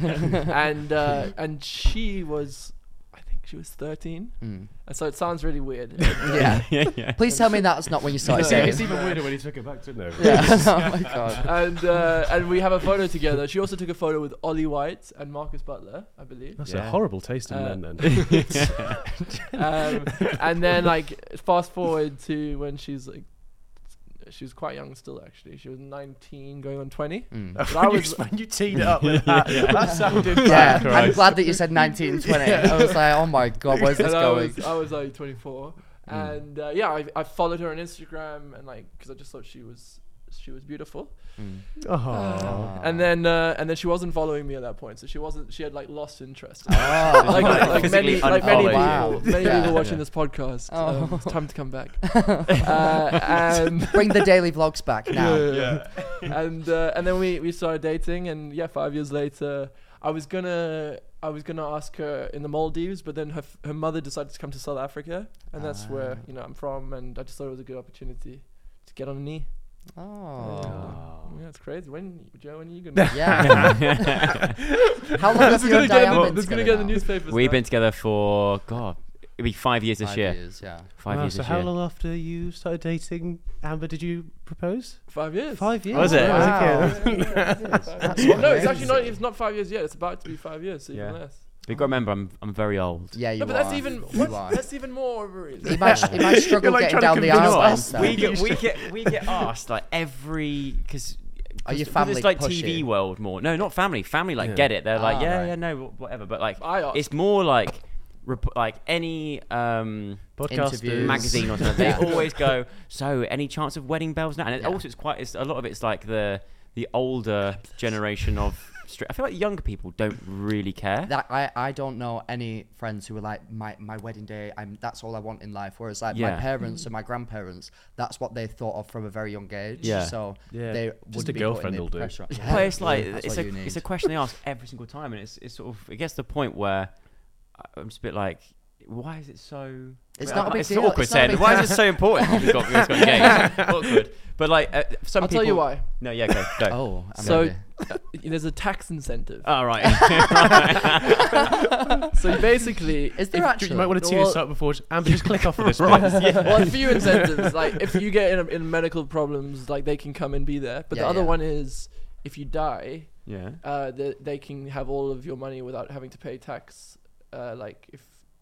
[SPEAKER 4] and uh, and she was I think she was 13.
[SPEAKER 5] Hmm.
[SPEAKER 1] Mm.
[SPEAKER 4] And so it sounds really weird. But
[SPEAKER 1] Yeah.
[SPEAKER 3] yeah, yeah.
[SPEAKER 1] Please tell me that's not when you started
[SPEAKER 2] It's, e-
[SPEAKER 1] saying
[SPEAKER 2] it's even weirder when he took it back to no.
[SPEAKER 1] Yeah. oh my god.
[SPEAKER 4] and uh, and we have a photo together. She also took a photo with Ollie White and Marcus Butler, I believe.
[SPEAKER 2] That's
[SPEAKER 3] Yeah.
[SPEAKER 2] a horrible taste in
[SPEAKER 4] Uh,
[SPEAKER 2] men. Then
[SPEAKER 4] um, and then like fast forward to when she's like she was quite young still actually she was 19 going on 20
[SPEAKER 1] Mm.
[SPEAKER 4] but i
[SPEAKER 5] When you-
[SPEAKER 4] was
[SPEAKER 5] when you teed it up with that, that sounded
[SPEAKER 1] Yeah,
[SPEAKER 5] bad.
[SPEAKER 1] I'm glad that you said 1920. I was like, oh my god, where's this
[SPEAKER 4] and I
[SPEAKER 1] going?
[SPEAKER 4] was, uh, I was only 24
[SPEAKER 5] Hmm.
[SPEAKER 4] and uh, yeah I, I followed her on instagram and like because i just thought she was she was beautiful
[SPEAKER 2] oh,
[SPEAKER 4] and then uh, and then she wasn't following me at that point so she wasn't she had like lost interest
[SPEAKER 1] Oh.
[SPEAKER 4] like, like, like
[SPEAKER 3] Physically
[SPEAKER 4] many, like many
[SPEAKER 3] unfollowed.
[SPEAKER 4] people,
[SPEAKER 1] Wow.
[SPEAKER 4] many
[SPEAKER 1] Yeah. Oh.
[SPEAKER 4] people watching this podcast. Um, it's time to come back. uh, and
[SPEAKER 1] Bring the daily vlogs back now.
[SPEAKER 4] yeah. and uh, and then we we started dating, and yeah, five years later, I was gonna I was gonna ask her in the Maldives, but then her f- her mother decided to come to South Africa, and that's where
[SPEAKER 1] Ah.
[SPEAKER 4] you know I'm from, and I just thought it was a good opportunity to get on a knee.
[SPEAKER 1] Oh.
[SPEAKER 4] Yeah, it's crazy. When Joe, when are you gonna?
[SPEAKER 1] Yeah. How long have you and
[SPEAKER 4] get in
[SPEAKER 1] Diana
[SPEAKER 4] the,
[SPEAKER 1] been
[SPEAKER 4] this is
[SPEAKER 1] together
[SPEAKER 4] gonna get in the
[SPEAKER 1] now?
[SPEAKER 4] newspapers.
[SPEAKER 3] We've
[SPEAKER 4] now.
[SPEAKER 3] been together for God, it'll be five years this
[SPEAKER 1] Five
[SPEAKER 3] year.
[SPEAKER 1] years, yeah.
[SPEAKER 3] Five years
[SPEAKER 5] so
[SPEAKER 3] this
[SPEAKER 5] how
[SPEAKER 3] year.
[SPEAKER 5] long after you started dating Amber did you propose?
[SPEAKER 4] five years.
[SPEAKER 5] Five years.
[SPEAKER 3] Was it?
[SPEAKER 1] Wow.
[SPEAKER 4] no, it's actually not.
[SPEAKER 1] amazing.
[SPEAKER 4] It's not five years yet. It's about to be five years, so
[SPEAKER 3] Yeah.
[SPEAKER 4] even less.
[SPEAKER 3] We've got to remember, I'm I'm very old.
[SPEAKER 1] Yeah, you
[SPEAKER 4] No, but
[SPEAKER 1] are.
[SPEAKER 4] that's even
[SPEAKER 1] You
[SPEAKER 4] what,
[SPEAKER 1] are.
[SPEAKER 4] that's even more of a reason.
[SPEAKER 1] He might, he might struggle
[SPEAKER 5] like
[SPEAKER 1] getting
[SPEAKER 5] trying
[SPEAKER 1] down
[SPEAKER 5] to
[SPEAKER 1] the
[SPEAKER 5] convince
[SPEAKER 1] aisle.
[SPEAKER 5] us.
[SPEAKER 1] stuff.
[SPEAKER 3] we get we get we get asked like every because.
[SPEAKER 1] Are your family
[SPEAKER 3] it's like
[SPEAKER 1] pushing?
[SPEAKER 3] TV world more. No, not family. Family like get it. They're
[SPEAKER 1] Ah,
[SPEAKER 3] like yeah
[SPEAKER 1] right.
[SPEAKER 3] yeah no wh- whatever. But like
[SPEAKER 4] I asked.
[SPEAKER 3] it's more like rep- like any um
[SPEAKER 1] Interviews.
[SPEAKER 3] magazine or something.
[SPEAKER 1] Yeah.
[SPEAKER 3] They always go so any chance of wedding bells now? And it, also it's quite it's, a lot of it's like the the older generation of. Stri- I feel like younger people don't really care.
[SPEAKER 1] That I, I don't know any friends who are like my, my wedding day. I'm that's all I want in life. Whereas like my
[SPEAKER 3] Yeah.
[SPEAKER 1] parents and my grandparents, that's what they thought of from a very young age.
[SPEAKER 3] Yeah.
[SPEAKER 1] So
[SPEAKER 2] Yeah.
[SPEAKER 1] they
[SPEAKER 2] Just
[SPEAKER 1] would
[SPEAKER 2] a
[SPEAKER 1] be putting
[SPEAKER 2] girlfriend
[SPEAKER 1] the
[SPEAKER 2] will do.
[SPEAKER 1] pressure on- Yeah,
[SPEAKER 3] But it's like
[SPEAKER 1] yeah, that's
[SPEAKER 3] it's
[SPEAKER 1] what
[SPEAKER 3] a
[SPEAKER 1] you need.
[SPEAKER 3] it's a question they ask every single time, and it's it's sort of it gets to the point where I'm just a bit like, why is it so?
[SPEAKER 1] It's not a big
[SPEAKER 3] it's
[SPEAKER 1] deal,
[SPEAKER 3] awkward
[SPEAKER 1] it's not a
[SPEAKER 3] saying
[SPEAKER 1] big
[SPEAKER 3] why
[SPEAKER 1] deal."
[SPEAKER 3] is it so important? We've got, we've got engaged. awkward. But like uh, some
[SPEAKER 4] I'll
[SPEAKER 3] people.
[SPEAKER 4] tell you why.
[SPEAKER 3] No, yeah, go. go.
[SPEAKER 1] Oh, I'm
[SPEAKER 4] So
[SPEAKER 1] ready.
[SPEAKER 4] uh, there's a tax incentive.
[SPEAKER 3] All right.
[SPEAKER 4] so basically,
[SPEAKER 1] is there actually?
[SPEAKER 5] You might want to tee
[SPEAKER 4] Well-
[SPEAKER 5] this up before Amber just click off of this bit.
[SPEAKER 4] well, there's a few incentives. Like if you get in, in medical problems, like they can come and be there. But
[SPEAKER 1] Yeah,
[SPEAKER 4] the other
[SPEAKER 1] yeah.
[SPEAKER 4] one is if you die,
[SPEAKER 3] yeah.
[SPEAKER 4] uh, they, they can have all of your money without having to pay tax. Uh, like if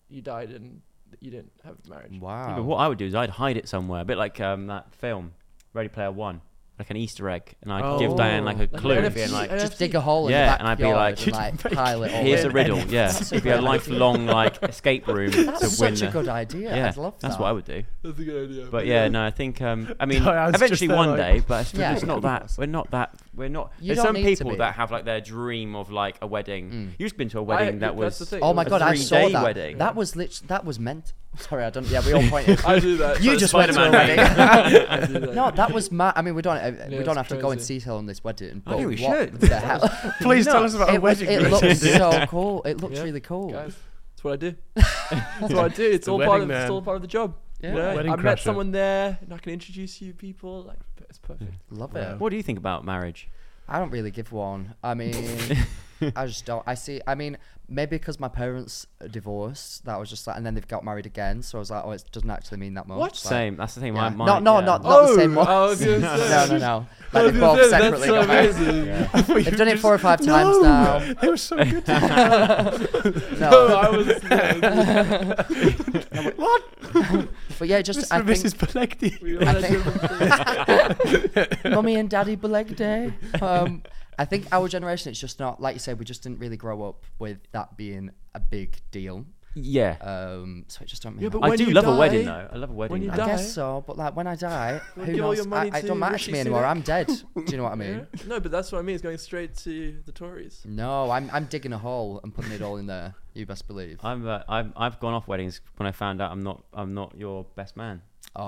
[SPEAKER 4] you died and you didn't have marriage.
[SPEAKER 3] Yeah,
[SPEAKER 1] wow.
[SPEAKER 3] but what I would do is I'd hide it somewhere, a bit like um, that film, Ready Player One, like an Easter egg, and I'd
[SPEAKER 1] Oh.
[SPEAKER 3] give Diane like a
[SPEAKER 4] Like
[SPEAKER 3] clue,
[SPEAKER 4] an
[SPEAKER 3] and being
[SPEAKER 4] NFT
[SPEAKER 3] like,
[SPEAKER 1] Just dig a hole
[SPEAKER 3] Yeah,
[SPEAKER 1] in
[SPEAKER 3] and
[SPEAKER 1] the
[SPEAKER 3] I'd be
[SPEAKER 1] backyard
[SPEAKER 3] like,
[SPEAKER 1] and like pile it all.
[SPEAKER 3] "Here's
[SPEAKER 1] in.
[SPEAKER 3] a riddle." Yeah, it'd be a
[SPEAKER 1] great
[SPEAKER 3] lifelong like escape room
[SPEAKER 1] That's
[SPEAKER 3] to win.
[SPEAKER 1] such a
[SPEAKER 3] the-
[SPEAKER 1] good idea.
[SPEAKER 3] Yeah,
[SPEAKER 1] I'd love that.
[SPEAKER 3] that's what I would do.
[SPEAKER 4] That's a good idea.
[SPEAKER 3] But yeah, no, I think um, I mean
[SPEAKER 5] I was just
[SPEAKER 3] eventually
[SPEAKER 5] there
[SPEAKER 3] one
[SPEAKER 5] like-
[SPEAKER 3] day, but it's,
[SPEAKER 1] Yeah,
[SPEAKER 3] it's
[SPEAKER 1] yeah,
[SPEAKER 3] not
[SPEAKER 1] of
[SPEAKER 3] that
[SPEAKER 1] course.
[SPEAKER 3] we're not that we're not.
[SPEAKER 1] You
[SPEAKER 3] there's
[SPEAKER 1] don't
[SPEAKER 3] some
[SPEAKER 1] need to
[SPEAKER 3] people
[SPEAKER 1] be. Mm.
[SPEAKER 3] that have like their dream of like a wedding. You've been to a wedding that
[SPEAKER 4] that's
[SPEAKER 3] was
[SPEAKER 4] the thing.
[SPEAKER 1] Oh my
[SPEAKER 3] a
[SPEAKER 1] god, I saw
[SPEAKER 3] three-day
[SPEAKER 1] that.
[SPEAKER 3] wedding.
[SPEAKER 1] That was lit. That was meant. Sorry, I don't. Yeah, we all pointed.
[SPEAKER 4] I do that.
[SPEAKER 1] you
[SPEAKER 4] That's
[SPEAKER 1] just went to a
[SPEAKER 3] Spider-Man
[SPEAKER 1] wedding.
[SPEAKER 4] I do that.
[SPEAKER 1] no, that was mad. I mean, we don't. uh, we
[SPEAKER 4] it's
[SPEAKER 1] don't have to go in
[SPEAKER 4] crazy.
[SPEAKER 1] detail on this wedding.
[SPEAKER 3] I
[SPEAKER 1] But
[SPEAKER 3] think we
[SPEAKER 1] what
[SPEAKER 3] should.
[SPEAKER 1] The hell?
[SPEAKER 2] Please tell us about a
[SPEAKER 1] it was-
[SPEAKER 2] wedding.
[SPEAKER 1] It
[SPEAKER 2] Richard.
[SPEAKER 1] looks so cool. It looks
[SPEAKER 4] Yeah,
[SPEAKER 1] really cool.
[SPEAKER 4] guys. That's what I do. That's what I do. It's
[SPEAKER 2] The
[SPEAKER 4] all part
[SPEAKER 2] wedding
[SPEAKER 4] of it's
[SPEAKER 2] man.
[SPEAKER 4] all part of the job.
[SPEAKER 1] Yeah.
[SPEAKER 4] You know,
[SPEAKER 2] Wedding
[SPEAKER 4] I met
[SPEAKER 2] crasher.
[SPEAKER 4] someone there, and I can introduce you people. Like it's perfect.
[SPEAKER 1] Love
[SPEAKER 2] Wow.
[SPEAKER 1] it.
[SPEAKER 3] What do you think about marriage?
[SPEAKER 1] I don't really give one. I mean, I just don't. I see. I mean, maybe because my parents divorced, that was just like, and then they've got married again. So I was like, oh, it doesn't actually mean that much. Like,
[SPEAKER 3] Same. That's the thing.
[SPEAKER 1] Yeah.
[SPEAKER 3] My, my,
[SPEAKER 1] no, no,
[SPEAKER 3] yeah.
[SPEAKER 1] not, not the
[SPEAKER 4] Oh,
[SPEAKER 1] same one.
[SPEAKER 4] I was gonna
[SPEAKER 1] no,
[SPEAKER 4] say.
[SPEAKER 1] no, no.
[SPEAKER 4] I
[SPEAKER 1] Like
[SPEAKER 4] was
[SPEAKER 1] they
[SPEAKER 4] gonna
[SPEAKER 1] both
[SPEAKER 4] say,
[SPEAKER 1] separately
[SPEAKER 4] that's
[SPEAKER 1] got married.
[SPEAKER 4] amazing.
[SPEAKER 1] They've done it four or five times now.
[SPEAKER 2] They were so good. To
[SPEAKER 1] No,
[SPEAKER 4] No, I was.
[SPEAKER 1] but yeah, just
[SPEAKER 2] Mr.
[SPEAKER 1] I
[SPEAKER 2] and Mrs.
[SPEAKER 1] think
[SPEAKER 2] Pilecki.
[SPEAKER 4] we were
[SPEAKER 1] I
[SPEAKER 4] like
[SPEAKER 1] think-
[SPEAKER 4] different
[SPEAKER 1] mummy and daddy beleg day. Um, I think our generation, it's just not like you said. We just didn't really grow up with that being a big deal.
[SPEAKER 3] Yeah.
[SPEAKER 1] Um, so it just don't mean.
[SPEAKER 4] Yeah,
[SPEAKER 1] that
[SPEAKER 4] but
[SPEAKER 3] I
[SPEAKER 4] when
[SPEAKER 3] do
[SPEAKER 4] you
[SPEAKER 3] love a
[SPEAKER 4] die-
[SPEAKER 3] wedding though. I love a wedding.
[SPEAKER 4] you
[SPEAKER 3] though.
[SPEAKER 1] I
[SPEAKER 4] die-
[SPEAKER 1] guess so, but like when I die,
[SPEAKER 4] Well,
[SPEAKER 1] who
[SPEAKER 4] give all
[SPEAKER 1] knows?
[SPEAKER 4] your money
[SPEAKER 1] I, I
[SPEAKER 4] to
[SPEAKER 1] don't matter
[SPEAKER 4] Rishi
[SPEAKER 1] to me anymore.
[SPEAKER 4] Sunak.
[SPEAKER 1] I'm dead. Do you know what I mean?
[SPEAKER 4] things. No, but that's what I mean. It's going straight to the Tories.
[SPEAKER 1] No, I'm I'm digging a hole and putting it all in there. You best believe.
[SPEAKER 3] I'm, uh, I'm I've gone off weddings when I found out I'm not I'm not your best man.
[SPEAKER 1] Oh,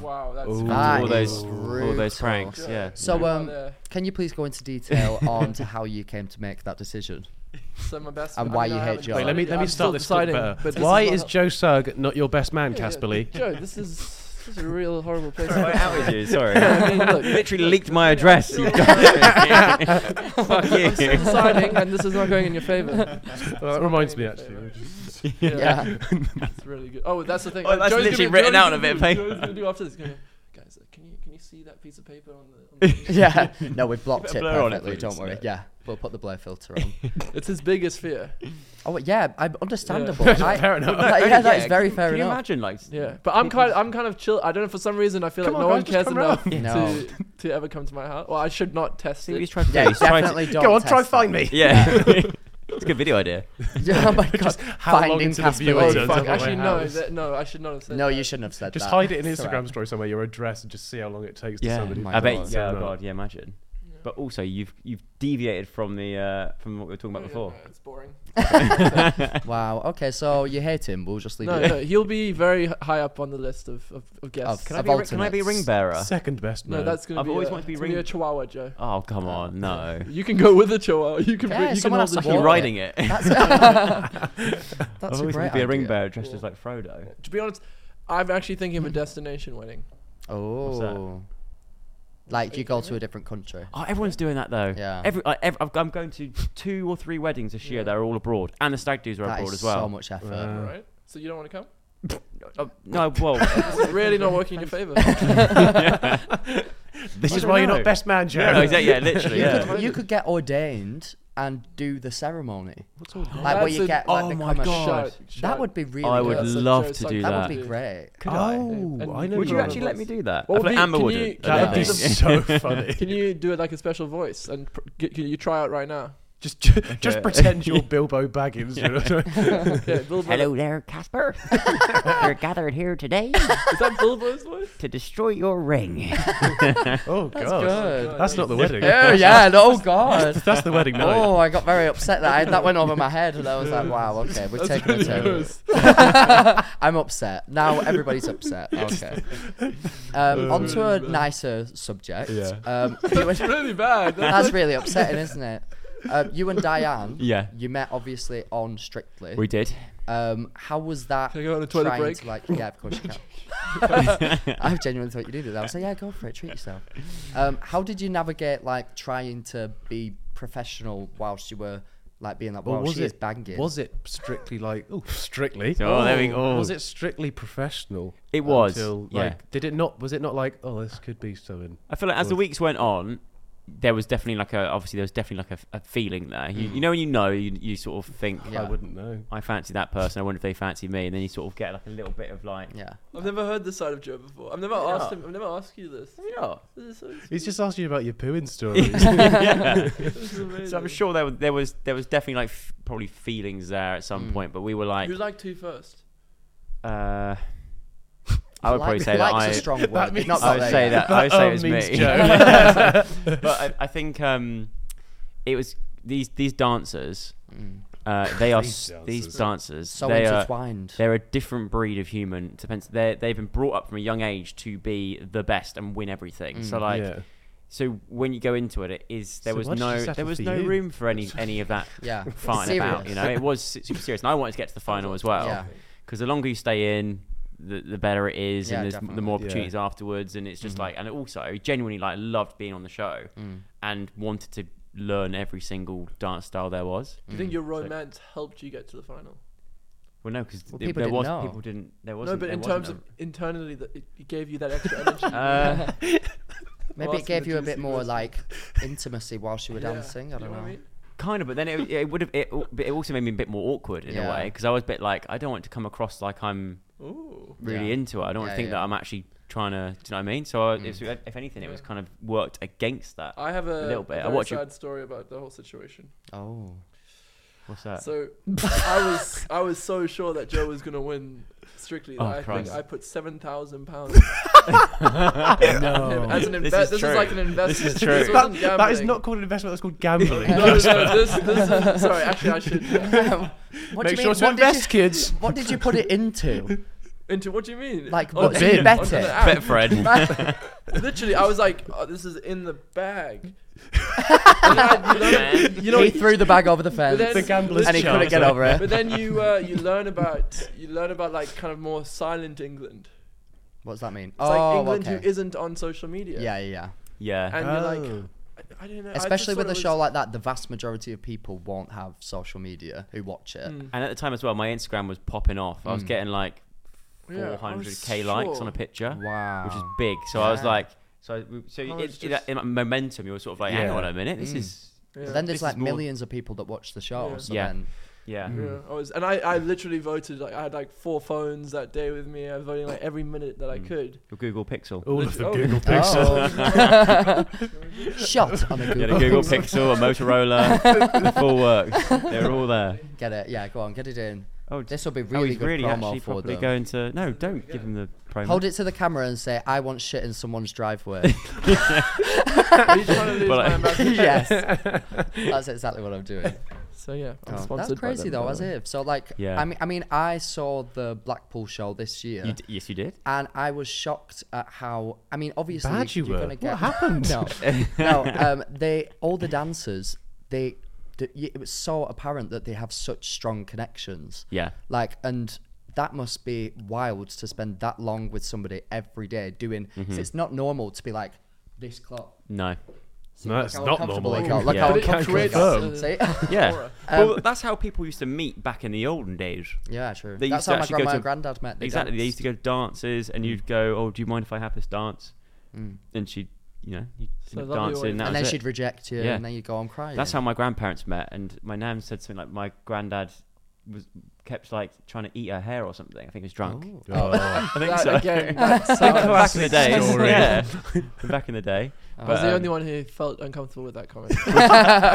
[SPEAKER 4] Wow, that's
[SPEAKER 2] Ooh.
[SPEAKER 1] That
[SPEAKER 3] all
[SPEAKER 1] is
[SPEAKER 3] those all
[SPEAKER 1] brutal.
[SPEAKER 3] those pranks. Yeah.
[SPEAKER 1] So
[SPEAKER 4] Yeah.
[SPEAKER 1] um,
[SPEAKER 4] Yeah.
[SPEAKER 1] can you please go into detail on to how you came to make that decision?
[SPEAKER 4] so my best.
[SPEAKER 1] And
[SPEAKER 4] I
[SPEAKER 1] why
[SPEAKER 4] mean,
[SPEAKER 1] you
[SPEAKER 4] I
[SPEAKER 1] hate
[SPEAKER 4] haven't
[SPEAKER 1] Joe.
[SPEAKER 2] Wait, let me
[SPEAKER 4] decided-
[SPEAKER 2] let me
[SPEAKER 4] I'm still
[SPEAKER 2] start this bit
[SPEAKER 4] deciding,
[SPEAKER 2] better.
[SPEAKER 4] but this
[SPEAKER 2] Why
[SPEAKER 4] is,
[SPEAKER 2] is
[SPEAKER 4] not-
[SPEAKER 2] Joe Sarg not your best man,
[SPEAKER 4] Yeah, yeah,
[SPEAKER 2] Casper Lee?
[SPEAKER 4] Joe, this is this is a real horrible place.
[SPEAKER 3] Sorry, I outed you. Sorry.
[SPEAKER 4] I mean, look,
[SPEAKER 3] you literally leaked my address. You Fuck
[SPEAKER 4] I'm still
[SPEAKER 3] you.
[SPEAKER 4] deciding, and this is not going in your favor.
[SPEAKER 2] Well, that reminds me actually.
[SPEAKER 1] Yeah.
[SPEAKER 4] It's really good. Oh, that's the thing.
[SPEAKER 3] Oh, that's
[SPEAKER 4] Joe's
[SPEAKER 3] literally
[SPEAKER 4] gonna,
[SPEAKER 3] written
[SPEAKER 4] Joe's
[SPEAKER 3] out on a
[SPEAKER 4] gonna
[SPEAKER 3] bit of
[SPEAKER 4] do-
[SPEAKER 3] paper.
[SPEAKER 4] Joe's gonna do after this. Gonna, Guys, uh, can you can you see that piece of paper on the? On the
[SPEAKER 1] yeah. No, we've blocked
[SPEAKER 3] Put a
[SPEAKER 1] it
[SPEAKER 3] blur on it,
[SPEAKER 1] perfectly. don't
[SPEAKER 3] please.
[SPEAKER 1] worry. Yeah, we'll put the blur filter on.
[SPEAKER 4] it's his biggest fear.
[SPEAKER 1] oh yeah, I'm understandable. I,
[SPEAKER 2] Fair enough.
[SPEAKER 1] like, yeah, that is very
[SPEAKER 3] can,
[SPEAKER 1] fair
[SPEAKER 3] Can you
[SPEAKER 1] enough.
[SPEAKER 3] imagine, like,
[SPEAKER 4] Yeah, but I'm kind I'm kind of chill. I don't know. For some reason, I feel
[SPEAKER 2] Come
[SPEAKER 4] like
[SPEAKER 2] on,
[SPEAKER 4] no
[SPEAKER 2] guys,
[SPEAKER 4] one
[SPEAKER 2] just
[SPEAKER 4] cares
[SPEAKER 2] come
[SPEAKER 4] enough
[SPEAKER 1] round.
[SPEAKER 4] to, to ever come to my house. Well, I should not test
[SPEAKER 3] See what he's
[SPEAKER 4] it.
[SPEAKER 3] trying to
[SPEAKER 1] Yeah,
[SPEAKER 3] do. He's trying to-
[SPEAKER 1] definitely don't.
[SPEAKER 2] Go on, try
[SPEAKER 1] test
[SPEAKER 2] find
[SPEAKER 1] that.
[SPEAKER 2] me.
[SPEAKER 3] Yeah. it's a good video idea.
[SPEAKER 1] Yeah, oh my god.
[SPEAKER 2] how long
[SPEAKER 1] Finding
[SPEAKER 2] until the
[SPEAKER 1] Casper
[SPEAKER 2] viewer
[SPEAKER 1] Lee.
[SPEAKER 2] turns
[SPEAKER 4] Oh,
[SPEAKER 2] up
[SPEAKER 4] fuck.
[SPEAKER 2] at my
[SPEAKER 4] Actually, no,
[SPEAKER 2] house.
[SPEAKER 4] that, no. I should not have said.
[SPEAKER 1] No,
[SPEAKER 4] that.
[SPEAKER 1] you shouldn't have said
[SPEAKER 2] Just
[SPEAKER 1] that.
[SPEAKER 2] hide it in
[SPEAKER 1] It's all
[SPEAKER 2] Instagram
[SPEAKER 1] right.
[SPEAKER 2] story somewhere, your address, and just see how long it takes to
[SPEAKER 3] Yeah.
[SPEAKER 2] somebody.
[SPEAKER 1] My
[SPEAKER 3] I bet.
[SPEAKER 1] God.
[SPEAKER 3] Yeah.
[SPEAKER 2] Yeah.
[SPEAKER 3] Oh god. Yeah. Imagine. But also, you've you've deviated from the uh, from what we were talking about before.
[SPEAKER 4] It's boring.
[SPEAKER 1] Wow. Okay, so you hate him. We'll just leave
[SPEAKER 4] No,
[SPEAKER 1] it.
[SPEAKER 4] no, he'll be very h- high up on the list of, of, of guests.
[SPEAKER 3] Can
[SPEAKER 1] Of
[SPEAKER 3] I be a ri- can I be a
[SPEAKER 1] alternates.
[SPEAKER 3] ring bearer?
[SPEAKER 2] Second best man.
[SPEAKER 4] no, that's gonna
[SPEAKER 3] I've
[SPEAKER 4] be.
[SPEAKER 3] always
[SPEAKER 4] a,
[SPEAKER 3] wanted to be
[SPEAKER 4] it's gonna
[SPEAKER 3] ring-
[SPEAKER 4] a chihuahua, Joe.
[SPEAKER 3] Oh come on, no.
[SPEAKER 4] You can go with a chihuahua. You can.
[SPEAKER 1] Yeah,
[SPEAKER 4] bring- you
[SPEAKER 1] someone
[SPEAKER 4] can
[SPEAKER 1] has
[SPEAKER 4] hold
[SPEAKER 1] to
[SPEAKER 4] the
[SPEAKER 3] You're
[SPEAKER 1] Wallet.
[SPEAKER 3] riding
[SPEAKER 4] chihuahua.
[SPEAKER 3] it.
[SPEAKER 1] That's, that's
[SPEAKER 3] I've
[SPEAKER 1] a great
[SPEAKER 3] always wanted to be a ring
[SPEAKER 1] idea.
[SPEAKER 3] bearer dressed as like Frodo.
[SPEAKER 4] To be honest, I'm actually thinking of a destination wedding.
[SPEAKER 3] that?
[SPEAKER 1] Oh. Like you go to a different country.
[SPEAKER 3] Oh, everyone's doing that though.
[SPEAKER 1] Yeah.
[SPEAKER 3] Every, I, ev I'm going to two or three weddings this year.
[SPEAKER 4] Yeah.
[SPEAKER 3] that are all abroad, and the stag do's are
[SPEAKER 1] That
[SPEAKER 3] abroad
[SPEAKER 1] is
[SPEAKER 3] as well.
[SPEAKER 1] so much effort.
[SPEAKER 2] Wow.
[SPEAKER 4] Right? So you don't want to come?
[SPEAKER 3] Oh, no, well,
[SPEAKER 4] It's really not working in your favor.
[SPEAKER 2] this
[SPEAKER 3] I
[SPEAKER 2] is
[SPEAKER 3] don't
[SPEAKER 2] why you're
[SPEAKER 3] know.
[SPEAKER 2] not best man, Joe.
[SPEAKER 3] no, exactly, yeah, literally,
[SPEAKER 1] you,
[SPEAKER 3] yeah.
[SPEAKER 1] could, you could get ordained and do the ceremony. Like where
[SPEAKER 4] That's
[SPEAKER 1] you
[SPEAKER 4] a-
[SPEAKER 1] get like
[SPEAKER 3] oh
[SPEAKER 1] the
[SPEAKER 3] my
[SPEAKER 1] commercial-
[SPEAKER 3] God.
[SPEAKER 4] Shout-
[SPEAKER 1] That
[SPEAKER 4] shout-
[SPEAKER 1] would be really
[SPEAKER 3] I would
[SPEAKER 1] good.
[SPEAKER 4] that's a
[SPEAKER 3] love
[SPEAKER 4] Joe's
[SPEAKER 3] to
[SPEAKER 4] like-
[SPEAKER 3] do
[SPEAKER 1] that,
[SPEAKER 3] that.
[SPEAKER 1] would be great.
[SPEAKER 2] Oh,
[SPEAKER 4] And
[SPEAKER 2] I know.
[SPEAKER 3] Would you
[SPEAKER 2] people.
[SPEAKER 3] actually let me do that?
[SPEAKER 4] What
[SPEAKER 3] I feel like
[SPEAKER 4] would be-
[SPEAKER 3] Amber
[SPEAKER 4] can
[SPEAKER 3] would.
[SPEAKER 4] you-
[SPEAKER 3] I don't
[SPEAKER 2] That'd be
[SPEAKER 3] think.
[SPEAKER 2] so funny.
[SPEAKER 4] Can you do it like a special voice and pr- g- can you try it right now?
[SPEAKER 2] Just, just, pretend you're Bilbo Baggins. You know what I mean?
[SPEAKER 4] Yeah, Bilbo.
[SPEAKER 7] Hello there, Casper. We're gathered here today
[SPEAKER 4] Is that Bilbo's voice?
[SPEAKER 7] to destroy your ring.
[SPEAKER 2] Oh
[SPEAKER 1] That's
[SPEAKER 2] god,
[SPEAKER 1] good.
[SPEAKER 2] that's not the wedding.
[SPEAKER 1] Oh yeah, no, oh god.
[SPEAKER 2] That's the wedding night.
[SPEAKER 1] Oh, I got very upset that I, that went over my head, and I was like, "Wow, okay, we're
[SPEAKER 4] That's
[SPEAKER 1] taking
[SPEAKER 4] really
[SPEAKER 1] a turn."
[SPEAKER 4] gross.
[SPEAKER 1] I'm upset now. Everybody's upset. Okay. Um, on to a nicer subject.
[SPEAKER 2] Yeah.
[SPEAKER 1] Um, you and-
[SPEAKER 4] It's really bad. That's
[SPEAKER 1] that's really upsetting, isn't it? Um, you and Diane.
[SPEAKER 3] Yeah.
[SPEAKER 1] You met obviously on Strictly.
[SPEAKER 3] We did.
[SPEAKER 1] Um, how was that?
[SPEAKER 4] Can I go on a toilet
[SPEAKER 1] trying
[SPEAKER 4] break?
[SPEAKER 1] To like, yeah, of course you can. I genuinely thought you needed that. I was like, yeah, go for it, treat yourself. Um, how did you navigate like trying to be professional whilst you were like being like,
[SPEAKER 2] Well,
[SPEAKER 1] wow,
[SPEAKER 2] was
[SPEAKER 1] she
[SPEAKER 2] it
[SPEAKER 1] is banging?
[SPEAKER 2] Was it strictly like oh strictly?
[SPEAKER 3] Oh, there we go.
[SPEAKER 2] Was it strictly professional?
[SPEAKER 3] It was,
[SPEAKER 2] Until,
[SPEAKER 3] yeah.
[SPEAKER 2] Like, did it not? Was it not like oh this could be something?
[SPEAKER 3] I feel like as the
[SPEAKER 2] Good.
[SPEAKER 3] weeks went on, there was definitely like a obviously there was definitely like a, a feeling there. You,
[SPEAKER 1] Mm.
[SPEAKER 3] you know, when you know, you, you sort of think. "Oh,
[SPEAKER 1] Yeah.
[SPEAKER 2] I wouldn't know.
[SPEAKER 3] I fancy that person. I wonder if they fancy me, and then you sort of get like a little bit of like,
[SPEAKER 1] Yeah.
[SPEAKER 4] I've never heard this side of Joe before. I've never asked him. I've never asked you this.
[SPEAKER 3] you know.
[SPEAKER 4] This is, so-
[SPEAKER 2] He's just asking you about your pooing stories.
[SPEAKER 4] this is amazing.
[SPEAKER 3] So I'm sure there was there was there was definitely like f- probably feelings there at some point, but we were like,
[SPEAKER 4] Who liked two first?
[SPEAKER 3] uh, I would probably
[SPEAKER 1] Like-
[SPEAKER 3] say that
[SPEAKER 1] like's
[SPEAKER 3] I,
[SPEAKER 1] a strong word.
[SPEAKER 2] that
[SPEAKER 1] It's
[SPEAKER 2] means-
[SPEAKER 1] not
[SPEAKER 3] I would
[SPEAKER 1] there
[SPEAKER 3] say
[SPEAKER 1] yet.
[SPEAKER 3] that I would say it
[SPEAKER 2] um
[SPEAKER 3] was
[SPEAKER 2] means
[SPEAKER 3] me.
[SPEAKER 2] Joe.
[SPEAKER 3] but I, I think um, it was these these dancers. Uh, they are
[SPEAKER 2] These
[SPEAKER 3] s- these
[SPEAKER 2] dancers.
[SPEAKER 3] dancers.
[SPEAKER 1] Mm. So
[SPEAKER 3] they are-
[SPEAKER 1] intertwined.
[SPEAKER 3] they're a different breed of human. It Depends. They they've been brought up from a young age to be the best and win everything. so
[SPEAKER 1] Mm.
[SPEAKER 3] like,
[SPEAKER 2] yeah.
[SPEAKER 3] so when you go into it, it is there
[SPEAKER 2] So
[SPEAKER 3] was
[SPEAKER 2] why did you
[SPEAKER 3] no
[SPEAKER 2] settle
[SPEAKER 3] there was
[SPEAKER 2] for
[SPEAKER 3] no
[SPEAKER 2] you?
[SPEAKER 3] room for any any of that
[SPEAKER 1] Yeah.
[SPEAKER 3] farting about. You know, it was s- super serious, and I wanted to get to the final as well.
[SPEAKER 1] Yeah.
[SPEAKER 3] Because the longer you stay in, the, the better it is,
[SPEAKER 1] Yeah,
[SPEAKER 3] and there's
[SPEAKER 1] definitely. Mm.
[SPEAKER 3] the more
[SPEAKER 2] Yeah.
[SPEAKER 3] opportunities afterwards. And it's just like, and also genuinely like loved being on the show and wanted to learn every single dance style there was.
[SPEAKER 4] Do you think your romance helped you get to the final?
[SPEAKER 3] Well, no, because
[SPEAKER 1] Well,
[SPEAKER 3] there
[SPEAKER 1] people
[SPEAKER 3] there
[SPEAKER 1] didn't
[SPEAKER 3] was
[SPEAKER 1] know.
[SPEAKER 3] people didn't there
[SPEAKER 4] no,
[SPEAKER 3] wasn't.
[SPEAKER 4] but
[SPEAKER 3] there
[SPEAKER 4] in terms of
[SPEAKER 3] wasn't
[SPEAKER 4] internally, that it, it gave you that extra energy.
[SPEAKER 3] a- Uh,
[SPEAKER 1] Maybe
[SPEAKER 4] Whilst
[SPEAKER 1] it gave
[SPEAKER 4] the
[SPEAKER 1] you a
[SPEAKER 4] juicy
[SPEAKER 1] bit more
[SPEAKER 4] was-
[SPEAKER 1] like intimacy whilst you were
[SPEAKER 4] Yeah.
[SPEAKER 1] dancing. I
[SPEAKER 4] Do
[SPEAKER 1] don't
[SPEAKER 4] you what
[SPEAKER 1] know.
[SPEAKER 4] mean?
[SPEAKER 3] Kind of, but then it, it would have. It, but it also made me a bit more awkward in a
[SPEAKER 1] Yeah.
[SPEAKER 3] way because I was a bit like, I don't want it to come across like I'm
[SPEAKER 4] Ooh.
[SPEAKER 3] really
[SPEAKER 1] Yeah.
[SPEAKER 3] into it. I don't want
[SPEAKER 1] Yeah, Mm.
[SPEAKER 3] to think that
[SPEAKER 1] yeah.
[SPEAKER 3] I'm actually trying to. Do you know what I mean? So I, if, if anything, it was kind of worked against that.
[SPEAKER 4] I have a,
[SPEAKER 3] A little bit. I
[SPEAKER 4] very
[SPEAKER 3] watch it-
[SPEAKER 4] sad story about the whole situation.
[SPEAKER 1] Oh.
[SPEAKER 3] What's that?
[SPEAKER 4] So I was I was so sure that Joe was gonna win strictly. That
[SPEAKER 3] Oh,
[SPEAKER 4] I
[SPEAKER 3] Christ.
[SPEAKER 4] think I put seven thousand pounds as an investment.
[SPEAKER 3] This
[SPEAKER 4] This,
[SPEAKER 3] is
[SPEAKER 4] is
[SPEAKER 3] true.
[SPEAKER 4] like an investment.
[SPEAKER 3] This is
[SPEAKER 4] This
[SPEAKER 3] true.
[SPEAKER 4] wasn't
[SPEAKER 5] That is
[SPEAKER 4] gambling.
[SPEAKER 5] not called an investment. That's called gambling.
[SPEAKER 4] No, no, no. This, this is, sorry, actually, I should.
[SPEAKER 1] What
[SPEAKER 5] Make sure to
[SPEAKER 1] What did
[SPEAKER 5] invest, kids.
[SPEAKER 1] You, what did you put it into?
[SPEAKER 4] Into what do you mean?
[SPEAKER 1] Like,
[SPEAKER 4] On-
[SPEAKER 1] what did you
[SPEAKER 4] on-
[SPEAKER 1] bet
[SPEAKER 4] on
[SPEAKER 1] it?
[SPEAKER 4] the app.
[SPEAKER 3] Betfred.
[SPEAKER 4] Literally, I was like, oh, "This is in the bag." And I- you know-
[SPEAKER 3] Man.
[SPEAKER 4] you know,
[SPEAKER 1] he threw the bag over the fence
[SPEAKER 4] then- The gambler's
[SPEAKER 1] and he couldn't get over it.
[SPEAKER 4] but then you uh, you learn about you learn about like kind of more silent England.
[SPEAKER 1] What's that mean?
[SPEAKER 4] It's like England
[SPEAKER 1] Oh, okay.
[SPEAKER 4] who isn't on social media.
[SPEAKER 1] Yeah, yeah, yeah.
[SPEAKER 3] yeah.
[SPEAKER 4] and you're
[SPEAKER 2] Oh.
[SPEAKER 4] like, I, I don't know. I just
[SPEAKER 1] Especially
[SPEAKER 4] thought
[SPEAKER 1] with
[SPEAKER 4] it
[SPEAKER 1] a
[SPEAKER 4] was-
[SPEAKER 1] show like that, the vast majority of people won't have social media who watch
[SPEAKER 4] Mm,
[SPEAKER 1] it.
[SPEAKER 3] And at the time as well, my Instagram was popping off.
[SPEAKER 1] Hmm.
[SPEAKER 3] I was getting like
[SPEAKER 4] Yeah, I was
[SPEAKER 3] 400k likes on a
[SPEAKER 4] sure.
[SPEAKER 3] picture,
[SPEAKER 1] Wow.
[SPEAKER 3] which is big. So I was like, so we- so
[SPEAKER 4] I
[SPEAKER 3] it,
[SPEAKER 4] was
[SPEAKER 3] it-
[SPEAKER 4] just-
[SPEAKER 3] in that momentum, you were sort of like, hang
[SPEAKER 2] Yeah.
[SPEAKER 3] on a minute,
[SPEAKER 1] Hmm.
[SPEAKER 3] this is
[SPEAKER 4] Yeah.
[SPEAKER 1] But then
[SPEAKER 3] This
[SPEAKER 1] there's
[SPEAKER 3] is
[SPEAKER 1] like
[SPEAKER 3] more-
[SPEAKER 1] millions of people that watch the show.
[SPEAKER 4] Yeah.
[SPEAKER 1] So
[SPEAKER 3] Yeah.
[SPEAKER 1] then
[SPEAKER 3] yeah.
[SPEAKER 4] Yeah, I was, and I, I literally voted. Like, I had like four phones that day with me. I was voting like every minute that I
[SPEAKER 3] Mm.
[SPEAKER 4] could.
[SPEAKER 3] Your Google Pixel.
[SPEAKER 2] All of the
[SPEAKER 4] Oh.
[SPEAKER 2] Google Pixel.
[SPEAKER 1] Oh. Shot on a
[SPEAKER 3] You had
[SPEAKER 1] Google.
[SPEAKER 3] a Google Pixel, a Motorola, the full works. They were all there.
[SPEAKER 1] Get it? Yeah, go on, get it in.
[SPEAKER 3] Oh,
[SPEAKER 1] This will be
[SPEAKER 3] Oh,
[SPEAKER 1] really
[SPEAKER 3] he's
[SPEAKER 1] good
[SPEAKER 3] really
[SPEAKER 1] promo
[SPEAKER 3] actually
[SPEAKER 1] for
[SPEAKER 3] probably
[SPEAKER 1] them.
[SPEAKER 3] going to. No, don't give him the promo.
[SPEAKER 1] Hold it to the camera and say, "I want shit in someone's driveway."
[SPEAKER 4] Are you trying to lose
[SPEAKER 3] Well,
[SPEAKER 4] my
[SPEAKER 3] I-
[SPEAKER 4] ambassador?
[SPEAKER 1] yes, that's exactly what I'm doing.
[SPEAKER 4] So yeah, I'm
[SPEAKER 1] Oh,
[SPEAKER 4] sponsored
[SPEAKER 1] that's
[SPEAKER 4] by
[SPEAKER 1] crazy
[SPEAKER 4] them, by
[SPEAKER 1] though,
[SPEAKER 4] the
[SPEAKER 1] as
[SPEAKER 4] way.
[SPEAKER 1] if. So like,
[SPEAKER 3] Yeah.
[SPEAKER 1] I mean, I mean, I saw the Blackpool show this year.
[SPEAKER 3] You d- yes, you did.
[SPEAKER 1] and I was shocked at how. I mean, obviously,
[SPEAKER 5] Bad you
[SPEAKER 1] you're
[SPEAKER 5] were.
[SPEAKER 1] gonna
[SPEAKER 5] What
[SPEAKER 1] get.
[SPEAKER 5] happened?
[SPEAKER 1] no, no. Um, they all the dancers. They, d- y it was so apparent that they have such strong connections.
[SPEAKER 3] Yeah.
[SPEAKER 1] Like, and that must be wild to spend that long with somebody every day doing. 'cause it's not normal to be like this close.
[SPEAKER 3] No.
[SPEAKER 2] No, that's
[SPEAKER 1] how
[SPEAKER 2] not
[SPEAKER 1] uncomfortable
[SPEAKER 2] normal.
[SPEAKER 1] they got. Look
[SPEAKER 3] Yeah.
[SPEAKER 1] how
[SPEAKER 3] But
[SPEAKER 4] it
[SPEAKER 1] uncomfortable they got.
[SPEAKER 4] creates,
[SPEAKER 1] See?
[SPEAKER 3] Yeah.
[SPEAKER 4] Aura.
[SPEAKER 3] well, that's how people used to meet back in the olden days.
[SPEAKER 1] Um, yeah, true.
[SPEAKER 3] They
[SPEAKER 1] That's
[SPEAKER 3] used
[SPEAKER 1] how
[SPEAKER 3] to
[SPEAKER 1] my
[SPEAKER 3] actually
[SPEAKER 1] grandma
[SPEAKER 3] go to,
[SPEAKER 1] and granddad met. They
[SPEAKER 3] exactly. They used to
[SPEAKER 1] danced. Mm.
[SPEAKER 3] go to dances, and you'd go, "Oh, do you mind if I have this dance?" And she, would you know, you'd end
[SPEAKER 4] lovely
[SPEAKER 3] up dancing.
[SPEAKER 4] audience.
[SPEAKER 3] And, that
[SPEAKER 1] and
[SPEAKER 3] was
[SPEAKER 1] then
[SPEAKER 3] it.
[SPEAKER 1] she'd reject you,
[SPEAKER 3] Yeah.
[SPEAKER 1] and then you go, "I'm crying."
[SPEAKER 3] That's how my grandparents met, and my nan said something like, "My granddad was kept like trying to eat her hair or something. I think he was drunk."
[SPEAKER 2] Oh.
[SPEAKER 3] I think
[SPEAKER 4] That
[SPEAKER 3] so.
[SPEAKER 4] Uh, again, that sounds-
[SPEAKER 3] back in the day,
[SPEAKER 2] story.
[SPEAKER 3] yeah. back in the day.
[SPEAKER 4] I was
[SPEAKER 3] But,
[SPEAKER 4] the
[SPEAKER 3] um,
[SPEAKER 4] only one who felt uncomfortable with that comment.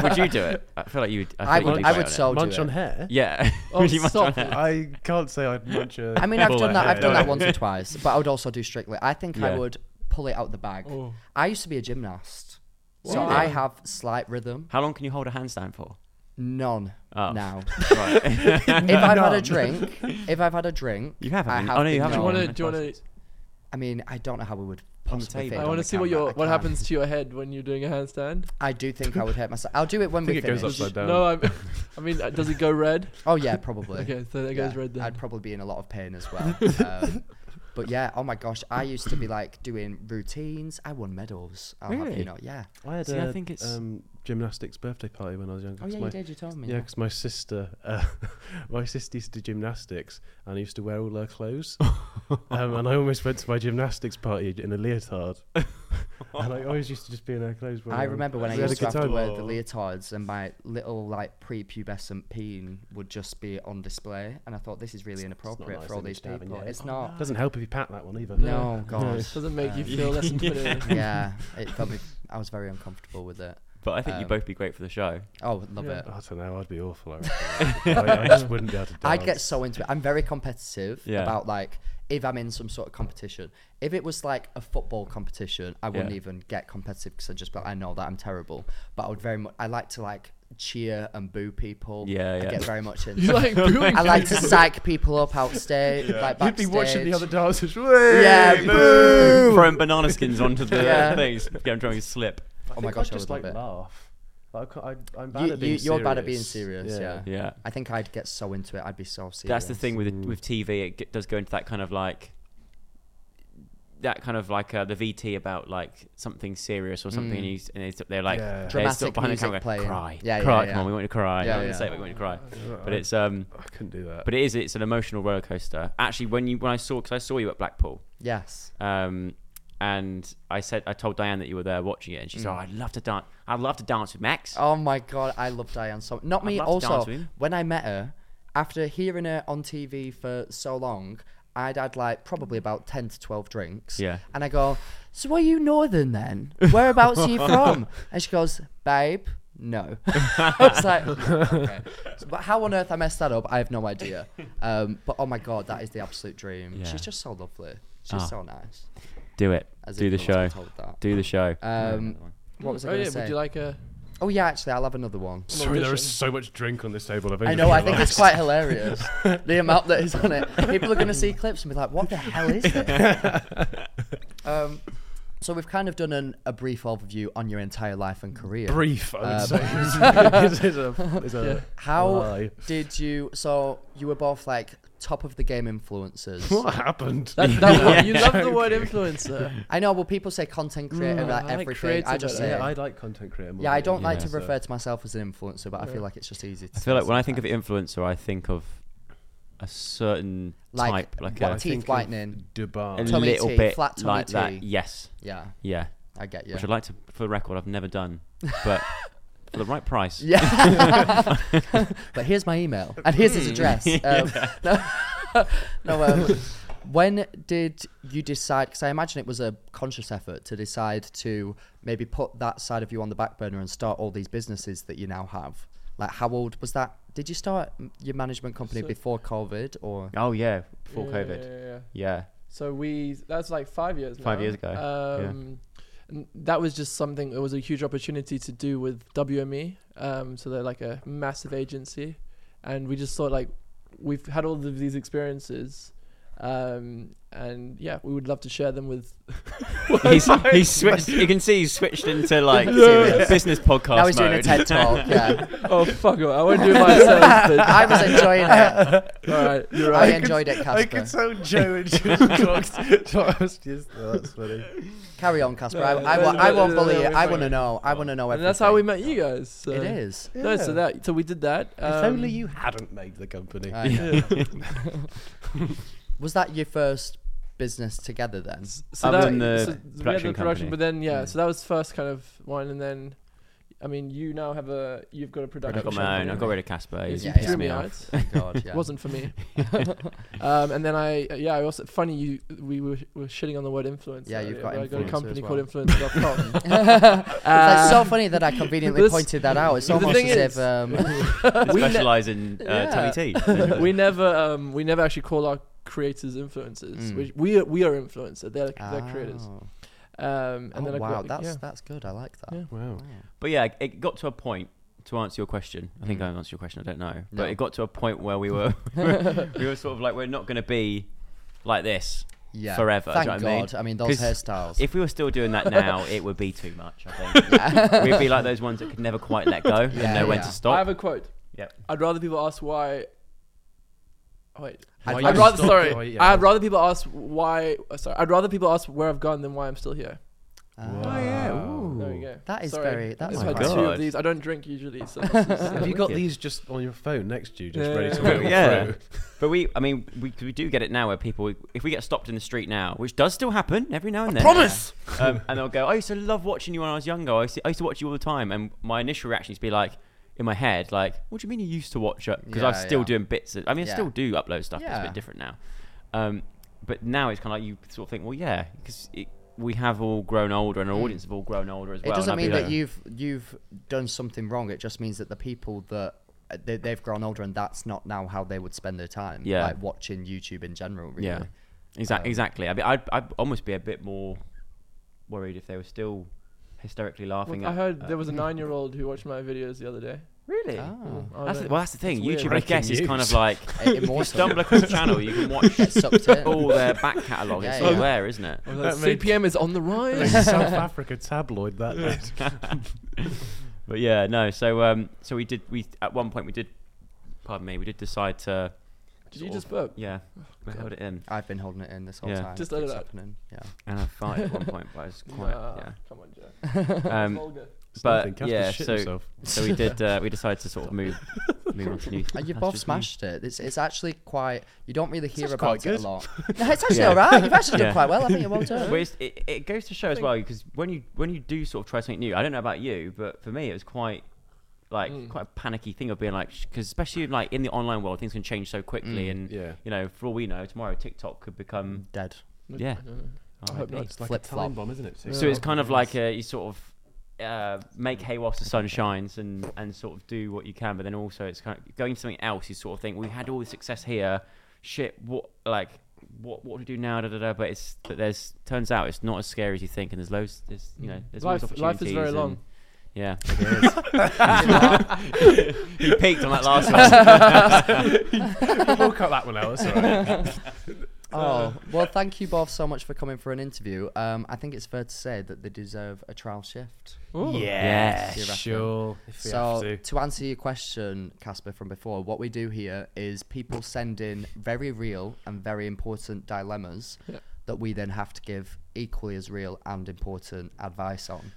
[SPEAKER 3] would you do it? I feel like you would. I, feel
[SPEAKER 1] I
[SPEAKER 3] like you'd
[SPEAKER 1] would.
[SPEAKER 3] be
[SPEAKER 1] I
[SPEAKER 3] great
[SPEAKER 1] would
[SPEAKER 3] on it.
[SPEAKER 1] so do
[SPEAKER 2] Munch
[SPEAKER 1] it.
[SPEAKER 2] on hair.
[SPEAKER 3] Yeah.
[SPEAKER 4] Oh,
[SPEAKER 3] Would you munch
[SPEAKER 4] stop
[SPEAKER 3] on it?
[SPEAKER 4] it.
[SPEAKER 5] I can't say I'd munch a.
[SPEAKER 1] I mean, I've
[SPEAKER 2] Bullet
[SPEAKER 1] done that. I've
[SPEAKER 2] head.
[SPEAKER 1] done that once or twice, but I would also do strictly. I think I
[SPEAKER 3] Yeah.
[SPEAKER 1] would pull it out the bag.
[SPEAKER 4] Oh.
[SPEAKER 1] I used to be a gymnast, so
[SPEAKER 4] Really?
[SPEAKER 1] I have slight rhythm.
[SPEAKER 3] How long can you hold a handstand for?
[SPEAKER 1] None
[SPEAKER 3] Oh.
[SPEAKER 1] now.
[SPEAKER 3] Right.
[SPEAKER 1] if I've had a drink, if I've had a drink,
[SPEAKER 3] You haven't.
[SPEAKER 1] I
[SPEAKER 3] you-
[SPEAKER 1] have
[SPEAKER 3] oh, no, you
[SPEAKER 1] been
[SPEAKER 3] haven't.
[SPEAKER 4] do you
[SPEAKER 1] known-
[SPEAKER 4] want to?
[SPEAKER 3] No.
[SPEAKER 4] Do you want to?
[SPEAKER 1] I mean, I don't know how we would
[SPEAKER 3] On the
[SPEAKER 1] possibly. fit it
[SPEAKER 3] table. I
[SPEAKER 4] I
[SPEAKER 1] on
[SPEAKER 4] want
[SPEAKER 1] the
[SPEAKER 4] to see what
[SPEAKER 1] camera.
[SPEAKER 4] your
[SPEAKER 1] I
[SPEAKER 4] what
[SPEAKER 1] can't.
[SPEAKER 4] happens to your head when you're doing a handstand.
[SPEAKER 1] I do think I would hurt myself. I'll do it when
[SPEAKER 2] I think
[SPEAKER 1] we
[SPEAKER 2] it goes
[SPEAKER 1] finish.
[SPEAKER 2] upside down.
[SPEAKER 4] No, I'm, I mean, uh, does it go red?
[SPEAKER 1] Oh yeah, probably.
[SPEAKER 4] Okay, so that goes
[SPEAKER 1] Yeah,
[SPEAKER 4] red then.
[SPEAKER 1] I'd probably be in a lot of pain as well. um, but yeah, oh my gosh, I used to be like doing routines. I won medals. I'll have you
[SPEAKER 3] Really?
[SPEAKER 1] know, yeah.
[SPEAKER 2] I had
[SPEAKER 3] See, I
[SPEAKER 2] a
[SPEAKER 3] think it's-
[SPEAKER 2] um, gymnastics birthday party when I was younger.
[SPEAKER 1] Oh
[SPEAKER 2] 'cause
[SPEAKER 1] yeah,
[SPEAKER 2] my,
[SPEAKER 1] you did. You told me.
[SPEAKER 2] Yeah, because my sister, uh, my sister used to do gymnastics and I used to wear all her clothes. um, and I almost went to my gymnastics party in a leotard. and I always used to just be in her clothes. running
[SPEAKER 1] I
[SPEAKER 2] around.
[SPEAKER 1] remember when I
[SPEAKER 2] We had a
[SPEAKER 1] used to
[SPEAKER 2] good
[SPEAKER 1] have to
[SPEAKER 2] time.
[SPEAKER 1] wear the leotards and my little like prepubescent peen would just be on display, and I thought this is really inappropriate
[SPEAKER 2] nice
[SPEAKER 1] for all
[SPEAKER 2] image
[SPEAKER 1] these
[SPEAKER 2] to have in
[SPEAKER 1] people.
[SPEAKER 2] your head.
[SPEAKER 1] It's not.
[SPEAKER 2] Doesn't help if you pat that one either.
[SPEAKER 1] No, Uh, God.
[SPEAKER 4] Doesn't make you feel less intimidated.
[SPEAKER 1] yeah, it felt me. I was very uncomfortable with it.
[SPEAKER 3] But I think
[SPEAKER 1] Um,
[SPEAKER 3] you'd both be great for the show.
[SPEAKER 1] Oh, love
[SPEAKER 4] Yeah.
[SPEAKER 1] it.
[SPEAKER 2] I don't know. I'd be awful. I, reckon. I, I just wouldn't be able to. Dance.
[SPEAKER 1] I'd get so into it. I'm very competitive
[SPEAKER 3] Yeah.
[SPEAKER 1] about like if I'm in some sort of competition. If it was like a football competition, I wouldn't
[SPEAKER 3] Yeah.
[SPEAKER 1] even get competitive because I just, but I know that I'm terrible. But I would very much. I like to like cheer and boo people.
[SPEAKER 3] Yeah,
[SPEAKER 1] I
[SPEAKER 3] yeah.
[SPEAKER 1] get very much
[SPEAKER 4] You
[SPEAKER 1] into.
[SPEAKER 4] like booing
[SPEAKER 1] I like to
[SPEAKER 4] people.
[SPEAKER 1] psych people up out stage, like
[SPEAKER 2] You'd
[SPEAKER 1] backstage.
[SPEAKER 2] be watching the other dancers.
[SPEAKER 1] Yeah, boo!
[SPEAKER 3] Throwing banana skins onto the
[SPEAKER 1] Yeah.
[SPEAKER 3] things. Get him trying to slip.
[SPEAKER 1] Oh my gosh, I would
[SPEAKER 5] just
[SPEAKER 1] love
[SPEAKER 5] like
[SPEAKER 1] it.
[SPEAKER 5] laugh. Like, I, can't- I- I'm bad
[SPEAKER 1] You,
[SPEAKER 5] at being
[SPEAKER 1] you, you're bad at being
[SPEAKER 5] serious.
[SPEAKER 1] serious. Yeah.
[SPEAKER 3] Yeah.
[SPEAKER 1] I think I'd get so into it. I'd be so serious.
[SPEAKER 3] That's the thing with with TV. It g- does go into that kind of like that kind of like uh, the VT about like something serious or something, and, he's, and it's, they're like
[SPEAKER 2] Yeah.
[SPEAKER 3] they're
[SPEAKER 1] Mm. Dramatic
[SPEAKER 3] still behind the
[SPEAKER 1] music
[SPEAKER 3] camera, going,
[SPEAKER 1] playing.
[SPEAKER 3] cry,
[SPEAKER 1] Yeah, yeah,
[SPEAKER 3] cry,
[SPEAKER 1] yeah.
[SPEAKER 3] come on, we want you to cry.
[SPEAKER 1] Yeah,
[SPEAKER 3] Yeah,
[SPEAKER 1] yeah.
[SPEAKER 3] Say it, we want you to cry. But it's um,
[SPEAKER 2] I couldn't do that.
[SPEAKER 3] but it is it's an emotional roller coaster. Actually, when you when I saw because I saw you at Blackpool,
[SPEAKER 1] Yes.
[SPEAKER 3] um, and I said I told Diane that you were there watching it, and she said,
[SPEAKER 1] Mm.
[SPEAKER 3] oh, "I'd love to dance. I'd love to dance with Max."
[SPEAKER 1] Oh my god, I love Diane so. Not me.
[SPEAKER 3] love to dance
[SPEAKER 1] Also,
[SPEAKER 3] with him.
[SPEAKER 1] when I met her, after hearing her on TV for so long, I'd had like probably about ten to twelve drinks.
[SPEAKER 3] Yeah.
[SPEAKER 1] And I go, so are you northern then? Whereabouts are you from? And she goes, babe, no. I was like, okay. So- but how on earth I messed that up, I have no idea. Um, but oh my god, that is the absolute dream.
[SPEAKER 3] Yeah.
[SPEAKER 1] She's just so lovely. She's so nice.
[SPEAKER 3] Do it.
[SPEAKER 1] As
[SPEAKER 3] Do
[SPEAKER 1] if
[SPEAKER 3] the
[SPEAKER 1] I
[SPEAKER 3] show.
[SPEAKER 1] wasn't told that.
[SPEAKER 3] Do the show.
[SPEAKER 1] Um, what was I
[SPEAKER 4] Oh
[SPEAKER 1] going to
[SPEAKER 4] yeah,
[SPEAKER 1] say?
[SPEAKER 4] would you like a?
[SPEAKER 1] oh yeah, actually, I'll have another one.
[SPEAKER 2] Sorry, there is
[SPEAKER 4] audition?
[SPEAKER 2] so much drink on this table. I've
[SPEAKER 1] I
[SPEAKER 2] only
[SPEAKER 1] know. I think
[SPEAKER 2] realised.
[SPEAKER 1] it's quite hilarious. the amount that is on it. People are going to see clips and be like, "What the hell is this?" um, so we've kind of done an, a brief overview on your entire life and career.
[SPEAKER 2] brief. I would
[SPEAKER 1] Um,
[SPEAKER 2] say It's- it's a- it's a
[SPEAKER 1] How
[SPEAKER 2] lie.
[SPEAKER 1] did you? So you were both like top of the game influencers.
[SPEAKER 2] What happened?
[SPEAKER 4] That, that word- you love the word influencer.
[SPEAKER 1] I know. Well, people say content creator
[SPEAKER 4] Mm,
[SPEAKER 1] like
[SPEAKER 4] I like
[SPEAKER 1] everything.
[SPEAKER 4] creative,
[SPEAKER 1] I just
[SPEAKER 4] but
[SPEAKER 1] say.
[SPEAKER 2] yeah,
[SPEAKER 1] Yeah,
[SPEAKER 2] I like content creator. More
[SPEAKER 1] I
[SPEAKER 2] than
[SPEAKER 1] don't like to
[SPEAKER 2] anything, so-
[SPEAKER 1] refer to myself as an influencer, but I feel like it's just easy. To
[SPEAKER 3] I feel like when I think of influencer, I think of a certain
[SPEAKER 1] Like,
[SPEAKER 3] type, like
[SPEAKER 1] what
[SPEAKER 3] a,
[SPEAKER 2] I
[SPEAKER 1] teeth
[SPEAKER 2] think of
[SPEAKER 1] whitening.
[SPEAKER 3] a
[SPEAKER 2] Dubai.
[SPEAKER 1] Tummy
[SPEAKER 3] little
[SPEAKER 1] tea,
[SPEAKER 3] bit
[SPEAKER 1] flat tummy
[SPEAKER 3] like that.
[SPEAKER 1] tea.
[SPEAKER 3] Yes,
[SPEAKER 1] yeah,
[SPEAKER 3] yeah.
[SPEAKER 1] I get you.
[SPEAKER 3] Which I'd like to, for the record, I've never done, but for the right price.
[SPEAKER 1] Yeah. but here's my email and here's his address. Um, no, no um, when did you decide? Because I imagine it was a conscious effort to decide to maybe put that side of you on the back burner and start all these businesses that you now have. Like, how old was that? Did you start m- your management company before COVID or?
[SPEAKER 3] Oh yeah, before
[SPEAKER 4] Yeah,
[SPEAKER 3] COVID.
[SPEAKER 4] yeah,
[SPEAKER 3] Yeah.
[SPEAKER 4] yeah, yeah. So we that's like five years.
[SPEAKER 3] Five
[SPEAKER 4] now.
[SPEAKER 3] years ago, yeah.
[SPEAKER 4] Um, and That was just something. It was a huge opportunity to do with WME. Um, so they're like a massive agency, and we just thought like we've had all of these experiences, um, and yeah, we would love to share them with.
[SPEAKER 3] He's, he's switched. You can see he's switched into like
[SPEAKER 1] Serious.
[SPEAKER 3] business podcast
[SPEAKER 1] Now he's
[SPEAKER 3] mode.
[SPEAKER 1] doing a TED talk. Yeah,
[SPEAKER 4] oh fuck! it, I won't do it myself. But,
[SPEAKER 1] I was enjoying it.
[SPEAKER 4] all right, you're
[SPEAKER 1] I
[SPEAKER 4] right.
[SPEAKER 1] enjoyed it,
[SPEAKER 2] I could
[SPEAKER 1] Casper.
[SPEAKER 2] tell Joe and Joe talks. talks just, oh, that's funny.
[SPEAKER 1] Carry on, Casper. I,
[SPEAKER 4] No,
[SPEAKER 1] I,
[SPEAKER 4] no,
[SPEAKER 1] wa-
[SPEAKER 4] no,
[SPEAKER 1] I
[SPEAKER 4] no,
[SPEAKER 1] won't
[SPEAKER 4] no,
[SPEAKER 1] bully
[SPEAKER 4] no,
[SPEAKER 1] you.
[SPEAKER 4] we're
[SPEAKER 1] I
[SPEAKER 4] fine.
[SPEAKER 1] want to know. I want to know everything.
[SPEAKER 4] and that's how we uh, met you guys. So.
[SPEAKER 1] It is.
[SPEAKER 4] No, so that so we did that.
[SPEAKER 2] if
[SPEAKER 4] um,
[SPEAKER 2] only you hadn't made the company.
[SPEAKER 1] I know. Was that your first business together then?
[SPEAKER 4] so
[SPEAKER 3] Other
[SPEAKER 4] that,
[SPEAKER 3] than the
[SPEAKER 4] so we had
[SPEAKER 3] production
[SPEAKER 4] the production,
[SPEAKER 3] company. Mm.
[SPEAKER 4] but then yeah, so that was first kind of one, and then, I mean, you now have a you've got a
[SPEAKER 3] I
[SPEAKER 4] production.
[SPEAKER 3] got my own. I
[SPEAKER 4] company.
[SPEAKER 3] got rid of Casper. He's
[SPEAKER 1] Yeah,
[SPEAKER 4] You
[SPEAKER 1] yeah.
[SPEAKER 3] pissed
[SPEAKER 4] threw
[SPEAKER 3] me
[SPEAKER 4] me
[SPEAKER 3] off.
[SPEAKER 4] out.
[SPEAKER 1] Thank God, yeah.
[SPEAKER 4] Wasn't for me. um, and then I yeah, I also funny you we were, we were shitting on the word influencer.
[SPEAKER 1] Yeah, you've
[SPEAKER 4] earlier,
[SPEAKER 1] got
[SPEAKER 4] but I got
[SPEAKER 1] influencer
[SPEAKER 4] a company
[SPEAKER 1] as well.
[SPEAKER 4] called influencer.com. Um,
[SPEAKER 1] it's like so funny that I conveniently
[SPEAKER 4] Uh, this-
[SPEAKER 1] pointed that out. It's
[SPEAKER 4] the
[SPEAKER 1] almost
[SPEAKER 4] thing
[SPEAKER 1] as if
[SPEAKER 4] is-
[SPEAKER 1] um,
[SPEAKER 4] We ne-
[SPEAKER 3] Specialise in uh,
[SPEAKER 4] Yeah.
[SPEAKER 3] tummy tea.
[SPEAKER 4] we never um, we never actually call our creators influencers.
[SPEAKER 1] Mm.
[SPEAKER 4] We, we are, we are influencer. They're they're creators.
[SPEAKER 1] Oh,
[SPEAKER 4] Um, Ah. and
[SPEAKER 1] Oh,
[SPEAKER 4] then I
[SPEAKER 1] wow,
[SPEAKER 4] got,
[SPEAKER 1] that's
[SPEAKER 4] yeah.
[SPEAKER 1] that's good. I like that.
[SPEAKER 4] Yeah.
[SPEAKER 2] Wow.
[SPEAKER 3] But yeah, it got to a point. To answer your question, I think I answered your question. I don't know,
[SPEAKER 1] Mm. No.
[SPEAKER 3] but it got to a point where we were, we were sort of like, we're not going to be like this
[SPEAKER 1] Yeah.
[SPEAKER 3] forever. do you
[SPEAKER 1] Thank
[SPEAKER 3] know what
[SPEAKER 1] God.
[SPEAKER 3] I mean,
[SPEAKER 1] those
[SPEAKER 3] 'Cause
[SPEAKER 1] hairstyles.
[SPEAKER 3] If we were still doing that now, it would be too much. I think we'd be like those ones that could never quite let go
[SPEAKER 1] Yeah,
[SPEAKER 3] and know when
[SPEAKER 1] yeah.
[SPEAKER 3] to
[SPEAKER 4] I
[SPEAKER 3] stop.
[SPEAKER 4] have a quote.
[SPEAKER 3] Yep.
[SPEAKER 4] I'd rather people ask why. Oh, wait.
[SPEAKER 1] I'd like
[SPEAKER 2] Why you
[SPEAKER 4] I'd rather
[SPEAKER 2] stop-
[SPEAKER 4] sorry.
[SPEAKER 2] why- yeah,
[SPEAKER 4] I'd rather people ask why. uh, Sorry. I'd rather people ask where I've gone than why I'm still here.
[SPEAKER 2] Wow.
[SPEAKER 4] There you go.
[SPEAKER 1] That is
[SPEAKER 4] sorry.
[SPEAKER 1] very- that's
[SPEAKER 4] I've
[SPEAKER 3] my
[SPEAKER 4] had two
[SPEAKER 3] God.
[SPEAKER 4] of these. I don't drink usually. So this is, uh,
[SPEAKER 2] Have you got
[SPEAKER 3] Wicked.
[SPEAKER 2] these just on your phone next to you, just
[SPEAKER 4] Yeah,
[SPEAKER 2] ready to
[SPEAKER 4] yeah,
[SPEAKER 2] roll
[SPEAKER 3] yeah.
[SPEAKER 2] through?
[SPEAKER 3] But we, I mean, we, we do get it now where people, if we get stopped in the street now, which does still happen every now and then.
[SPEAKER 4] promise.
[SPEAKER 3] Um, and they'll go, I used to love watching you when I was younger. I used, to, I used to watch you all the time. And my initial reaction is to be like, in my head, like, what do you mean you used to watch it? Because I was
[SPEAKER 1] Yeah,
[SPEAKER 3] still
[SPEAKER 1] yeah.
[SPEAKER 3] doing bits. Of, I mean,
[SPEAKER 1] Yeah.
[SPEAKER 3] I still do upload stuff. but It's a
[SPEAKER 1] Yeah.
[SPEAKER 3] bit different now. Um, but now it's kind of like you sort of think, well, yeah, because we have all grown older and our audience have all grown older as
[SPEAKER 1] Mm. It
[SPEAKER 3] well. and
[SPEAKER 1] doesn't
[SPEAKER 3] I'd be
[SPEAKER 1] mean
[SPEAKER 3] like-
[SPEAKER 1] that you've you've done something wrong. It just means that the people that uh, they, they've grown older and that's not now how they would spend their time.
[SPEAKER 3] Yeah.
[SPEAKER 1] Like watching YouTube in general. Really.
[SPEAKER 3] Yeah, exactly. exactly. I mean, I'd, I'd almost be a bit more worried if they were still hysterically laughing.
[SPEAKER 4] I
[SPEAKER 3] at,
[SPEAKER 4] heard
[SPEAKER 3] at-
[SPEAKER 4] there was a nine-year-old who watched my videos the other day.
[SPEAKER 3] Really?
[SPEAKER 1] Ah.
[SPEAKER 4] Oh,
[SPEAKER 3] That's the,
[SPEAKER 4] that-
[SPEAKER 3] Ah. well, that's the thing.
[SPEAKER 4] that's
[SPEAKER 3] YouTube, I
[SPEAKER 4] weird.
[SPEAKER 3] guess, is
[SPEAKER 2] Breaking
[SPEAKER 3] kind of
[SPEAKER 2] news.
[SPEAKER 3] like
[SPEAKER 1] It
[SPEAKER 3] if you
[SPEAKER 1] immortal-
[SPEAKER 3] stumble across the channel, you can watch
[SPEAKER 1] Get sucked in.
[SPEAKER 3] all their back catalogue.
[SPEAKER 1] Yeah,
[SPEAKER 3] it's
[SPEAKER 1] yeah.
[SPEAKER 3] all there, isn't it?
[SPEAKER 4] Oh,
[SPEAKER 2] That
[SPEAKER 4] that
[SPEAKER 2] made-
[SPEAKER 4] CPM is on the rise.
[SPEAKER 5] South Africa tabloid that.
[SPEAKER 2] Oh,
[SPEAKER 5] is.
[SPEAKER 3] But yeah, no. So um, so we did. We at one point we did. Pardon me. We did decide to.
[SPEAKER 4] Did you
[SPEAKER 3] sort
[SPEAKER 4] just
[SPEAKER 3] of-
[SPEAKER 4] burp?
[SPEAKER 3] Yeah, we held it in,
[SPEAKER 1] I've been holding it in this whole
[SPEAKER 3] Yeah.
[SPEAKER 1] time.
[SPEAKER 4] Just let it
[SPEAKER 1] It's
[SPEAKER 4] out.
[SPEAKER 1] happening. Yeah.
[SPEAKER 3] and I farted at one point, but I was quiet.
[SPEAKER 4] Nah, Come on, Jack.
[SPEAKER 3] yeah.
[SPEAKER 2] Mm.
[SPEAKER 3] Um,
[SPEAKER 4] Vulgar.
[SPEAKER 3] but
[SPEAKER 2] Nothing, Casper
[SPEAKER 3] yeah,
[SPEAKER 2] shit
[SPEAKER 3] so
[SPEAKER 2] himself.
[SPEAKER 3] so we did. Uh, we decided to sort of move move on to new.
[SPEAKER 1] And you've
[SPEAKER 3] that's
[SPEAKER 1] both
[SPEAKER 3] just me.
[SPEAKER 1] smashed it. It's, it's actually quite. You don't really hear
[SPEAKER 2] actually
[SPEAKER 1] about
[SPEAKER 2] quite
[SPEAKER 1] it
[SPEAKER 2] good.
[SPEAKER 1] a lot. No, it's actually
[SPEAKER 3] Yeah.
[SPEAKER 1] all right. You've actually
[SPEAKER 3] Yeah.
[SPEAKER 1] done quite well. I think you're well
[SPEAKER 3] Well,
[SPEAKER 1] done.
[SPEAKER 3] it's, it, it goes to show as well because when you when you do sort of try something new, I don't know about you, but for me it was quite like
[SPEAKER 4] Mm.
[SPEAKER 3] quite a panicky thing of being like because especially like in the online world things can change so quickly and
[SPEAKER 2] yeah.
[SPEAKER 3] you know for all we know tomorrow TikTok could become
[SPEAKER 1] Dead.
[SPEAKER 3] yeah.
[SPEAKER 4] Mm.
[SPEAKER 3] Oh,
[SPEAKER 4] I hope not.
[SPEAKER 2] It's like
[SPEAKER 1] Flip
[SPEAKER 2] a time
[SPEAKER 1] flop.
[SPEAKER 2] bomb, isn't it?
[SPEAKER 3] So it's kind of like uh you sort of uh, make hay whilst the sun shines and, and sort of do what you can, but then also it's kind of going to something else. You sort of think we had all the success here, shit. What like what what do we do now? Da, da, da. But it's but there's turns out it's not as scary as you think, and there's loads. There's you know there's always
[SPEAKER 4] Life, life is
[SPEAKER 3] opportunities
[SPEAKER 4] very
[SPEAKER 3] and-
[SPEAKER 4] long.
[SPEAKER 3] Yeah, he peaked on that last one.
[SPEAKER 2] we'll cut that one out. That's all right.
[SPEAKER 1] Oh well, thank you both so much for coming for an interview. Um, I think it's fair to say that they deserve a trial shift.
[SPEAKER 2] Yeah,
[SPEAKER 1] Do you reckon?
[SPEAKER 2] sure. If we
[SPEAKER 1] So
[SPEAKER 2] have
[SPEAKER 1] to.
[SPEAKER 2] to.
[SPEAKER 1] answer your question, Casper, from before, what we do here is people send in very real and very important dilemmas that we then have to give equally as real and important advice on.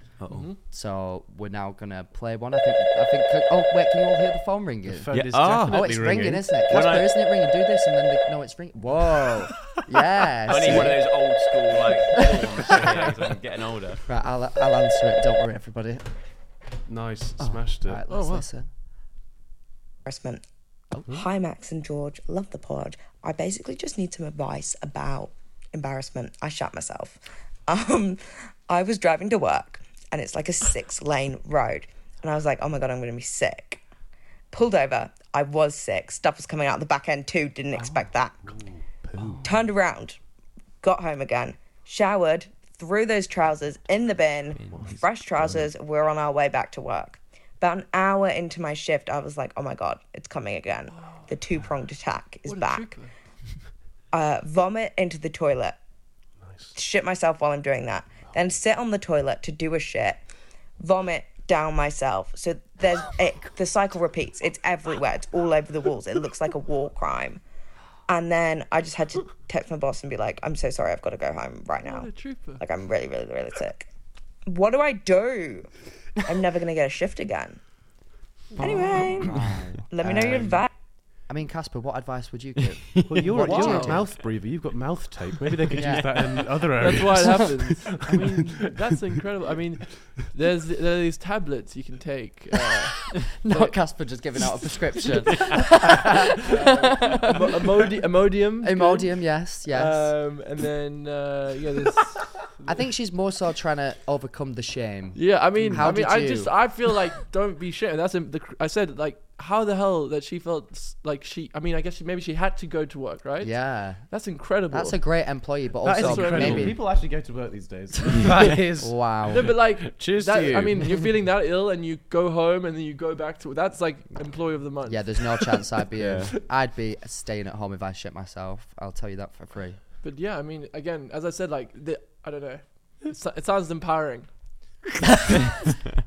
[SPEAKER 1] So we're now gonna play one. I think. I think. Oh wait, can you all hear the phone ringing?
[SPEAKER 2] Phone
[SPEAKER 3] Yeah,
[SPEAKER 2] is
[SPEAKER 3] ah.
[SPEAKER 2] definitely
[SPEAKER 1] Oh, it's ringing,
[SPEAKER 2] ringing.
[SPEAKER 1] isn't it?
[SPEAKER 3] When
[SPEAKER 1] Casper,
[SPEAKER 3] I-
[SPEAKER 1] isn't it ringing? Do this, and then they, no, it's ringing. Whoa! yeah.
[SPEAKER 3] I need
[SPEAKER 1] see?
[SPEAKER 3] one of those old school like. forms, yeah, 'cause I'm getting older.
[SPEAKER 1] Right, I'll, I'll answer it. Don't worry, everybody.
[SPEAKER 2] Nice, smashed it.
[SPEAKER 1] Oh. Right, let's listen.
[SPEAKER 8] embarrassment. Hi, Max and George. Love the pod. I basically just need some advice about embarrassment. I shat myself. Um, I was driving to work and it's like a six lane road. And I was like, oh my God, I'm going to be sick. Pulled over. I was sick. Stuff was coming out the back end too. Didn't expect that. Turned around, got home again, showered, threw those trousers in the bin, fresh trousers. We're on our way back to work. About an hour into my shift, I was like, oh my God, it's coming again. The two pronged attack is back. Uh, vomit into the toilet. Shit myself while I'm doing that. Then sit on the toilet to do a shit. Vomit down myself. So there's it, the cycle repeats. It's everywhere. It's all over the walls. It looks like a war crime. And then I just had to text my boss and be like, I'm so sorry, I've got to go home right now.
[SPEAKER 4] Trooper.
[SPEAKER 8] Like, I'm really, really, really sick. What do I do? I'm never going to get a shift again. Anyway, let me know your advice.
[SPEAKER 1] I mean, Casper, what advice would you give?
[SPEAKER 2] Well, Oh, you're,
[SPEAKER 1] What
[SPEAKER 2] you're
[SPEAKER 1] do?
[SPEAKER 2] a mouth breather. You've got mouth tape. Maybe they could
[SPEAKER 1] Yeah.
[SPEAKER 2] use that in other areas.
[SPEAKER 4] That's why it happens. I mean, that's incredible. I mean, there's there are these tablets you can take. Uh,
[SPEAKER 1] Not Casper just giving out a prescription.
[SPEAKER 4] emo- emodi- Imodium. good.
[SPEAKER 1] Imodium, yes, yes.
[SPEAKER 4] Um, and then uh, yeah, there's.
[SPEAKER 1] I think she's more so trying to overcome the shame.
[SPEAKER 4] Yeah, I mean,
[SPEAKER 1] How
[SPEAKER 4] I mean,
[SPEAKER 1] did
[SPEAKER 4] I
[SPEAKER 1] you-
[SPEAKER 4] just, I feel like don't be shit. And that's im- the. cr- I said like, how the hell that she felt s- like she. I mean, I guess she, maybe she had to go to work, right?
[SPEAKER 1] Yeah.
[SPEAKER 4] That's incredible.
[SPEAKER 1] That's a great employee, but
[SPEAKER 2] That is
[SPEAKER 1] also
[SPEAKER 2] incredible.
[SPEAKER 1] maybe.
[SPEAKER 2] People actually go to work these days. that is.
[SPEAKER 4] No,
[SPEAKER 1] Wow.
[SPEAKER 4] but like,
[SPEAKER 2] Cheers to
[SPEAKER 4] that, I
[SPEAKER 2] you.
[SPEAKER 4] mean, you're feeling that ill, and you go home, and then you go back to. That's like employee of the month.
[SPEAKER 1] Yeah, there's no chance I'd be. I'd be staying at home if I shit myself. I'll tell you that for free.
[SPEAKER 4] But yeah, I mean, again, as I said, like, the, I don't know. It, so- it sounds empowering.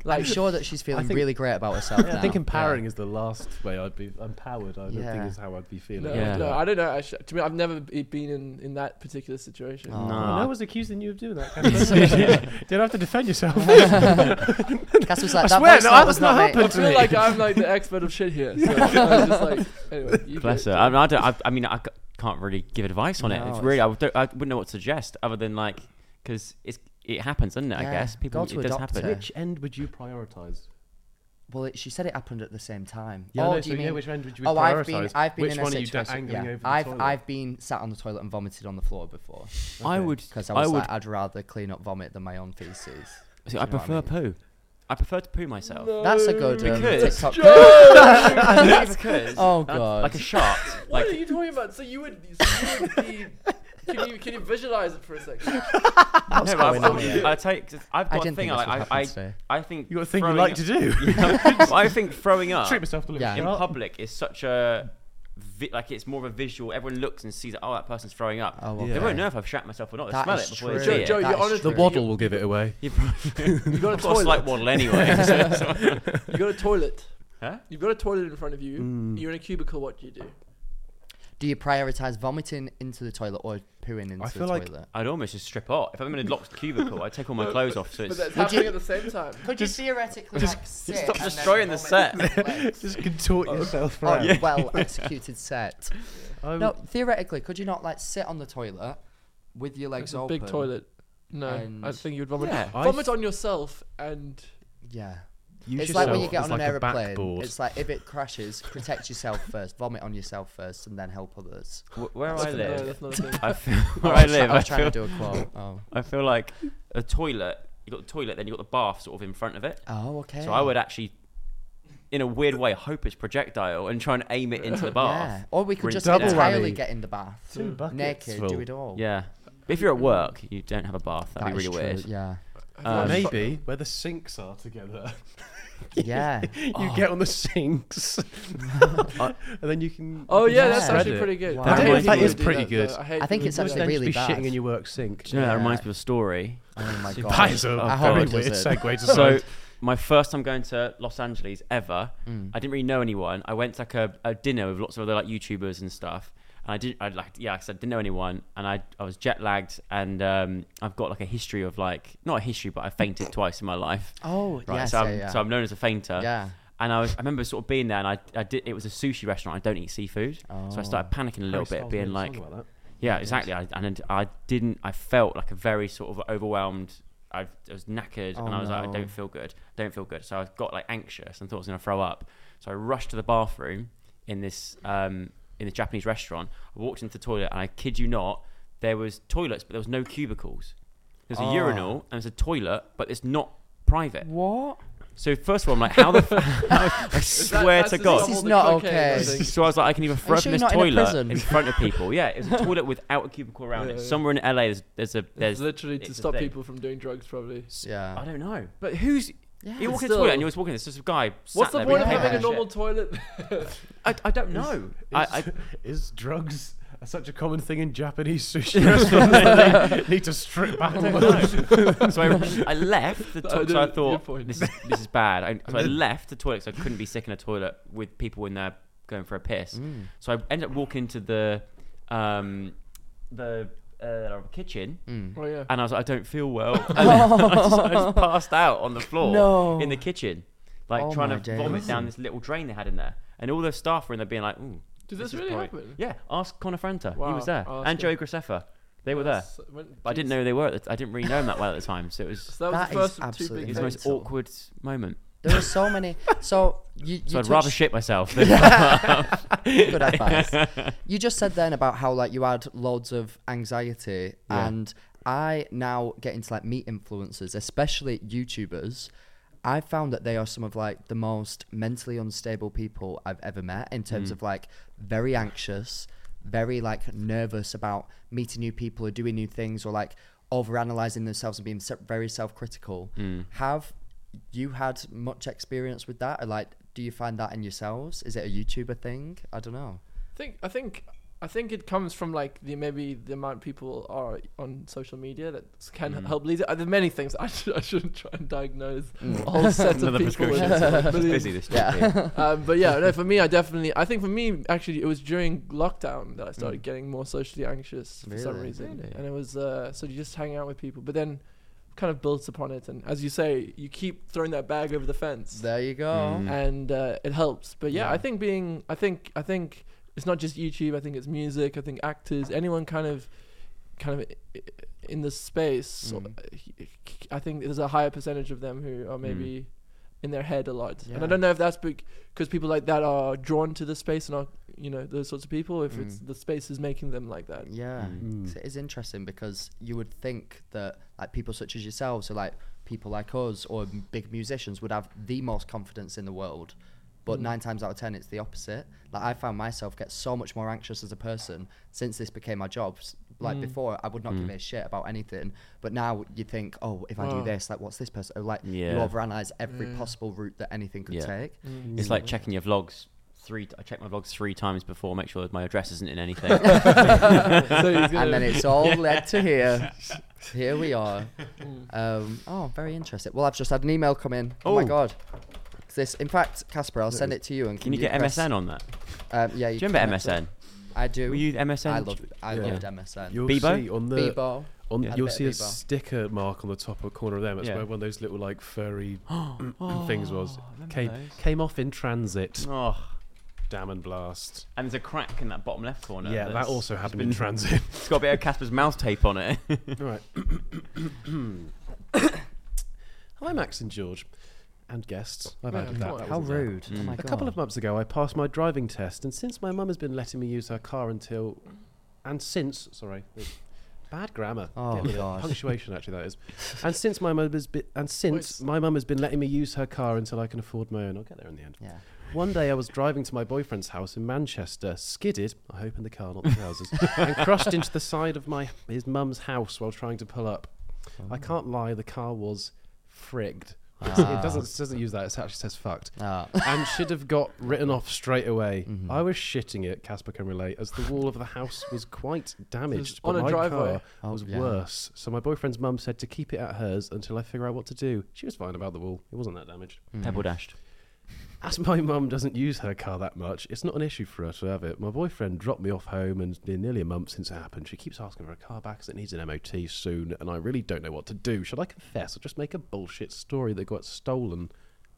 [SPEAKER 1] I'm sure that she's feeling
[SPEAKER 2] think-
[SPEAKER 1] really great about herself
[SPEAKER 2] Yeah,
[SPEAKER 1] now.
[SPEAKER 2] I think
[SPEAKER 1] Yeah.
[SPEAKER 2] empowering is the last way I'd be empowered. I don't
[SPEAKER 1] Yeah.
[SPEAKER 2] think is how I'd be feeling.
[SPEAKER 4] No,
[SPEAKER 3] Yeah.
[SPEAKER 4] no, I don't know. I sh- to me, I've never be- been in, in that particular situation.
[SPEAKER 2] And I
[SPEAKER 1] Uh,
[SPEAKER 3] No,
[SPEAKER 2] was accusing you of doing that. Kind of Did I have to defend yourself? I
[SPEAKER 1] Casper's like, that
[SPEAKER 2] swear,
[SPEAKER 1] voice note
[SPEAKER 2] no, that's
[SPEAKER 1] was
[SPEAKER 2] not
[SPEAKER 1] me."
[SPEAKER 2] happened
[SPEAKER 4] I
[SPEAKER 2] to
[SPEAKER 4] feel
[SPEAKER 2] me.
[SPEAKER 4] like I'm like the expert of shit here. So I was just like, anyway, you
[SPEAKER 3] Bless
[SPEAKER 4] go.
[SPEAKER 3] her. I mean, I, don't, I, I mean, I c- can't really give advice on
[SPEAKER 1] No,
[SPEAKER 3] it. It's
[SPEAKER 1] it's-
[SPEAKER 3] really, I, don't, I wouldn't know what to suggest other than like, because it's it happens, doesn't it?
[SPEAKER 1] Yeah,
[SPEAKER 3] I guess people,
[SPEAKER 1] go to
[SPEAKER 3] it
[SPEAKER 1] a
[SPEAKER 3] does
[SPEAKER 1] doctor.
[SPEAKER 3] happen.
[SPEAKER 2] Which end would you prioritise?
[SPEAKER 1] Well, it, she said it happened at the same time.
[SPEAKER 2] Yeah, I
[SPEAKER 1] oh,
[SPEAKER 2] know,
[SPEAKER 1] do
[SPEAKER 2] so
[SPEAKER 1] you
[SPEAKER 2] yeah,
[SPEAKER 1] mean
[SPEAKER 2] which end would you
[SPEAKER 1] Oh, I've been,
[SPEAKER 2] prioritise?
[SPEAKER 1] I've been
[SPEAKER 2] Which
[SPEAKER 1] in a
[SPEAKER 2] one are you
[SPEAKER 1] situation.
[SPEAKER 2] dangling
[SPEAKER 1] yeah,
[SPEAKER 2] over the
[SPEAKER 1] I've,
[SPEAKER 2] toilet?
[SPEAKER 1] I've been sat on the toilet and vomited on the floor before
[SPEAKER 3] I would,
[SPEAKER 1] because I
[SPEAKER 3] I,
[SPEAKER 1] was
[SPEAKER 3] would,
[SPEAKER 1] like, I'd rather clean up vomit than my own feces.
[SPEAKER 3] see,
[SPEAKER 1] know what
[SPEAKER 3] I
[SPEAKER 1] I
[SPEAKER 3] prefer poo. I prefer to poo myself.
[SPEAKER 1] That's a good um,
[SPEAKER 3] Because-
[SPEAKER 1] TikTok.
[SPEAKER 3] Because-
[SPEAKER 1] Oh god.
[SPEAKER 3] That's
[SPEAKER 1] Oh,
[SPEAKER 3] Like a shark.
[SPEAKER 4] What are
[SPEAKER 3] like
[SPEAKER 4] you talking about? So you would, so you would be Can you, can you visualize it for a second?
[SPEAKER 3] no, but I've, I've, I take. 'cause I've
[SPEAKER 1] I
[SPEAKER 3] got a
[SPEAKER 1] didn't
[SPEAKER 3] thing.
[SPEAKER 1] think this would
[SPEAKER 3] I,
[SPEAKER 1] happen
[SPEAKER 3] I, I,
[SPEAKER 1] today.
[SPEAKER 3] I think
[SPEAKER 2] You got a thing you
[SPEAKER 3] throwing
[SPEAKER 2] like
[SPEAKER 3] up-
[SPEAKER 2] to do.
[SPEAKER 3] Yeah. Well, I think throwing up
[SPEAKER 2] Treat myself to a little
[SPEAKER 1] Yeah.
[SPEAKER 3] in
[SPEAKER 2] shot.
[SPEAKER 3] public is such a vi- like it's more of a visual. Everyone looks and sees. Oh, that person's throwing up.
[SPEAKER 1] Oh, well,
[SPEAKER 3] They
[SPEAKER 1] yeah.
[SPEAKER 3] won't know if I've shat myself or not. They
[SPEAKER 1] That
[SPEAKER 3] smell
[SPEAKER 1] is
[SPEAKER 3] it before
[SPEAKER 1] true.
[SPEAKER 3] they see
[SPEAKER 4] Joe,
[SPEAKER 3] it.
[SPEAKER 4] Joe,
[SPEAKER 1] That
[SPEAKER 4] you're
[SPEAKER 1] is
[SPEAKER 4] honestly
[SPEAKER 2] The
[SPEAKER 1] true.
[SPEAKER 2] waddle will give it away.
[SPEAKER 3] You probably-
[SPEAKER 4] You've got a
[SPEAKER 3] I've got a slight
[SPEAKER 4] toilet.
[SPEAKER 3] waddle anyway. so- so-
[SPEAKER 4] You've got a toilet.
[SPEAKER 3] Huh?
[SPEAKER 4] You've got a toilet in front of you.
[SPEAKER 3] Mm.
[SPEAKER 4] You're in a cubicle. What do you do?
[SPEAKER 1] Do you prioritize vomiting into the toilet or pooing into
[SPEAKER 2] feel
[SPEAKER 1] the
[SPEAKER 2] like-
[SPEAKER 1] toilet?
[SPEAKER 3] I'd almost just strip off. If I'm in a locked cubicle, I take all my clothes off. So it's
[SPEAKER 4] But that's happening at the same time.
[SPEAKER 1] Could you theoretically like sit
[SPEAKER 3] stop and then destroying the vomit set.
[SPEAKER 2] Just contort
[SPEAKER 3] Oh.
[SPEAKER 2] yourself
[SPEAKER 1] on
[SPEAKER 2] around.
[SPEAKER 1] a well executed set? No, theoretically, could you not like sit on the toilet with your legs
[SPEAKER 4] It's a
[SPEAKER 1] open?
[SPEAKER 4] big toilet. No, I
[SPEAKER 1] And-
[SPEAKER 4] think you would vomit.
[SPEAKER 3] Yeah.
[SPEAKER 2] I
[SPEAKER 4] Vomit on yourself and
[SPEAKER 1] Yeah.
[SPEAKER 2] Use
[SPEAKER 1] it's like when you
[SPEAKER 2] yourself
[SPEAKER 1] get
[SPEAKER 2] as
[SPEAKER 1] on
[SPEAKER 2] like
[SPEAKER 1] an
[SPEAKER 2] a
[SPEAKER 1] aeroplane.
[SPEAKER 2] backboard.
[SPEAKER 1] It's like if it crashes, protect yourself first, vomit on yourself first, and then help others.
[SPEAKER 3] wh- where I
[SPEAKER 4] no,
[SPEAKER 3] live.
[SPEAKER 4] that's not
[SPEAKER 3] I
[SPEAKER 4] a thing.
[SPEAKER 3] feel where
[SPEAKER 1] Oh,
[SPEAKER 3] I
[SPEAKER 1] was try-
[SPEAKER 3] live.
[SPEAKER 1] I
[SPEAKER 3] I
[SPEAKER 1] was trying
[SPEAKER 3] feel,
[SPEAKER 1] to do a quote. Oh,
[SPEAKER 3] I feel like a toilet. You got the toilet, then you got the bath sort of in front of it.
[SPEAKER 1] oh okay.
[SPEAKER 3] So I would actually, in a weird way, hope it's projectile and try and aim it into the
[SPEAKER 1] Yeah.
[SPEAKER 3] bath.
[SPEAKER 1] Or we could just
[SPEAKER 2] Double
[SPEAKER 1] entirely
[SPEAKER 2] whammy.
[SPEAKER 1] get in the bath,
[SPEAKER 5] Two buckets.
[SPEAKER 1] naked,
[SPEAKER 2] Full.
[SPEAKER 1] do it all.
[SPEAKER 3] Mm. Yeah. But If you're at work, you don't have a bath. That'd
[SPEAKER 1] That
[SPEAKER 3] be
[SPEAKER 1] is
[SPEAKER 3] really
[SPEAKER 1] true,
[SPEAKER 3] weird.
[SPEAKER 1] Yeah.
[SPEAKER 3] Um,
[SPEAKER 2] Maybe where the sinks are together.
[SPEAKER 1] Yeah.
[SPEAKER 2] you get on the sinks, and then you can.
[SPEAKER 4] Oh yeah, that's
[SPEAKER 1] Yeah.
[SPEAKER 4] actually
[SPEAKER 2] Reddit.
[SPEAKER 4] pretty good.
[SPEAKER 1] Wow.
[SPEAKER 4] I
[SPEAKER 1] That
[SPEAKER 4] hate
[SPEAKER 1] is-
[SPEAKER 4] people
[SPEAKER 1] that
[SPEAKER 4] who
[SPEAKER 1] is
[SPEAKER 4] do
[SPEAKER 2] pretty
[SPEAKER 4] though.
[SPEAKER 2] good.
[SPEAKER 4] hate
[SPEAKER 1] I think
[SPEAKER 4] people
[SPEAKER 1] it's
[SPEAKER 4] who do
[SPEAKER 1] actually
[SPEAKER 4] that.
[SPEAKER 2] Don't
[SPEAKER 1] really
[SPEAKER 2] be
[SPEAKER 1] bad.
[SPEAKER 2] shitting in your work sink.
[SPEAKER 3] Do you know,
[SPEAKER 1] Yeah.
[SPEAKER 3] that reminds me of a story.
[SPEAKER 1] oh my god.
[SPEAKER 2] That is a
[SPEAKER 3] Oh,
[SPEAKER 2] very
[SPEAKER 1] God,
[SPEAKER 2] weird
[SPEAKER 1] is it?
[SPEAKER 2] segue to
[SPEAKER 3] So,
[SPEAKER 2] so.
[SPEAKER 3] my first time going to Los Angeles ever,
[SPEAKER 1] Mm.
[SPEAKER 3] I didn't really know anyone. I went to like a, a dinner with lots of other like YouTubers and stuff. And I didn't, I like, yeah, like I said, didn't know anyone. And I, I was jet lagged. And um, I've got like a history of like, not a history, but I fainted twice in my life.
[SPEAKER 1] Oh, yes, yeah,
[SPEAKER 3] So, I'm,
[SPEAKER 1] yeah.
[SPEAKER 3] so I'm known as a fainter.
[SPEAKER 1] Yeah.
[SPEAKER 3] And I was, I remember sort of being there and I, I did, it was a sushi restaurant. I don't eat seafood. So I started
[SPEAKER 1] Oh.
[SPEAKER 3] panicking a little bit, being like, yeah, exactly. I, and I didn't. I felt like a very sort of overwhelmed. I, I was knackered,
[SPEAKER 4] Oh,
[SPEAKER 3] and I was like, I
[SPEAKER 1] no.
[SPEAKER 3] don't feel good. I don't feel good. So I got like anxious and thought I was going to throw up. So I rushed to the bathroom in this um, in the Japanese restaurant. I walked into the toilet, and I kid you not, there was toilets, but there was no cubicles. There's a
[SPEAKER 4] Ah.
[SPEAKER 3] urinal and there's a toilet, but it's not private.
[SPEAKER 1] What?
[SPEAKER 3] So first of all, I'm like, how the? F- I swear
[SPEAKER 4] that's
[SPEAKER 3] to
[SPEAKER 4] the
[SPEAKER 3] God,
[SPEAKER 4] trouble
[SPEAKER 1] This is
[SPEAKER 4] with
[SPEAKER 1] not
[SPEAKER 4] cocaine,
[SPEAKER 1] okay.
[SPEAKER 4] I
[SPEAKER 1] This
[SPEAKER 4] think.
[SPEAKER 3] so I was like, I can either throw up
[SPEAKER 1] sure
[SPEAKER 3] in
[SPEAKER 1] you're not
[SPEAKER 3] this
[SPEAKER 1] in a
[SPEAKER 3] toilet in,
[SPEAKER 1] prison?
[SPEAKER 3] front of people. Yeah, it was a toilet without a cubicle around it. Somewhere in LA, there's, there's a
[SPEAKER 4] It's
[SPEAKER 3] there's
[SPEAKER 4] literally
[SPEAKER 3] it's
[SPEAKER 4] to
[SPEAKER 3] a
[SPEAKER 4] stop
[SPEAKER 3] thing.
[SPEAKER 4] people from doing drugs, probably.
[SPEAKER 1] Yeah.
[SPEAKER 3] I don't know, but who's you walk in the
[SPEAKER 4] Still-
[SPEAKER 3] toilet and you're always walking. There's just a guy. sat
[SPEAKER 4] What's the
[SPEAKER 3] there
[SPEAKER 4] point of
[SPEAKER 3] with
[SPEAKER 1] yeah.
[SPEAKER 3] paper
[SPEAKER 4] having a
[SPEAKER 3] and shit.
[SPEAKER 4] normal toilet?
[SPEAKER 3] I, I don't know. I, I,
[SPEAKER 2] Is drugs such a common thing in Japanese sushi restaurants? they need to strip back. all the-
[SPEAKER 3] so I, I left the
[SPEAKER 4] I
[SPEAKER 3] toilet.
[SPEAKER 4] do-
[SPEAKER 3] So I
[SPEAKER 4] your
[SPEAKER 3] thought
[SPEAKER 4] point.
[SPEAKER 3] this is, this is bad. I, so I left the toilet because I couldn't be sick in a toilet with people in there going for a piss.
[SPEAKER 1] Mm.
[SPEAKER 3] So I ended up walking to the um, the uh, kitchen.
[SPEAKER 1] Mm.
[SPEAKER 4] oh yeah.
[SPEAKER 3] and I was like, I don't feel well. And I, just, I just passed out on the floor
[SPEAKER 1] No.
[SPEAKER 3] in the kitchen, like
[SPEAKER 1] Oh
[SPEAKER 3] trying to
[SPEAKER 1] my days.
[SPEAKER 3] vomit down this little drain they had in there. And all the staff were in there being like, Ooh,
[SPEAKER 4] Did
[SPEAKER 3] this
[SPEAKER 4] this
[SPEAKER 3] is
[SPEAKER 4] really
[SPEAKER 3] probably-
[SPEAKER 4] happen?
[SPEAKER 3] yeah, ask Connor Franta. He
[SPEAKER 4] Wow.
[SPEAKER 3] was there.
[SPEAKER 4] Oh, that's
[SPEAKER 3] and Joey Graceffa. They were there.
[SPEAKER 4] That's- when-
[SPEAKER 3] But I didn't
[SPEAKER 4] jeez.
[SPEAKER 3] know who they were. At the t- I didn't really know them that well at the time. So it was,
[SPEAKER 4] So
[SPEAKER 1] That
[SPEAKER 4] that was
[SPEAKER 1] is
[SPEAKER 4] the first of two
[SPEAKER 1] absolutely
[SPEAKER 3] it
[SPEAKER 4] big
[SPEAKER 3] was
[SPEAKER 1] insane.
[SPEAKER 3] the
[SPEAKER 4] things.
[SPEAKER 3] most
[SPEAKER 1] mental.
[SPEAKER 3] awkward moment.
[SPEAKER 1] There are so many. So you, you
[SPEAKER 3] So I'd
[SPEAKER 1] touched-
[SPEAKER 3] rather shit myself than
[SPEAKER 1] Good advice. You just said then about how like you had loads of anxiety, and I now get into like meat influencers, especially YouTubers. I found that they are some of like the most mentally unstable people I've ever met in terms of like very anxious, very like nervous about meeting new people or doing new things or like overanalyzing themselves and being se- very self-critical. Have you had much experience with that or like do you find that in yourselves is it a youtuber thing i don't know
[SPEAKER 4] I think I think I think it comes from like the maybe the amount people are on social media that s- can
[SPEAKER 3] Mm.
[SPEAKER 4] help lead. it. Uh, There are many things I, should, I shouldn't try and diagnose a whole set of
[SPEAKER 3] Mm. another
[SPEAKER 4] people. with
[SPEAKER 3] prescription.
[SPEAKER 4] a
[SPEAKER 3] It's
[SPEAKER 4] million-
[SPEAKER 3] busy this yeah.
[SPEAKER 4] um, but yeah, no, for me, I definitely, I think for me, actually, it was during lockdown that I started getting more socially anxious for some
[SPEAKER 1] Really?
[SPEAKER 4] reason,
[SPEAKER 3] Mm. Really?
[SPEAKER 4] and it was uh, so you just hang out with people, but then kind of builds upon it, and as you say, you keep throwing that bag over the fence,
[SPEAKER 1] there you go
[SPEAKER 4] and uh, it helps. But yeah, I think being, I think, I think it's not just YouTube. I think it's music. I think actors, anyone kind of, kind of i- i- in this space.
[SPEAKER 1] Mm.
[SPEAKER 4] uh, I think there's a higher percentage of them who are maybe in their head a lot. And
[SPEAKER 1] Yeah.
[SPEAKER 4] I don't know if that's because people like that are drawn to the space and are, you know, those sorts of people. If it's the space is making them like that.
[SPEAKER 1] Mm. yeah
[SPEAKER 3] Mm.
[SPEAKER 1] So it is interesting because you would think that like people such as yourselves or like people like us or m- big musicians would have the most confidence in the world But nine times out of ten, it's the opposite. Like I found myself get so much more anxious as a person since this became my job. S- Like
[SPEAKER 4] Mm.
[SPEAKER 1] before, I would not give a shit about anything, but now you think, oh, if I do
[SPEAKER 4] Oh.
[SPEAKER 1] this, like what's this person? Oh, Like you
[SPEAKER 3] Yeah.
[SPEAKER 1] overanalyze every
[SPEAKER 4] Yeah.
[SPEAKER 1] possible route that anything could
[SPEAKER 3] Yeah.
[SPEAKER 1] take.
[SPEAKER 3] It's like checking your vlogs three. I check my vlogs three times before, make sure that my address isn't in anything.
[SPEAKER 4] So he's gonna-
[SPEAKER 1] and then it's all led to here. Here we are.
[SPEAKER 2] Hmm.
[SPEAKER 1] Um, oh, very interesting. Well, I've just had an email come in. Oh, my
[SPEAKER 2] Oh.
[SPEAKER 1] god. This, in fact, Casper, I'll send it to you. And
[SPEAKER 3] Can you get
[SPEAKER 1] press-
[SPEAKER 3] MSN on that?
[SPEAKER 1] Um, yeah, you
[SPEAKER 3] Do you remember
[SPEAKER 1] can actually-
[SPEAKER 3] MSN?
[SPEAKER 1] I do.
[SPEAKER 3] Were you MSN?
[SPEAKER 1] I loved. I
[SPEAKER 3] Yeah.
[SPEAKER 1] loved MSN.
[SPEAKER 2] You'll
[SPEAKER 3] Bebo?
[SPEAKER 2] see on the
[SPEAKER 1] Bebo.
[SPEAKER 2] on
[SPEAKER 1] Had a
[SPEAKER 2] you'll
[SPEAKER 1] bit of
[SPEAKER 2] see a
[SPEAKER 1] Bebo.
[SPEAKER 2] sticker mark on the top of corner of them. It's
[SPEAKER 3] Yeah.
[SPEAKER 2] where one of those little like furry
[SPEAKER 1] Oh,
[SPEAKER 2] things was.
[SPEAKER 3] remember
[SPEAKER 2] Came
[SPEAKER 3] those.
[SPEAKER 2] came off in transit.
[SPEAKER 3] Oh,
[SPEAKER 2] Damn and blast.
[SPEAKER 3] and there's a crack in that bottom left corner.
[SPEAKER 2] yeah, that
[SPEAKER 3] that's-
[SPEAKER 2] also happened
[SPEAKER 3] been-
[SPEAKER 2] in transit.
[SPEAKER 3] It's got a bit of Casper's mouth tape on it.
[SPEAKER 2] right. Hi, Max and George, and guests. I've
[SPEAKER 4] Yeah,
[SPEAKER 2] added that.
[SPEAKER 4] come
[SPEAKER 2] that
[SPEAKER 4] on.
[SPEAKER 1] How
[SPEAKER 2] wasn't there.
[SPEAKER 1] rude! Oh my
[SPEAKER 2] A
[SPEAKER 1] god.
[SPEAKER 2] couple of months ago, I passed my driving test, and since my mum has been letting me use her car until, and since, sorry, bad grammar.
[SPEAKER 1] Oh,
[SPEAKER 2] Get with it.
[SPEAKER 1] God.
[SPEAKER 2] Punctuation, actually, that is. And since my mum has been, and since
[SPEAKER 4] it's-
[SPEAKER 2] my mum has been letting me use her car until I can afford my own. I'll get there in the end.
[SPEAKER 1] Yeah.
[SPEAKER 2] One day, I was driving to my boyfriend's house in Manchester, skidded. I hope in the car, not the trousers, and crushed into the side of my his mum's house while trying to pull up. I can't lie, the car was frigged. It's- It doesn't it doesn't use that. It actually says fucked
[SPEAKER 1] Ah.
[SPEAKER 2] and should have got written off straight away. I was shitting it, Casper can relate, as the wall of the house was quite damaged.
[SPEAKER 4] on
[SPEAKER 2] but
[SPEAKER 4] a
[SPEAKER 2] my
[SPEAKER 4] driveway.
[SPEAKER 2] car was
[SPEAKER 1] Oh, yeah.
[SPEAKER 2] worse. So my boyfriend's mum said to keep it at hers until I figure out what to do. She was fine about the wall. It wasn't that damaged.
[SPEAKER 3] Pebble dashed.
[SPEAKER 2] As my mum doesn't use her car that much, it's not an issue for her to have it. My boyfriend dropped me off home, and it's been nearly a month since it happened. She keeps asking for a car back because it needs an MOT soon, and I really don't know what to do. Should I confess or just make a bullshit story that got stolen?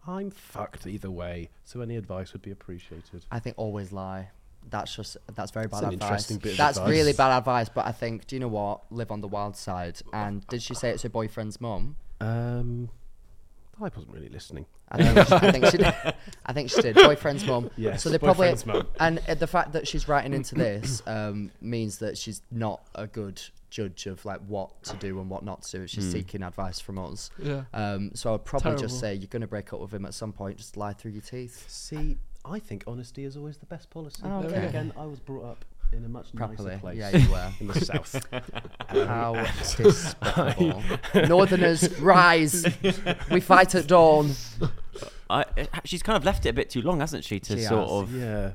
[SPEAKER 2] I'm fucked either way, so any advice would be appreciated.
[SPEAKER 1] I think always lie. That's just that's very bad
[SPEAKER 2] an
[SPEAKER 1] advice.
[SPEAKER 2] interesting bit of
[SPEAKER 1] that's
[SPEAKER 2] advice.
[SPEAKER 1] really bad advice. But I think, do you know what? Live on the wild side. And did she say it's her boyfriend's mum?
[SPEAKER 2] Um, I wasn't really listening.
[SPEAKER 1] I think, she, I think she did. I think she did. Boyfriend's mum.
[SPEAKER 2] Yes,
[SPEAKER 1] So they probably
[SPEAKER 2] boyfriend's mum.
[SPEAKER 1] and uh, the fact that she's writing into this um, means that she's not a good judge of like what to do and what not to do. if She's
[SPEAKER 2] Hmm.
[SPEAKER 1] seeking advice from us.
[SPEAKER 4] Yeah.
[SPEAKER 1] Um, so I'd probably
[SPEAKER 4] Terrible.
[SPEAKER 1] just say you're going to break up with him at some point. Just lie through your teeth.
[SPEAKER 2] See, I think honesty is always the best policy.
[SPEAKER 1] Oh,
[SPEAKER 2] Then
[SPEAKER 1] okay.
[SPEAKER 2] Again, I was brought up in a much
[SPEAKER 1] Properly.
[SPEAKER 2] nicer place.
[SPEAKER 1] Yeah, you were.
[SPEAKER 2] in the south.
[SPEAKER 1] How despicable. Northerners, rise. We fight at dawn.
[SPEAKER 3] I, uh, she's kind of left it a bit too long, hasn't she, to
[SPEAKER 1] She
[SPEAKER 3] sort
[SPEAKER 1] has,
[SPEAKER 3] of
[SPEAKER 2] yeah,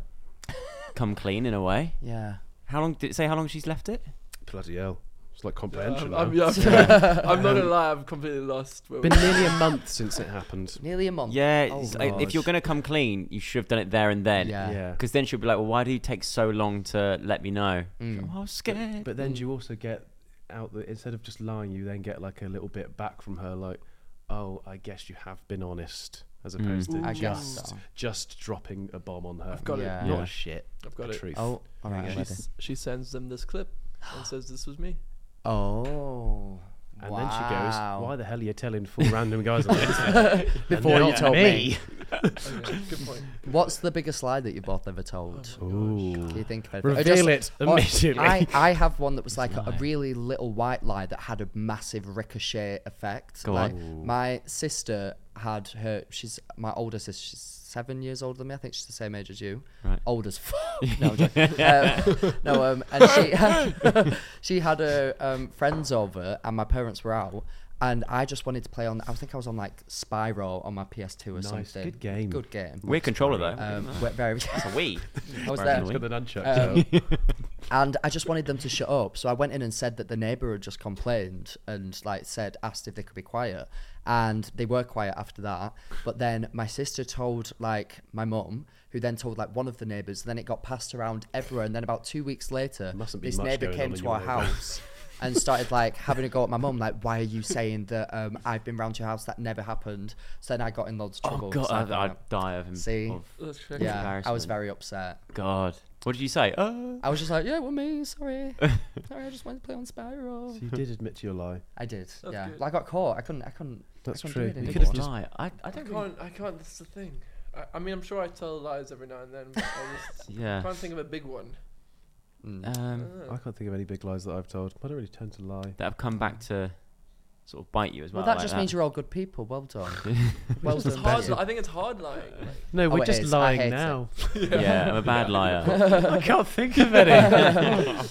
[SPEAKER 3] come clean in a way?
[SPEAKER 1] Yeah.
[SPEAKER 3] How long did it say? How long she's left it?
[SPEAKER 1] Oh,
[SPEAKER 2] bloody hell! It's like comprehension.
[SPEAKER 4] I'm,
[SPEAKER 2] now.
[SPEAKER 4] I'm, yeah, I'm- I'm
[SPEAKER 1] Um,
[SPEAKER 4] not gonna lie. I'm completely lost. where we-
[SPEAKER 2] been nearly a month since it happened.
[SPEAKER 1] Nearly a month.
[SPEAKER 3] Yeah,
[SPEAKER 1] Oh,
[SPEAKER 3] it's like, if
[SPEAKER 1] God.
[SPEAKER 3] you're going to come clean, you should have done it there and then.
[SPEAKER 1] Yeah.
[SPEAKER 2] Yeah.
[SPEAKER 3] Because then she'll be like, well, why do you take so long to let me know?
[SPEAKER 1] Mm.
[SPEAKER 3] Oh, I was scared.
[SPEAKER 2] But then do you also get out that instead of just lying, you then get like a little bit back from her, like, "Oh, I guess you have been honest," as opposed to
[SPEAKER 1] I guess
[SPEAKER 2] just
[SPEAKER 1] so.
[SPEAKER 2] just dropping a bomb on her. I've
[SPEAKER 4] got it.
[SPEAKER 1] Yeah.
[SPEAKER 2] Not
[SPEAKER 3] Yeah.
[SPEAKER 2] shit.
[SPEAKER 4] I've got
[SPEAKER 2] the
[SPEAKER 4] it.
[SPEAKER 2] Truth.
[SPEAKER 1] Oh, all right. I'm
[SPEAKER 4] She
[SPEAKER 1] ready.
[SPEAKER 4] s- she sends them this clip and says, "This was me."
[SPEAKER 1] Oh.
[SPEAKER 2] And then she goes,
[SPEAKER 1] wow.
[SPEAKER 2] "Why the hell are you telling four random guys on the internet
[SPEAKER 1] Before you
[SPEAKER 2] Not
[SPEAKER 1] told me.
[SPEAKER 4] Okay, good point.
[SPEAKER 1] What's the biggest lie that you both ever told? Can you think of anything? Or
[SPEAKER 2] Reveal it
[SPEAKER 1] or-
[SPEAKER 2] immediately.
[SPEAKER 1] I, I have one that was like a, a really little white lie that had a massive ricochet effect.
[SPEAKER 3] Go
[SPEAKER 1] like,
[SPEAKER 3] on.
[SPEAKER 1] My sister had her. She's my older sister. She's seven years older than me. I think she's the same age as you.
[SPEAKER 3] Right.
[SPEAKER 1] Old as fuck. no, I'm joking. um, no. Um, and she had, she had her um, friends over, and my parents were out. And I just wanted to play on. I think I was on like Spyro on my PS2 or
[SPEAKER 2] Nice.
[SPEAKER 1] something.
[SPEAKER 2] Good game.
[SPEAKER 1] Good game.
[SPEAKER 3] We're controller, though.
[SPEAKER 1] Um, we're very.
[SPEAKER 3] it's a we.
[SPEAKER 1] I was there.
[SPEAKER 3] Apparently.
[SPEAKER 2] Put the nunchucks
[SPEAKER 1] Um,
[SPEAKER 2] out.
[SPEAKER 1] and I just wanted them to shut up. So I went in and said that the neighbour had just complained and like said asked if they could be quiet, and they were quiet after that. But then my sister told like my mum, who then told like one of the neighbours. Then it got passed around everywhere, and then about two weeks later,
[SPEAKER 2] Mustn't be
[SPEAKER 1] this
[SPEAKER 2] much
[SPEAKER 1] neighbour
[SPEAKER 2] going
[SPEAKER 1] came
[SPEAKER 2] on in
[SPEAKER 1] to our
[SPEAKER 2] your neighbourhood.
[SPEAKER 1] house. And started like having a go at my mum, like, why are you saying that um, I've been round your house? That never happened. So then I got in loads of trouble.
[SPEAKER 3] Oh, God,
[SPEAKER 1] 'cause I
[SPEAKER 3] I'd,
[SPEAKER 1] found
[SPEAKER 3] I'd
[SPEAKER 1] out.
[SPEAKER 3] die of him.
[SPEAKER 1] See?
[SPEAKER 3] of-
[SPEAKER 4] Let's check. it.
[SPEAKER 1] yeah, I was
[SPEAKER 3] embarrassment.
[SPEAKER 1] very upset.
[SPEAKER 3] God. What did you say? Uh,
[SPEAKER 1] I was just like, yeah, well, me, sorry. sorry, I just wanted to play on Spyro.
[SPEAKER 2] So you did admit to your lie.
[SPEAKER 1] I did, yeah.
[SPEAKER 4] good.
[SPEAKER 1] Well, I got caught. I couldn't, I couldn't.
[SPEAKER 2] That's
[SPEAKER 1] I couldn't
[SPEAKER 2] true.
[SPEAKER 1] Do it
[SPEAKER 2] You
[SPEAKER 1] anymore.
[SPEAKER 2] could have
[SPEAKER 3] what
[SPEAKER 2] just-
[SPEAKER 3] lie? I, I
[SPEAKER 4] I
[SPEAKER 3] don't really-
[SPEAKER 4] can't. I can't. That's the thing. I, I mean, I'm sure I tell lies every now and then. But I just
[SPEAKER 3] Yeah.
[SPEAKER 4] can't think of a big one.
[SPEAKER 3] Um,
[SPEAKER 4] Uh,
[SPEAKER 2] I can't think of any big lies that I've told. I don't really tend to lie.
[SPEAKER 3] that have come back to sort of bite you as well.
[SPEAKER 1] Well, that
[SPEAKER 3] like
[SPEAKER 1] just means you're all good people. Well done. well
[SPEAKER 4] It's
[SPEAKER 1] done.
[SPEAKER 4] hard. I think it's hard lying. Like,
[SPEAKER 2] No,
[SPEAKER 1] Oh,
[SPEAKER 2] we're
[SPEAKER 1] it
[SPEAKER 2] just
[SPEAKER 1] is. I hate
[SPEAKER 2] lying
[SPEAKER 1] it.
[SPEAKER 2] now.
[SPEAKER 3] yeah, I'm a bad liar.
[SPEAKER 2] I can't think of any.
[SPEAKER 1] Oh,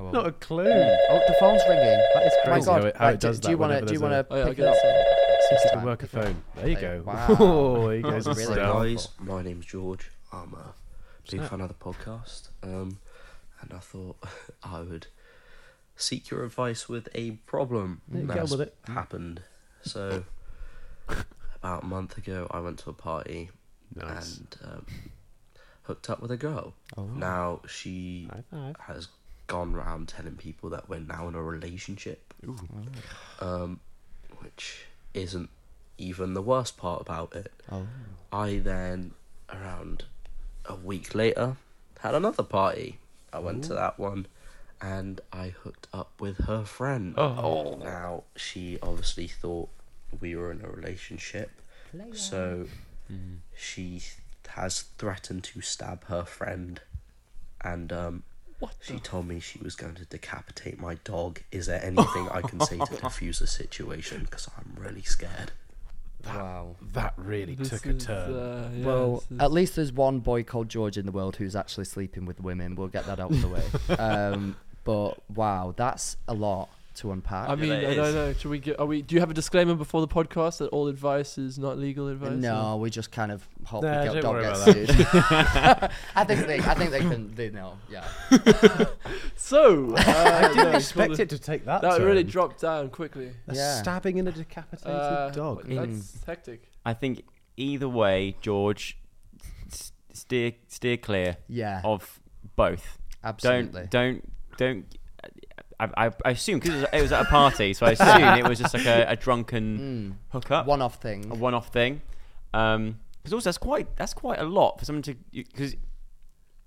[SPEAKER 1] well.
[SPEAKER 2] Not a clue.
[SPEAKER 1] Oh, the phone's ringing.
[SPEAKER 2] That is
[SPEAKER 1] Oh my
[SPEAKER 2] crazy
[SPEAKER 1] god!
[SPEAKER 9] how it- how
[SPEAKER 1] Right,
[SPEAKER 9] it does
[SPEAKER 1] do, do you
[SPEAKER 9] that
[SPEAKER 1] want to?
[SPEAKER 9] whenever
[SPEAKER 1] Do you
[SPEAKER 9] there's
[SPEAKER 1] want
[SPEAKER 9] a-
[SPEAKER 1] to
[SPEAKER 4] Oh, yeah, I
[SPEAKER 1] pick it
[SPEAKER 4] get
[SPEAKER 1] up?
[SPEAKER 9] It's
[SPEAKER 1] Time.
[SPEAKER 9] to work a phone. There you go.
[SPEAKER 1] Wow.
[SPEAKER 9] Oh, he goes
[SPEAKER 1] That's
[SPEAKER 9] his
[SPEAKER 1] really
[SPEAKER 9] style.
[SPEAKER 1] helpful.
[SPEAKER 6] guys. My name's George. I'm a big fan of the podcast, um, and I thought I would seek your advice with a problem
[SPEAKER 2] Yeah, get on
[SPEAKER 6] that's
[SPEAKER 2] with it.
[SPEAKER 6] happened. So, about a month ago, I went to a party
[SPEAKER 9] Nice.
[SPEAKER 6] and um, hooked up with a girl. Now she
[SPEAKER 2] Oh, High five.
[SPEAKER 6] has gone round telling people that we're now in a relationship, um, which isn't even the worst part about it.
[SPEAKER 2] Oh.
[SPEAKER 6] I then, around a week later, had another party. I went to that one and I hooked up with her friend. Oh. Now, she obviously thought we were in a relationship. So, she has threatened to stab her friend. And, um,. She told me she was going to decapitate my dog. Is there anything I can say to defuse the situation? Because I'm really scared.
[SPEAKER 1] Wow.
[SPEAKER 9] That really
[SPEAKER 4] this
[SPEAKER 9] took a
[SPEAKER 4] is,
[SPEAKER 9] turn.
[SPEAKER 4] uh, yeah,
[SPEAKER 1] Well,
[SPEAKER 4] this is-
[SPEAKER 1] at least there's one boy called George in the world who's actually sleeping with women. We'll get that out of the way. Um, but wow, that's a lot to unpack.
[SPEAKER 4] I mean,
[SPEAKER 3] that
[SPEAKER 4] I
[SPEAKER 3] is.
[SPEAKER 4] don't know. Should we get? Are we? Do you have a disclaimer before the podcast that all advice is not legal advice?
[SPEAKER 1] no, we just kind of hope
[SPEAKER 2] Nah,
[SPEAKER 1] we get,
[SPEAKER 2] don't
[SPEAKER 1] don't
[SPEAKER 2] worry
[SPEAKER 1] get sued.
[SPEAKER 2] about
[SPEAKER 1] I think they, I think they can, they know. Yeah.
[SPEAKER 4] So uh,
[SPEAKER 2] I didn't
[SPEAKER 4] no, it's called
[SPEAKER 2] expect
[SPEAKER 4] a-
[SPEAKER 2] it to take that.
[SPEAKER 4] That
[SPEAKER 2] turn.
[SPEAKER 4] really dropped down quickly.
[SPEAKER 2] A
[SPEAKER 1] Yeah.
[SPEAKER 2] stabbing and a decapitated
[SPEAKER 4] Uh,
[SPEAKER 2] dog.
[SPEAKER 4] That's hectic.
[SPEAKER 3] I think either way, George, s- steer steer clear
[SPEAKER 1] Yeah.
[SPEAKER 3] of both.
[SPEAKER 1] absolutely.
[SPEAKER 3] Don't don't don't. I, I, I assume because it, was at a party, so I assume it was just like a, a drunken hookup,
[SPEAKER 1] One-off thing.
[SPEAKER 3] a one-off thing. Because also that's quite that's quite a lot for someone to because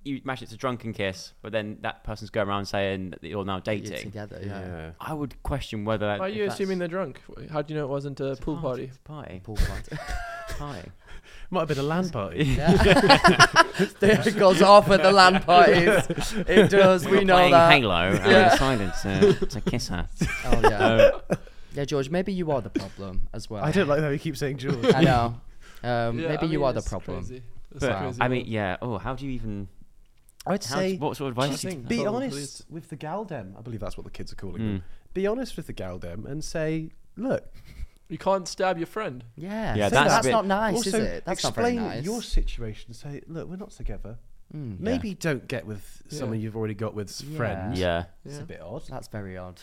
[SPEAKER 3] you, imagine it's a drunken kiss, but then that person's going around saying that you're now
[SPEAKER 1] You're
[SPEAKER 3] dating.
[SPEAKER 1] together. Yeah.
[SPEAKER 9] Yeah.
[SPEAKER 3] I would question whether
[SPEAKER 4] Why are you
[SPEAKER 3] if that's-
[SPEAKER 4] assuming they're drunk? How do you know it wasn't a
[SPEAKER 3] it's
[SPEAKER 4] pool party?
[SPEAKER 3] It's a party.
[SPEAKER 1] Pool party.
[SPEAKER 3] party.
[SPEAKER 2] Might have been a land party.
[SPEAKER 1] there it goes off at the land parties. It does. We
[SPEAKER 3] We're
[SPEAKER 1] know
[SPEAKER 3] playing
[SPEAKER 1] that.
[SPEAKER 3] Halo and
[SPEAKER 1] Yeah.
[SPEAKER 3] I decided to, uh, to kiss her.
[SPEAKER 1] Oh yeah. yeah, George. Maybe you are the problem as well.
[SPEAKER 2] I don't like how you keep saying George.
[SPEAKER 1] I know. Um,
[SPEAKER 4] Yeah,
[SPEAKER 1] maybe
[SPEAKER 4] I mean,
[SPEAKER 1] you are the
[SPEAKER 4] it's
[SPEAKER 1] problem.
[SPEAKER 4] crazy. It's
[SPEAKER 3] But,
[SPEAKER 4] crazy,
[SPEAKER 3] I mean,
[SPEAKER 4] man.
[SPEAKER 3] yeah. Oh, how do you even?
[SPEAKER 2] I'd
[SPEAKER 3] How,
[SPEAKER 2] say
[SPEAKER 3] what sort of advice? do you-
[SPEAKER 4] think-
[SPEAKER 2] be
[SPEAKER 4] Probably
[SPEAKER 2] honest
[SPEAKER 4] is.
[SPEAKER 2] with the Galdem. I believe that's what the kids are
[SPEAKER 9] Hmm.
[SPEAKER 2] calling them. Be honest with the Galdem and say, look,
[SPEAKER 4] you can't stab your friend.
[SPEAKER 1] Yeah.
[SPEAKER 3] Yeah,
[SPEAKER 1] so
[SPEAKER 3] that's
[SPEAKER 1] that's,
[SPEAKER 3] a bit-
[SPEAKER 1] not nice, is
[SPEAKER 2] also
[SPEAKER 1] it? That's not very
[SPEAKER 2] explain
[SPEAKER 1] nice. Hmm,
[SPEAKER 2] your situation. Say, look, we're not together. Maybe don't get with someone
[SPEAKER 4] Yeah.
[SPEAKER 2] you've already got with
[SPEAKER 1] Yeah.
[SPEAKER 2] friends.
[SPEAKER 3] Yeah.
[SPEAKER 2] It's
[SPEAKER 4] Yeah.
[SPEAKER 2] a bit odd.
[SPEAKER 1] That's very odd.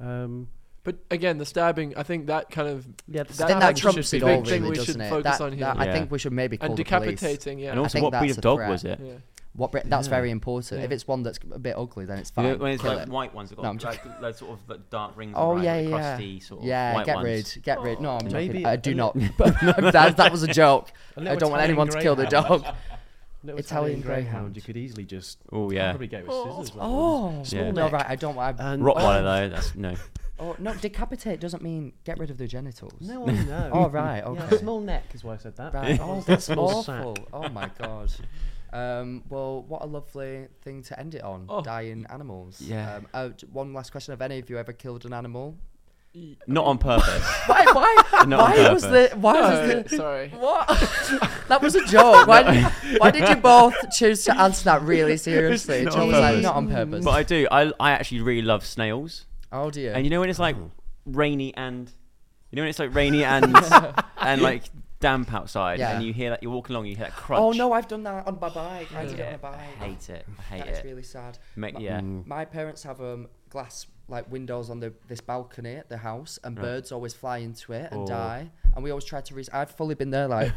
[SPEAKER 2] Um,
[SPEAKER 4] But again, the stabbing. I think that kind of
[SPEAKER 2] yeah,
[SPEAKER 4] That-
[SPEAKER 1] I think that
[SPEAKER 4] that should
[SPEAKER 1] trumps
[SPEAKER 4] be
[SPEAKER 1] it
[SPEAKER 4] the big
[SPEAKER 1] all,
[SPEAKER 4] thing
[SPEAKER 1] really,
[SPEAKER 4] we should
[SPEAKER 1] doesn't it?
[SPEAKER 4] focus
[SPEAKER 1] That-
[SPEAKER 4] on here.
[SPEAKER 1] that- I
[SPEAKER 3] Yeah.
[SPEAKER 1] think we should maybe call
[SPEAKER 4] and
[SPEAKER 1] the police.
[SPEAKER 4] decapitating. Yeah.
[SPEAKER 3] And also,
[SPEAKER 1] think
[SPEAKER 3] what breed
[SPEAKER 1] that's
[SPEAKER 3] of
[SPEAKER 1] a
[SPEAKER 3] dog
[SPEAKER 1] threat.
[SPEAKER 3] was it?
[SPEAKER 4] yeah.
[SPEAKER 1] What bre- that's very important.
[SPEAKER 4] Yeah.
[SPEAKER 1] If it's one that's a bit ugly, then it's
[SPEAKER 3] You
[SPEAKER 1] fine.
[SPEAKER 3] know, when it's
[SPEAKER 1] Kill
[SPEAKER 3] like
[SPEAKER 1] it.
[SPEAKER 3] white ones, that got
[SPEAKER 1] No, I'm
[SPEAKER 3] like, like sort of like dark rings.
[SPEAKER 1] Oh
[SPEAKER 3] on the
[SPEAKER 1] yeah,
[SPEAKER 3] right, like
[SPEAKER 1] yeah,
[SPEAKER 3] crusty sort of
[SPEAKER 1] yeah.
[SPEAKER 3] white
[SPEAKER 1] get
[SPEAKER 3] ones.
[SPEAKER 1] rid, get rid. No, I'm
[SPEAKER 2] Maybe
[SPEAKER 1] joking. I do
[SPEAKER 2] a
[SPEAKER 1] not. that, that was a joke.
[SPEAKER 2] A
[SPEAKER 1] I
[SPEAKER 2] little
[SPEAKER 1] don't want
[SPEAKER 2] Italian
[SPEAKER 1] anyone to kill the
[SPEAKER 2] greyhound.
[SPEAKER 1] dog.
[SPEAKER 2] little
[SPEAKER 1] Italian greyhound.
[SPEAKER 2] You could easily just.
[SPEAKER 3] Oh yeah.
[SPEAKER 2] Probably get with scissors. like
[SPEAKER 1] Oh,
[SPEAKER 3] Yeah.
[SPEAKER 1] no,
[SPEAKER 2] neck.
[SPEAKER 1] right. I don't. I,
[SPEAKER 2] that. And-
[SPEAKER 3] Rottweiler though. That's no.
[SPEAKER 1] oh, no, decapitate doesn't mean get rid of the genitals.
[SPEAKER 2] No, I know.
[SPEAKER 1] Oh right.
[SPEAKER 2] Yeah,
[SPEAKER 1] Okay.
[SPEAKER 2] small neck is why I said that.
[SPEAKER 1] Right. Oh, that's
[SPEAKER 2] Small sack.
[SPEAKER 1] awful. Oh my god. Um, well, what a lovely thing to end it on.
[SPEAKER 4] Oh.
[SPEAKER 1] Dying animals.
[SPEAKER 3] Yeah.
[SPEAKER 1] Um, oh, j- one last question: Have any of you ever killed an animal?
[SPEAKER 3] Not on purpose.
[SPEAKER 1] Why? Why?
[SPEAKER 3] Not on
[SPEAKER 1] why was
[SPEAKER 3] purpose.
[SPEAKER 1] the? Why
[SPEAKER 4] No,
[SPEAKER 1] was the?
[SPEAKER 4] sorry.
[SPEAKER 1] What? that was a joke. Why, why did you both choose to answer that really seriously?
[SPEAKER 3] not
[SPEAKER 1] Not,
[SPEAKER 3] on
[SPEAKER 1] like,
[SPEAKER 3] purpose.
[SPEAKER 1] not on purpose.
[SPEAKER 3] but I do. I I actually really love snails.
[SPEAKER 1] oh dear.
[SPEAKER 3] And you know when it's like rainy and you know when it's like rainy and and like damp outside
[SPEAKER 1] Yeah.
[SPEAKER 3] and you hear that you're walking along and you hear that crunch.
[SPEAKER 1] oh no, I've done that on my bike. I did it on
[SPEAKER 3] Yeah,
[SPEAKER 1] a
[SPEAKER 3] I
[SPEAKER 1] bike.
[SPEAKER 3] hate it. I hate
[SPEAKER 1] That
[SPEAKER 3] it.
[SPEAKER 1] is really sad.
[SPEAKER 3] Make-
[SPEAKER 1] my,
[SPEAKER 3] yeah.
[SPEAKER 2] Mm.
[SPEAKER 1] my parents have um glass like windows on the this balcony at the house, and birds always fly into it
[SPEAKER 2] Oh.
[SPEAKER 1] and die. And we always try to. Re- I've fully been there, like,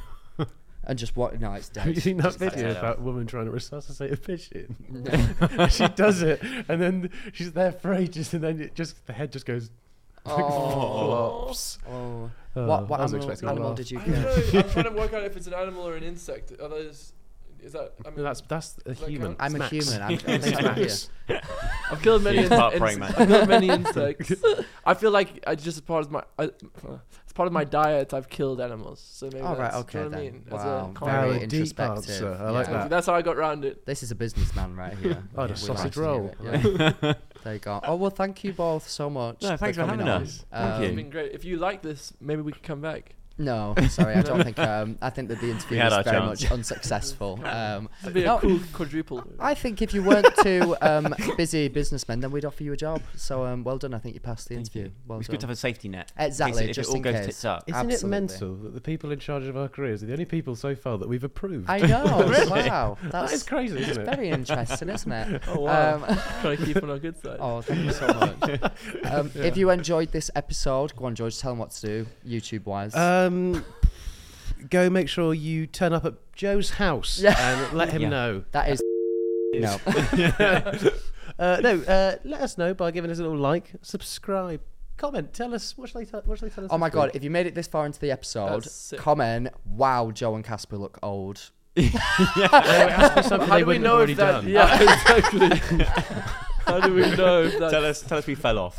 [SPEAKER 1] and just what? No, it's dead.
[SPEAKER 2] Have you seen that
[SPEAKER 1] Just dead.
[SPEAKER 2] video of that woman trying to resuscitate a pigeon? she does it, and then she's there for ages, and then it just the head just goes flops.
[SPEAKER 1] Oh,
[SPEAKER 2] Oh,
[SPEAKER 1] what what
[SPEAKER 2] I was
[SPEAKER 1] animal,
[SPEAKER 2] expecting
[SPEAKER 1] animal
[SPEAKER 2] that.
[SPEAKER 1] did you
[SPEAKER 4] I don't
[SPEAKER 1] kill?
[SPEAKER 4] know. I'm trying to work out if it's an animal or an insect. Are those? Is that? I mean,
[SPEAKER 2] That's that's a
[SPEAKER 4] Like
[SPEAKER 2] human.
[SPEAKER 4] a-
[SPEAKER 1] I'm a
[SPEAKER 2] Max.
[SPEAKER 1] human. I'm, I'm thinking
[SPEAKER 4] I've killed many.
[SPEAKER 3] She's part
[SPEAKER 4] ins-
[SPEAKER 3] praying
[SPEAKER 4] ins-
[SPEAKER 3] mantis.
[SPEAKER 4] I've killed many insects. I feel like I just as part of my I, as part of my diet, I've killed animals. So maybe.
[SPEAKER 1] All Oh, right,
[SPEAKER 4] that's,
[SPEAKER 1] okay
[SPEAKER 4] do you know what I
[SPEAKER 1] then.
[SPEAKER 4] mean? As a
[SPEAKER 1] Wow,
[SPEAKER 4] carnivore.
[SPEAKER 1] very
[SPEAKER 2] Valid deep
[SPEAKER 1] introspective.
[SPEAKER 2] answer. I like
[SPEAKER 1] Yeah.
[SPEAKER 2] that.
[SPEAKER 4] That's how I got round it.
[SPEAKER 1] This is a businessman right here.
[SPEAKER 2] I had a
[SPEAKER 1] We
[SPEAKER 2] sausage
[SPEAKER 1] like to hear
[SPEAKER 2] roll.
[SPEAKER 1] it, yeah. There you go. Oh well, thank you both so much.
[SPEAKER 3] No, thanks for
[SPEAKER 1] coming
[SPEAKER 3] having
[SPEAKER 1] on.
[SPEAKER 3] us.
[SPEAKER 1] Um,
[SPEAKER 4] It's been great. If you like this, maybe we could come back.
[SPEAKER 1] No, sorry, I don't think. Um, I think that the interview
[SPEAKER 3] We had
[SPEAKER 1] was
[SPEAKER 3] our
[SPEAKER 1] very
[SPEAKER 3] chance.
[SPEAKER 1] much unsuccessful. Um,
[SPEAKER 4] It'd be a
[SPEAKER 1] no,
[SPEAKER 4] cool quadruple.
[SPEAKER 1] I think if you weren't too um, busy businessmen, then we'd offer you a job. So um, well done. I think you passed the interview. Well
[SPEAKER 3] it's
[SPEAKER 1] done.
[SPEAKER 3] good to have a safety net. in case
[SPEAKER 1] Exactly,
[SPEAKER 3] it- If
[SPEAKER 1] just
[SPEAKER 3] it all
[SPEAKER 1] in
[SPEAKER 3] goes
[SPEAKER 1] case.
[SPEAKER 3] tits up.
[SPEAKER 2] Isn't
[SPEAKER 1] Absolutely.
[SPEAKER 2] it mental that the people in charge of our careers are the only people so far that we've approved?
[SPEAKER 1] I know.
[SPEAKER 2] Really?
[SPEAKER 1] Wow,
[SPEAKER 2] That
[SPEAKER 1] that's
[SPEAKER 2] is crazy,
[SPEAKER 1] It's
[SPEAKER 2] isn't it?
[SPEAKER 1] very interesting, isn't it?
[SPEAKER 4] Oh wow!
[SPEAKER 1] Um,
[SPEAKER 4] Trying to keep on our good side.
[SPEAKER 1] oh, thank you so much. Um, If you enjoyed this episode, go on, George. Tell them what to do, YouTube wise.
[SPEAKER 2] Um, go make sure you turn up at Joe's house and let him
[SPEAKER 3] Yeah.
[SPEAKER 2] know.
[SPEAKER 1] that is no.
[SPEAKER 2] Uh, no, uh, let us know by giving us a little like, subscribe, comment, tell us what should they, tell what should they tell us.
[SPEAKER 1] Oh my
[SPEAKER 2] this
[SPEAKER 1] god!
[SPEAKER 2] week?
[SPEAKER 1] If you made it this far into the episode,
[SPEAKER 4] That's sick.
[SPEAKER 1] comment. Wow, Joe and Casper look old.
[SPEAKER 2] Something
[SPEAKER 4] How
[SPEAKER 2] they
[SPEAKER 4] do we
[SPEAKER 2] wouldn't have
[SPEAKER 4] know
[SPEAKER 2] already
[SPEAKER 4] if that?
[SPEAKER 2] done.
[SPEAKER 4] Yeah, exactly. How do we know if that?
[SPEAKER 3] Tell us, tell us we fell off.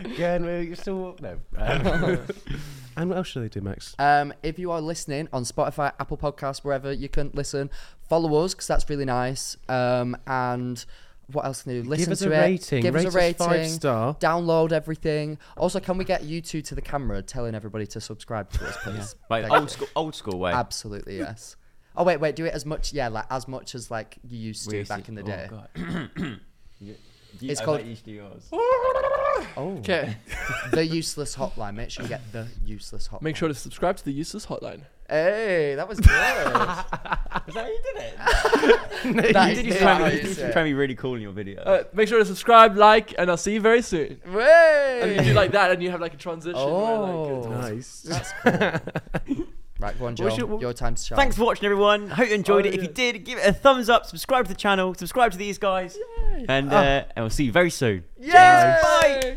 [SPEAKER 2] Again, we're you're still no. Um, and what else should they do, Max?
[SPEAKER 1] Um, if you are listening on Spotify, Apple Podcasts, wherever you can listen, follow us because that's really nice. Um, and what else can you do? listen
[SPEAKER 2] us a
[SPEAKER 1] to it?
[SPEAKER 2] rating.
[SPEAKER 1] Give
[SPEAKER 2] Rate
[SPEAKER 1] us
[SPEAKER 2] us
[SPEAKER 1] a rating.
[SPEAKER 2] five star.
[SPEAKER 1] Download everything. Also, can we get you two to the camera telling everybody to subscribe to us, please?
[SPEAKER 3] Like
[SPEAKER 1] Thank you.
[SPEAKER 3] old school, old school way.
[SPEAKER 1] Absolutely yes. Oh wait, wait. Do it as much. Yeah, like as much as like you used to
[SPEAKER 3] We used
[SPEAKER 1] back
[SPEAKER 3] to-
[SPEAKER 1] in the
[SPEAKER 3] oh,
[SPEAKER 1] day.
[SPEAKER 3] God.
[SPEAKER 1] It's called Oh.
[SPEAKER 4] Okay.
[SPEAKER 1] the useless hotline. Make sure you get the useless hotline.
[SPEAKER 4] Make sure to subscribe to the Useless Hotline.
[SPEAKER 1] Hey, that was good. that
[SPEAKER 3] Did
[SPEAKER 1] you
[SPEAKER 3] you
[SPEAKER 1] did
[SPEAKER 3] try me-
[SPEAKER 1] it.
[SPEAKER 3] did you try me really cool in your video?
[SPEAKER 4] Uh, make sure to subscribe, like, and I'll see you very soon. And you do like that, and you have like a transition. Where, like,
[SPEAKER 1] Oh,
[SPEAKER 4] it's-
[SPEAKER 2] Nice.
[SPEAKER 1] right, go on, Joe.
[SPEAKER 2] should-
[SPEAKER 1] Your time to shine.
[SPEAKER 3] Thanks for watching, everyone. Hope you enjoyed
[SPEAKER 4] Oh,
[SPEAKER 3] it. If you
[SPEAKER 4] yeah.
[SPEAKER 3] did, give it a thumbs up. Subscribe to the channel. Subscribe to these guys. And uh, and we'll see you very soon.
[SPEAKER 1] Yay!
[SPEAKER 3] Bye.